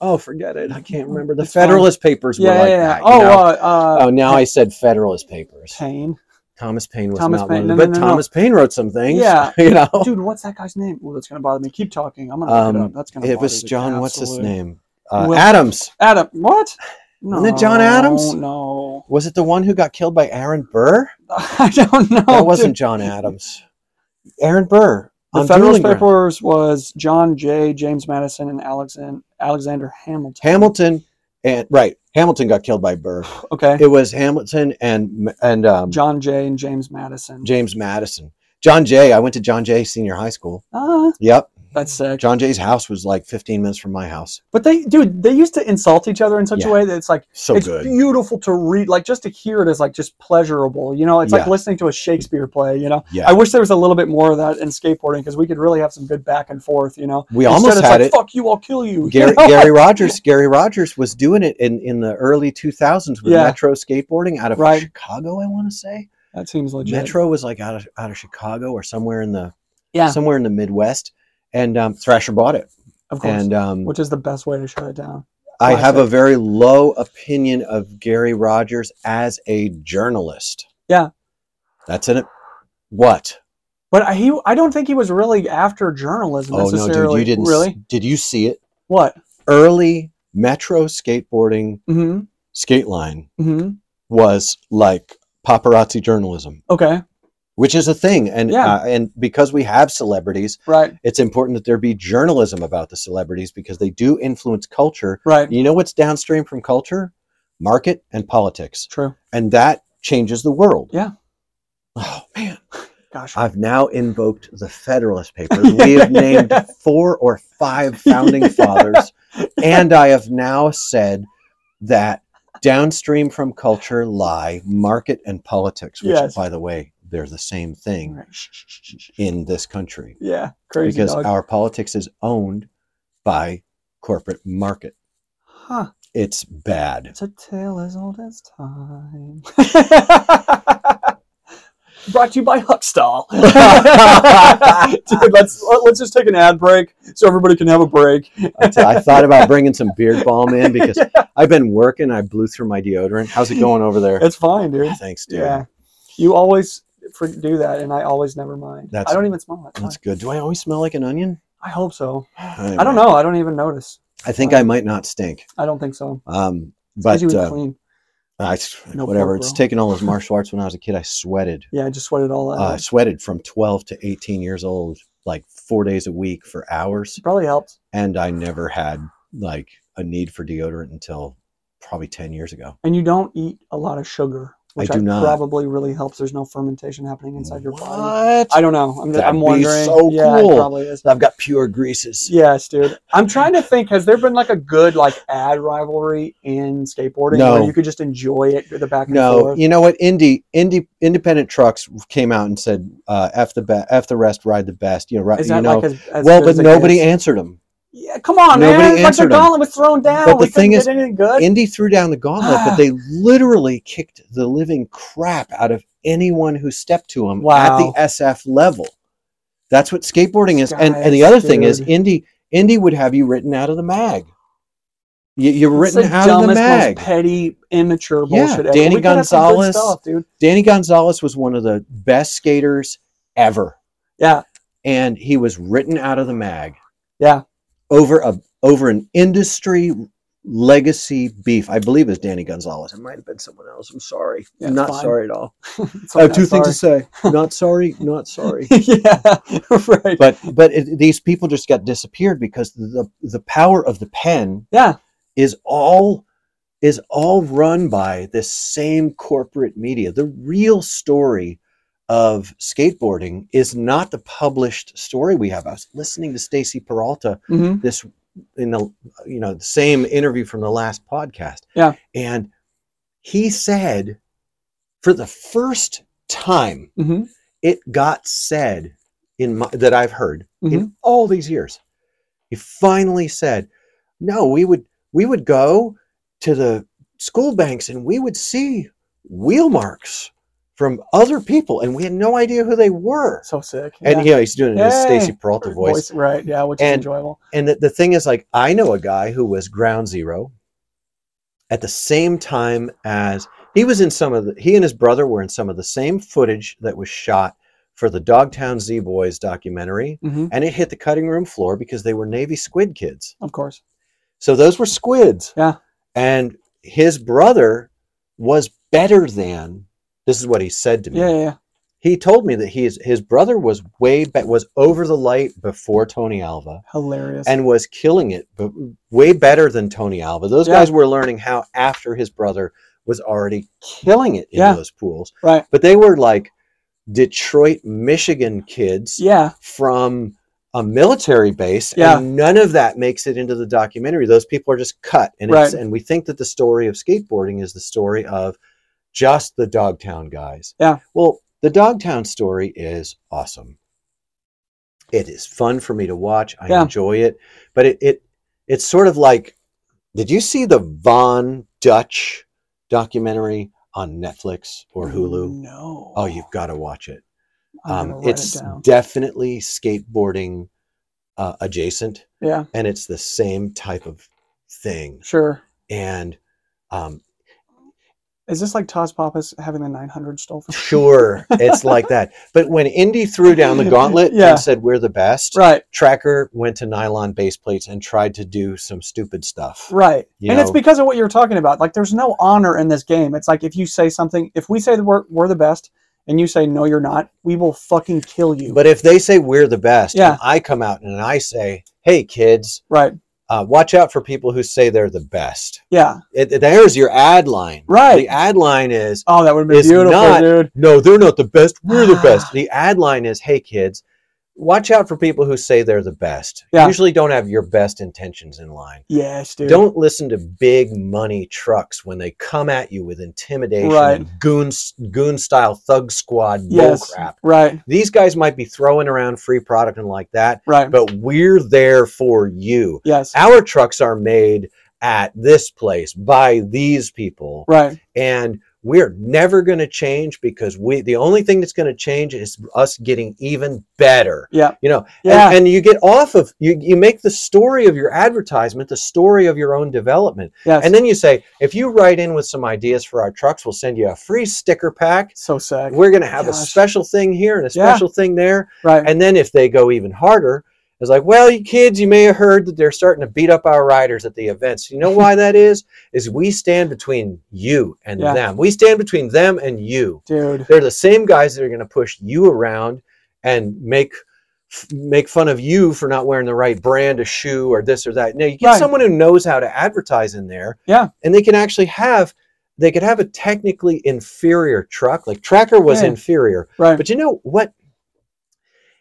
Speaker 2: oh, forget it. I can't remember. The
Speaker 1: It's fine.
Speaker 2: Federalist Papers
Speaker 1: Yeah,
Speaker 2: were
Speaker 1: yeah,
Speaker 2: like
Speaker 1: yeah.
Speaker 2: that. you
Speaker 1: oh,
Speaker 2: know?
Speaker 1: uh, uh,
Speaker 2: oh, now I said Federalist Papers.
Speaker 1: Payne.
Speaker 2: Thomas Paine was
Speaker 1: Thomas
Speaker 2: not
Speaker 1: Paine-
Speaker 2: one, of them,
Speaker 1: no,
Speaker 2: but
Speaker 1: no, no, no.
Speaker 2: Thomas Paine wrote some things.
Speaker 1: Yeah.
Speaker 2: you know,
Speaker 1: Dude, what's that guy's name? Well, that's gonna bother me. Keep talking. I'm gonna. look it
Speaker 2: oh. Um,
Speaker 1: up. That's gonna.
Speaker 2: it
Speaker 1: bother
Speaker 2: was
Speaker 1: the
Speaker 2: John. What's his
Speaker 1: absolute-
Speaker 2: name? Uh,
Speaker 1: Will-
Speaker 2: Adams.
Speaker 1: Adam. What? No.
Speaker 2: Wasn't it John Adams?
Speaker 1: No.
Speaker 2: Was it the one who got killed by Aaron Burr?
Speaker 1: I don't know.
Speaker 2: that
Speaker 1: Oh,
Speaker 2: wasn't
Speaker 1: dude.
Speaker 2: John Adams. Aaron Burr.
Speaker 1: The
Speaker 2: on
Speaker 1: Federalist
Speaker 2: Dueling Ground.
Speaker 1: Papers was John Jay, James Madison, and Alexan- Alexander Hamilton.
Speaker 2: Hamilton and right. Hamilton got killed by Burr.
Speaker 1: Okay.
Speaker 2: It was Hamilton and and um,
Speaker 1: John Jay and James Madison.
Speaker 2: James Madison. John Jay. I went to John Jay Senior High School.
Speaker 1: Ah,
Speaker 2: Yep.
Speaker 1: that's sick.
Speaker 2: John Jay's house was like 15 minutes from my house.
Speaker 1: But they, dude, they used to insult each other in such a
Speaker 2: Yeah.
Speaker 1: way that it's like
Speaker 2: So
Speaker 1: it's
Speaker 2: good.
Speaker 1: beautiful to read. Like just to hear it is like just pleasurable. You know, it's like
Speaker 2: Yeah.
Speaker 1: listening to a Shakespeare play. You know,
Speaker 2: Yeah.
Speaker 1: I wish there was a little bit more of that in skateboarding because we could really have some good back and forth. You know,
Speaker 2: we
Speaker 1: Instead,
Speaker 2: almost
Speaker 1: it's
Speaker 2: had
Speaker 1: like,
Speaker 2: it.
Speaker 1: Fuck you, I'll kill you. you
Speaker 2: Gary,
Speaker 1: know?
Speaker 2: Gary Rogers. Gary Rogers was doing it in, in the early 2000s with
Speaker 1: Yeah.
Speaker 2: Metro skateboarding out of
Speaker 1: Right.
Speaker 2: Chicago. I want to say
Speaker 1: that seems legit.
Speaker 2: Metro was like out of out of Chicago or somewhere in the
Speaker 1: Yeah.
Speaker 2: somewhere in the Midwest. And um, Thrasher bought it.
Speaker 1: of course,
Speaker 2: And um,
Speaker 1: which is the best way to shut it down.
Speaker 2: I have
Speaker 1: classic.
Speaker 2: a very low opinion of Gary Rogers as a journalist.
Speaker 1: Yeah.
Speaker 2: That's in it. What?
Speaker 1: But I, he, I don't think he was really after journalism
Speaker 2: Oh no,
Speaker 1: necessarily.
Speaker 2: dude, you didn't s-
Speaker 1: really.
Speaker 2: did you see it?
Speaker 1: What?
Speaker 2: Early metro skateboarding
Speaker 1: Hmm.
Speaker 2: skate line
Speaker 1: Hmm.
Speaker 2: was like paparazzi journalism,
Speaker 1: Okay.
Speaker 2: which is a thing. And
Speaker 1: Yeah.
Speaker 2: uh, and because we have celebrities,
Speaker 1: Right.
Speaker 2: it's important that there be journalism about the celebrities because they do influence culture.
Speaker 1: Right.
Speaker 2: You know what's downstream from culture? Market and politics.
Speaker 1: True.
Speaker 2: and that changes the world.
Speaker 1: Yeah.
Speaker 2: Oh man,
Speaker 1: Gosh.
Speaker 2: I've now invoked the Federalist Papers. We have named four or five founding fathers, and I have now said that downstream from culture lie market and politics, which,
Speaker 1: Yes.
Speaker 2: by the way, they're the same thing
Speaker 1: Right. Shh, shh, shh, shh, shh.
Speaker 2: in this country
Speaker 1: Yeah. Crazy
Speaker 2: because
Speaker 1: dog.
Speaker 2: our politics is owned by corporate market.
Speaker 1: huh.
Speaker 2: It's bad.
Speaker 1: It's a tale as old as time. Brought to you by Huckstall. Dude, let's let- let's just take an ad break so everybody can have a break.
Speaker 2: I t- I thought about bringing some beard balm in because I've been working. I blew through my deodorant. How's it going over there?
Speaker 1: It's fine, dude.
Speaker 2: Thanks, dude.
Speaker 1: Yeah, you always fr- do that, and I always never mind.
Speaker 2: That's-
Speaker 1: I don't even smell it. It's
Speaker 2: That's
Speaker 1: fine.
Speaker 2: good. Do I always smell like an onion?
Speaker 1: I hope so. I
Speaker 2: Anyway,
Speaker 1: don't know. I don't even notice.
Speaker 2: I think I might not stink.
Speaker 1: I don't think so.
Speaker 2: Um,
Speaker 1: But
Speaker 2: but
Speaker 1: you eat
Speaker 2: uh,
Speaker 1: clean.
Speaker 2: I,
Speaker 1: No
Speaker 2: whatever.
Speaker 1: pork,
Speaker 2: It's
Speaker 1: bro.
Speaker 2: taken all those martial arts when I was a kid. I sweated.
Speaker 1: Yeah, I just sweated all that.
Speaker 2: Uh, I
Speaker 1: out.
Speaker 2: sweated from 12 to 18 years old, like four days a week for hours.
Speaker 1: Probably helped.
Speaker 2: And I never had like a need for deodorant until probably 10 years ago.
Speaker 1: And you don't eat a lot of sugar,
Speaker 2: I
Speaker 1: which
Speaker 2: do not.
Speaker 1: probably really helps. There's no fermentation happening inside your body.
Speaker 2: What?
Speaker 1: I don't know. I'm, just, I'm
Speaker 2: That'd be
Speaker 1: wondering.
Speaker 2: so
Speaker 1: yeah, it
Speaker 2: cool.
Speaker 1: probably is.
Speaker 2: I've got pure greases.
Speaker 1: Yes, dude. I'm trying to think. Has there been like a good like ad rivalry in skateboarding
Speaker 2: No.
Speaker 1: where you could just enjoy it the back and
Speaker 2: No,
Speaker 1: forth?
Speaker 2: you know what? Indie, indie, independent trucks came out and said, uh, "F the be- F the rest, ride the best." You know, right?
Speaker 1: Is
Speaker 2: You
Speaker 1: that
Speaker 2: know.
Speaker 1: like as, as
Speaker 2: well,
Speaker 1: good
Speaker 2: but
Speaker 1: as it
Speaker 2: nobody
Speaker 1: gets?
Speaker 2: answered them.
Speaker 1: yeah, come on,
Speaker 2: nobody
Speaker 1: man. Like the
Speaker 2: answered 'em.
Speaker 1: gauntlet was thrown down.
Speaker 2: But
Speaker 1: we
Speaker 2: the thing
Speaker 1: couldn't
Speaker 2: is,
Speaker 1: get anything good.
Speaker 2: Indie threw down the gauntlet,
Speaker 1: Ah.
Speaker 2: but they literally kicked the living crap out of anyone who stepped to them at
Speaker 1: Wow.
Speaker 2: the SF level. That's what skateboarding is, and and the
Speaker 1: Guys,
Speaker 2: other thing is,
Speaker 1: dude.
Speaker 2: indie indie would have you written out of the mag. You, you're
Speaker 1: It's
Speaker 2: written
Speaker 1: the
Speaker 2: out of the
Speaker 1: dumbest,
Speaker 2: mag.
Speaker 1: most petty, immature
Speaker 2: Yeah,
Speaker 1: bullshit. ever.
Speaker 2: Danny
Speaker 1: We could have some good
Speaker 2: Gonzalez.
Speaker 1: stuff, dude.
Speaker 2: Danny Gonzalez was one of the best skaters ever.
Speaker 1: Yeah,
Speaker 2: and he was written out of the mag.
Speaker 1: Yeah.
Speaker 2: Over a over an industry legacy beef. I believe it's Danny Gonzalez. It might have been someone else. I'm sorry.
Speaker 1: Yeah,
Speaker 2: I'm
Speaker 1: it's
Speaker 2: not
Speaker 1: fine.
Speaker 2: sorry at all.
Speaker 1: It's
Speaker 2: I
Speaker 1: like,
Speaker 2: have Oh, Uh, two
Speaker 1: I'm
Speaker 2: things to say. Not sorry, not sorry.
Speaker 1: sorry. yeah, right.
Speaker 2: But but it, these people just got disappeared because the the power of the pen
Speaker 1: yeah,
Speaker 2: is all is all run by this same corporate media. The real story of skateboarding is not the published story we have. I was listening to Stacy Peralta
Speaker 1: hmm
Speaker 2: this in the you know the same interview from the last podcast.
Speaker 1: Yeah.
Speaker 2: And he said for the first time
Speaker 1: hmm
Speaker 2: it got said in my, that I've heard
Speaker 1: Mhm.
Speaker 2: in all these years. He finally said, "No, we would we would go to the school banks and we would see wheel marks from other people, and we had no idea who they were.
Speaker 1: So sick.
Speaker 2: And yeah, he's doing his
Speaker 1: Hey.
Speaker 2: Stacy Peralta voice.
Speaker 1: Right. Yeah, which is
Speaker 2: And-
Speaker 1: enjoyable.
Speaker 2: And the, the thing is, like, I know a guy who was ground zero at the same time as he was in some of the, he and his brother were in some of the same footage that was shot for the Dogtown Z Boys documentary.
Speaker 1: hmm
Speaker 2: And it hit the cutting room floor because they were Navy squid kids.
Speaker 1: Of course.
Speaker 2: So those were squids.
Speaker 1: Yeah.
Speaker 2: And his brother was better than, this is what he said to me.
Speaker 1: Yeah, yeah, yeah.
Speaker 2: He told me that he is, his brother was way back, was over the light before Tony Alva
Speaker 1: Hilarious.
Speaker 2: and was killing it, but way better than Tony Alva. Those
Speaker 1: Yeah.
Speaker 2: guys were learning how after his brother was already killing it in
Speaker 1: Yeah.
Speaker 2: those pools.
Speaker 1: right.
Speaker 2: But they were like Detroit, Michigan kids
Speaker 1: Yeah.
Speaker 2: from a military base,
Speaker 1: Yeah.
Speaker 2: and none of that makes it into the documentary. Those people are just cut, and it's,
Speaker 1: Right.
Speaker 2: and we think that the story of skateboarding is the story of just the Dogtown guys.
Speaker 1: Yeah.
Speaker 2: Well, the Dogtown story is awesome. It is fun for me to watch. I
Speaker 1: Yeah.
Speaker 2: enjoy it, but it, it it's sort of like, did you see the Von Dutch documentary on Netflix or Hulu?
Speaker 1: No.
Speaker 2: Oh, you've got to watch it.
Speaker 1: I'm gonna
Speaker 2: Um,
Speaker 1: write
Speaker 2: it's
Speaker 1: it down.
Speaker 2: definitely skateboarding uh, adjacent,
Speaker 1: yeah.
Speaker 2: and it's the same type of thing.
Speaker 1: Sure.
Speaker 2: And um,
Speaker 1: Is this like Taz Pappas having the 900 stolen?
Speaker 2: sure, it's like that. But when Indy threw down the gauntlet
Speaker 1: Yeah.
Speaker 2: and said, "We're the best,"
Speaker 1: right.
Speaker 2: Tracker went to nylon base plates and tried to do some stupid stuff.
Speaker 1: Right.
Speaker 2: You
Speaker 1: and it's
Speaker 2: know-
Speaker 1: because of what you were talking about. Like, there's no honor in this game. It's like if you say something, if we say that we're, we're the best and you say, no, you're not, we will fucking kill you.
Speaker 2: But if they say we're the best,
Speaker 1: Yeah.
Speaker 2: and I come out and I say, "Hey, kids,
Speaker 1: right.
Speaker 2: uh, watch out for people who say they're the best."
Speaker 1: Yeah.
Speaker 2: It, it- there's your ad line.
Speaker 1: Right.
Speaker 2: The ad line is
Speaker 1: Oh, that would have been
Speaker 2: It's
Speaker 1: beautiful,
Speaker 2: not-
Speaker 1: dude.
Speaker 2: no, they're not the best. We're the best. The ad line is, hey, kids, watch out for people who say they're the best.
Speaker 1: Yeah.
Speaker 2: Usually don't have your best intentions in line.
Speaker 1: Yes, dude.
Speaker 2: Don't listen to big money trucks when they come at you with intimidation,
Speaker 1: Right.
Speaker 2: and goon, goon style thug squad
Speaker 1: Yes.
Speaker 2: bullcrap.
Speaker 1: Right.
Speaker 2: These guys might be throwing around free product and like that,
Speaker 1: Right.
Speaker 2: but we're there for you.
Speaker 1: yes.
Speaker 2: Our trucks are made at this place by these people
Speaker 1: Right.
Speaker 2: and we're never going to change because we the only thing that's going to change is us getting even better
Speaker 1: Yeah.
Speaker 2: you know And-
Speaker 1: Yeah.
Speaker 2: and, you get off of you you make the story of your advertisement the story of your own development
Speaker 1: yes.
Speaker 2: and then you say if you write in with some ideas for our trucks we'll send you a free sticker pack
Speaker 1: so sick.
Speaker 2: we're going to have a
Speaker 1: Gosh.
Speaker 2: special thing here and a
Speaker 1: Yeah.
Speaker 2: special thing there
Speaker 1: Right.
Speaker 2: and then if they go even harder, it's like, well, you kids, you may have heard that they're starting to beat up our riders at the events. You know why that is? Is we stand between you and
Speaker 1: Yeah.
Speaker 2: them. We stand between them and you.
Speaker 1: dude.
Speaker 2: They're the same guys that are going to push you around and make f- make fun of you for not wearing the right brand of shoe or this or that. Now you get
Speaker 1: Right.
Speaker 2: someone who knows how to advertise in there.
Speaker 1: Yeah.
Speaker 2: And they can actually have they could have a technically inferior truck. Like Tracker was
Speaker 1: Yeah.
Speaker 2: inferior.
Speaker 1: Right.
Speaker 2: But you know what?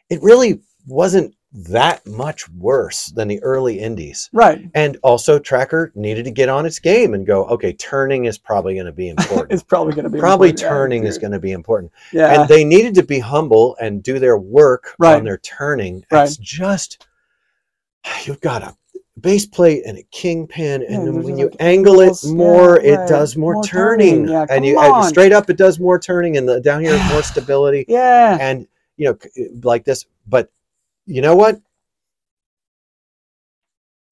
Speaker 2: It really wasn't that much worse than the early indies.
Speaker 1: right.
Speaker 2: And also, Tracker needed to get on its game and go, okay, turning is probably going to be important.
Speaker 1: It's probably going to be
Speaker 2: probably
Speaker 1: important. Yeah,
Speaker 2: turning is
Speaker 1: dude.
Speaker 2: going to be important.
Speaker 1: Yeah.
Speaker 2: And they needed to be humble and do their work
Speaker 1: Right.
Speaker 2: on their turning.
Speaker 1: Right.
Speaker 2: It's just, you've got a base plate and a kingpin,
Speaker 1: Yeah,
Speaker 2: and then
Speaker 1: there's
Speaker 2: when
Speaker 1: just
Speaker 2: you
Speaker 1: like
Speaker 2: angle
Speaker 1: angles.
Speaker 2: it
Speaker 1: Yeah,
Speaker 2: more, it
Speaker 1: right.
Speaker 2: does more,
Speaker 1: More turning.
Speaker 2: turning.
Speaker 1: Yeah, come
Speaker 2: and you
Speaker 1: on.
Speaker 2: and straight up, it does more turning, and the, down here, it's more stability
Speaker 1: yeah.
Speaker 2: and you know c- like this but you know what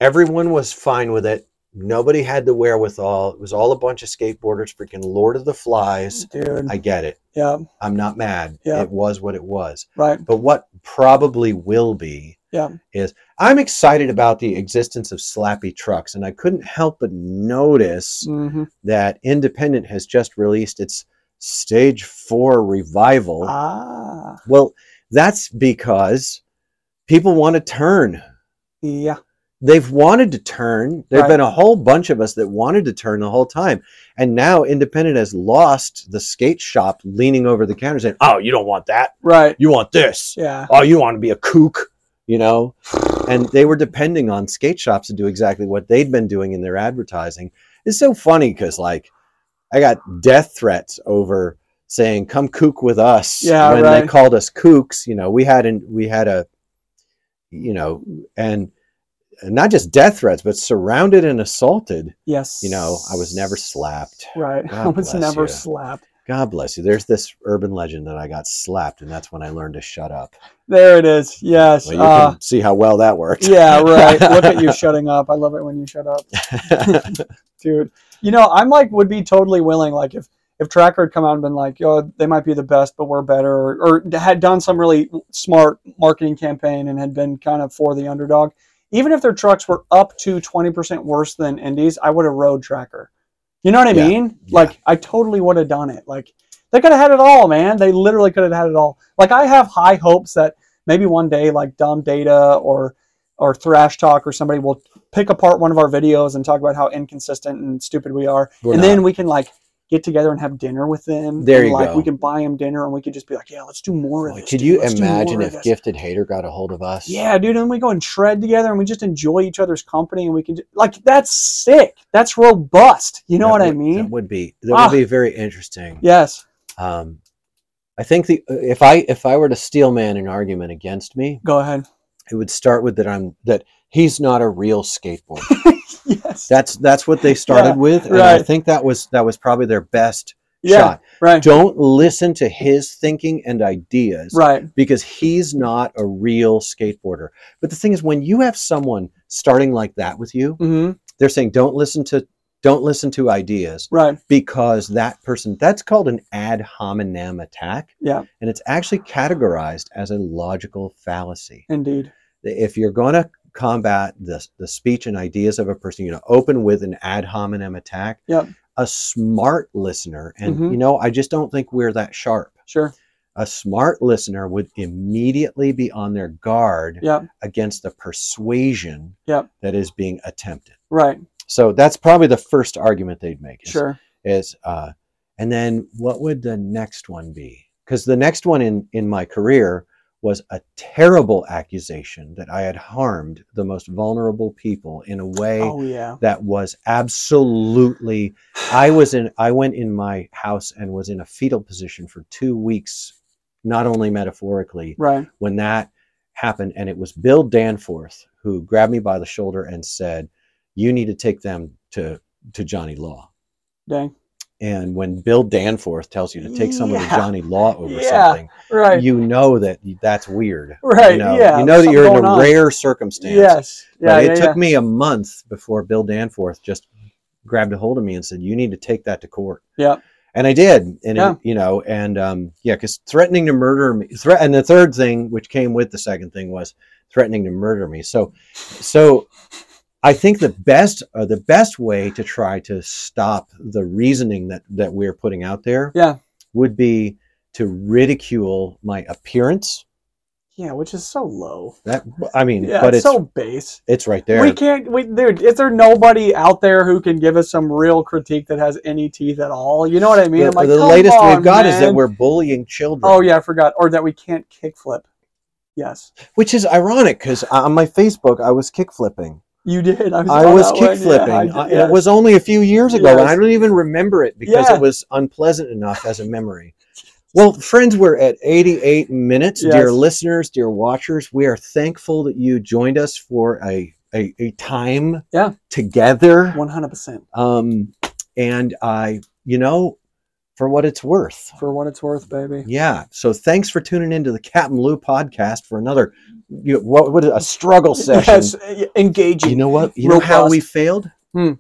Speaker 2: everyone was fine with it nobody had the wherewithal it was all a bunch of skateboarders freaking lord of the flies
Speaker 1: Dude.
Speaker 2: i get it
Speaker 1: yeah.
Speaker 2: i'm not mad
Speaker 1: Mm-hmm. Yeah.
Speaker 2: it was what it was
Speaker 1: Right.
Speaker 2: but what probably will be
Speaker 1: Yeah.
Speaker 2: is i'm excited about the existence of slappy trucks and i couldn't help but notice
Speaker 1: hmm
Speaker 2: that independent has just released its stage 4 revival
Speaker 1: Ah.
Speaker 2: well, that's because people want to turn.
Speaker 1: Yeah.
Speaker 2: They've wanted to turn. There've
Speaker 1: Right.
Speaker 2: been a whole bunch of us that wanted to turn the whole time. And now Independent has lost the skate shop leaning over the counter saying, "Oh, you don't want that.
Speaker 1: Right.
Speaker 2: You want this.
Speaker 1: Yeah.
Speaker 2: Oh, you want to be a kook." You know, and they were depending on skate shops to do exactly what they'd been doing in their advertising. It's so funny because, like, I got death threats over saying "come kook with us"
Speaker 1: Yeah,
Speaker 2: when they
Speaker 1: right.
Speaker 2: called us kooks. You know, we had an, we had a, you know, and not just death threats, but surrounded and assaulted.
Speaker 1: Yes.
Speaker 2: You know, I was never slapped.
Speaker 1: Right.
Speaker 2: God
Speaker 1: I was
Speaker 2: bless
Speaker 1: never
Speaker 2: you.
Speaker 1: slapped.
Speaker 2: God bless you. There's this urban legend that I got slapped, and that's when I learned to shut up.
Speaker 1: There it is. Yes.
Speaker 2: Well, you
Speaker 1: uh,
Speaker 2: can see how well that worked.
Speaker 1: yeah, right. Look at you shutting up. I love it when you shut up, dude. You know, I'm like would be totally willing. Like if if Tracker had come out and been like, "Yo, they might be the best, but we're better," or, or had done some really smart marketing campaign and had been kind of for the underdog. Even if their trucks were up to 20% worse than Indies, I would have rode Tracker. You know what I
Speaker 2: Yeah,
Speaker 1: mean?
Speaker 2: yeah.
Speaker 1: Like I totally would have done it. Like they could have had it all, man. They literally could have had it all. Like I have high hopes that maybe one day like dumb data or or thrash talk or somebody will pick apart one of our videos and talk about how inconsistent and stupid we are
Speaker 2: We're
Speaker 1: and
Speaker 2: not.
Speaker 1: then we can like get together and have dinner with them
Speaker 2: There
Speaker 1: and,
Speaker 2: you
Speaker 1: like
Speaker 2: go.
Speaker 1: we can buy them dinner and we could just be like yeah let's do more of
Speaker 2: Like,
Speaker 1: this
Speaker 2: could
Speaker 1: dude.
Speaker 2: you
Speaker 1: Let's do
Speaker 2: imagine
Speaker 1: more of
Speaker 2: if
Speaker 1: this."
Speaker 2: Gifted Hater got a hold of us?
Speaker 1: yeah dude and then we go and shred together and we just enjoy each other's company and we can just, like that's sick that's robust you know
Speaker 2: That
Speaker 1: what i
Speaker 2: would- That
Speaker 1: mean
Speaker 2: would be that
Speaker 1: Ah.
Speaker 2: would be very interesting.
Speaker 1: yes
Speaker 2: Um, I think the if I if I were to steel man an argument against me,
Speaker 1: go ahead
Speaker 2: it would start with that I'm that he's not a real skateboarder.
Speaker 1: yes
Speaker 2: That's that's what they started
Speaker 1: Yeah,
Speaker 2: with, and I
Speaker 1: right.
Speaker 2: think that was that was probably their best
Speaker 1: yeah
Speaker 2: shot.
Speaker 1: right
Speaker 2: Don't listen to his thinking and ideas
Speaker 1: right
Speaker 2: because he's not a real skateboarder. But the thing is, when you have someone starting like that with you,
Speaker 1: hmm
Speaker 2: they're saying don't listen to don't listen to ideas
Speaker 1: right
Speaker 2: because that person that's called an ad hominem attack.
Speaker 1: Yeah.
Speaker 2: and it's actually categorized as a logical fallacy
Speaker 1: indeed
Speaker 2: if you're going to combat the, the speech and ideas of a person, you know, open with an ad hominem attack.
Speaker 1: Yep.
Speaker 2: A smart listener, and
Speaker 1: Mhm.
Speaker 2: you know, I just don't think we're that sharp.
Speaker 1: sure
Speaker 2: A smart listener would immediately be on their guard
Speaker 1: Yep.
Speaker 2: against the persuasion
Speaker 1: Yep.
Speaker 2: that is being attempted.
Speaker 1: right
Speaker 2: So that's probably the first argument they'd make. is-
Speaker 1: sure
Speaker 2: Is uh, and then what would the next one be? Because the next one in in my career was a terrible accusation that I had harmed the most vulnerable people in a way
Speaker 1: oh yeah
Speaker 2: that was absolutely. I was in. I went in my house and was in a fetal position for two weeks, not only metaphorically
Speaker 1: right
Speaker 2: when that happened, and it was Bill Danforth who grabbed me by the shoulder and said, "You need to take them to to Johnny Law."
Speaker 1: dang
Speaker 2: And when Bill Danforth tells you to take someone to
Speaker 1: Yeah.
Speaker 2: Johnny Law over
Speaker 1: Yeah,
Speaker 2: something,
Speaker 1: right
Speaker 2: you know that that's weird.
Speaker 1: Right,
Speaker 2: You know,
Speaker 1: yeah,
Speaker 2: you know
Speaker 1: something
Speaker 2: that you're in
Speaker 1: going
Speaker 2: a
Speaker 1: on.
Speaker 2: rare circumstance.
Speaker 1: yes yeah
Speaker 2: but
Speaker 1: yeah,
Speaker 2: it
Speaker 1: yeah.
Speaker 2: took me a month before Bill Danforth just grabbed a hold of me and said, "You need to take that to court."
Speaker 1: Yep.
Speaker 2: And I did, and
Speaker 1: Yeah.
Speaker 2: it, you know, and um, yeah, because threatening to murder me. Thre- and the third thing, which came with the second thing, was threatening to murder me. So, so I think the best, uh, the best way to try to stop the reasoning that that we're putting out there,
Speaker 1: Yeah.
Speaker 2: would be to ridicule my appearance.
Speaker 1: yeah which is so low
Speaker 2: That I mean,
Speaker 1: yeah
Speaker 2: but
Speaker 1: it's
Speaker 2: it's
Speaker 1: so base
Speaker 2: it's right there.
Speaker 1: We can't, we, dude. Is there nobody out there who can give us some real critique that has any teeth at all? You know what I mean?
Speaker 2: the,
Speaker 1: I'm like,
Speaker 2: the
Speaker 1: come
Speaker 2: latest
Speaker 1: on,
Speaker 2: we've got is that
Speaker 1: man.
Speaker 2: we're bullying children.
Speaker 1: Oh yeah, I forgot. Or that we can't kickflip. Yes,
Speaker 2: Which is ironic because on my Facebook, I was kickflipping.
Speaker 1: you did. I was,
Speaker 2: I
Speaker 1: on
Speaker 2: was
Speaker 1: that one. Yeah, I
Speaker 2: kickflipping.
Speaker 1: did,
Speaker 2: I-
Speaker 1: yes.
Speaker 2: It was only a few years ago, and
Speaker 1: Yes.
Speaker 2: I don't even remember it because
Speaker 1: Yeah.
Speaker 2: it was unpleasant enough as a memory. Well, friends, we're at 88 minutes. Dear
Speaker 1: Yes.
Speaker 2: listeners, dear watchers, we are thankful that you joined us for a, a, a time
Speaker 1: Yeah.
Speaker 2: together.
Speaker 1: 100%
Speaker 2: Um, and I, you know, for what it's worth,
Speaker 1: for what it's worth, baby.
Speaker 2: Yeah. So thanks for tuning into the Cat and Lou podcast for another you know, what what a struggle session.
Speaker 1: Yes, e- engaging.
Speaker 2: You know what? You know how
Speaker 1: Robust.
Speaker 2: we failed?
Speaker 1: Hmm.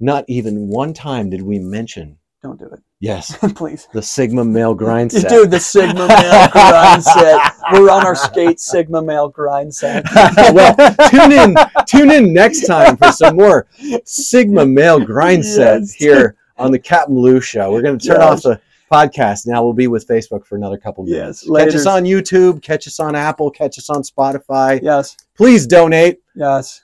Speaker 2: Not even one time did we mention
Speaker 1: Don't do it,
Speaker 2: yes,
Speaker 1: please.
Speaker 2: the Sigma male grind set.
Speaker 1: Dude, the Sigma male grind set. We're on our skate Sigma male grind set.
Speaker 2: well, tune in tune in next time for some more Sigma male grind set
Speaker 1: Yes.
Speaker 2: here on the Cat and Lou show. We're going to turn
Speaker 1: Yes.
Speaker 2: off the podcast now. We'll be with Facebook for another couple minutes.
Speaker 1: Yes,
Speaker 2: Catch us
Speaker 1: laters.
Speaker 2: on YouTube, catch us on Apple, catch us on Spotify.
Speaker 1: Yes,
Speaker 2: Please donate.
Speaker 1: yes.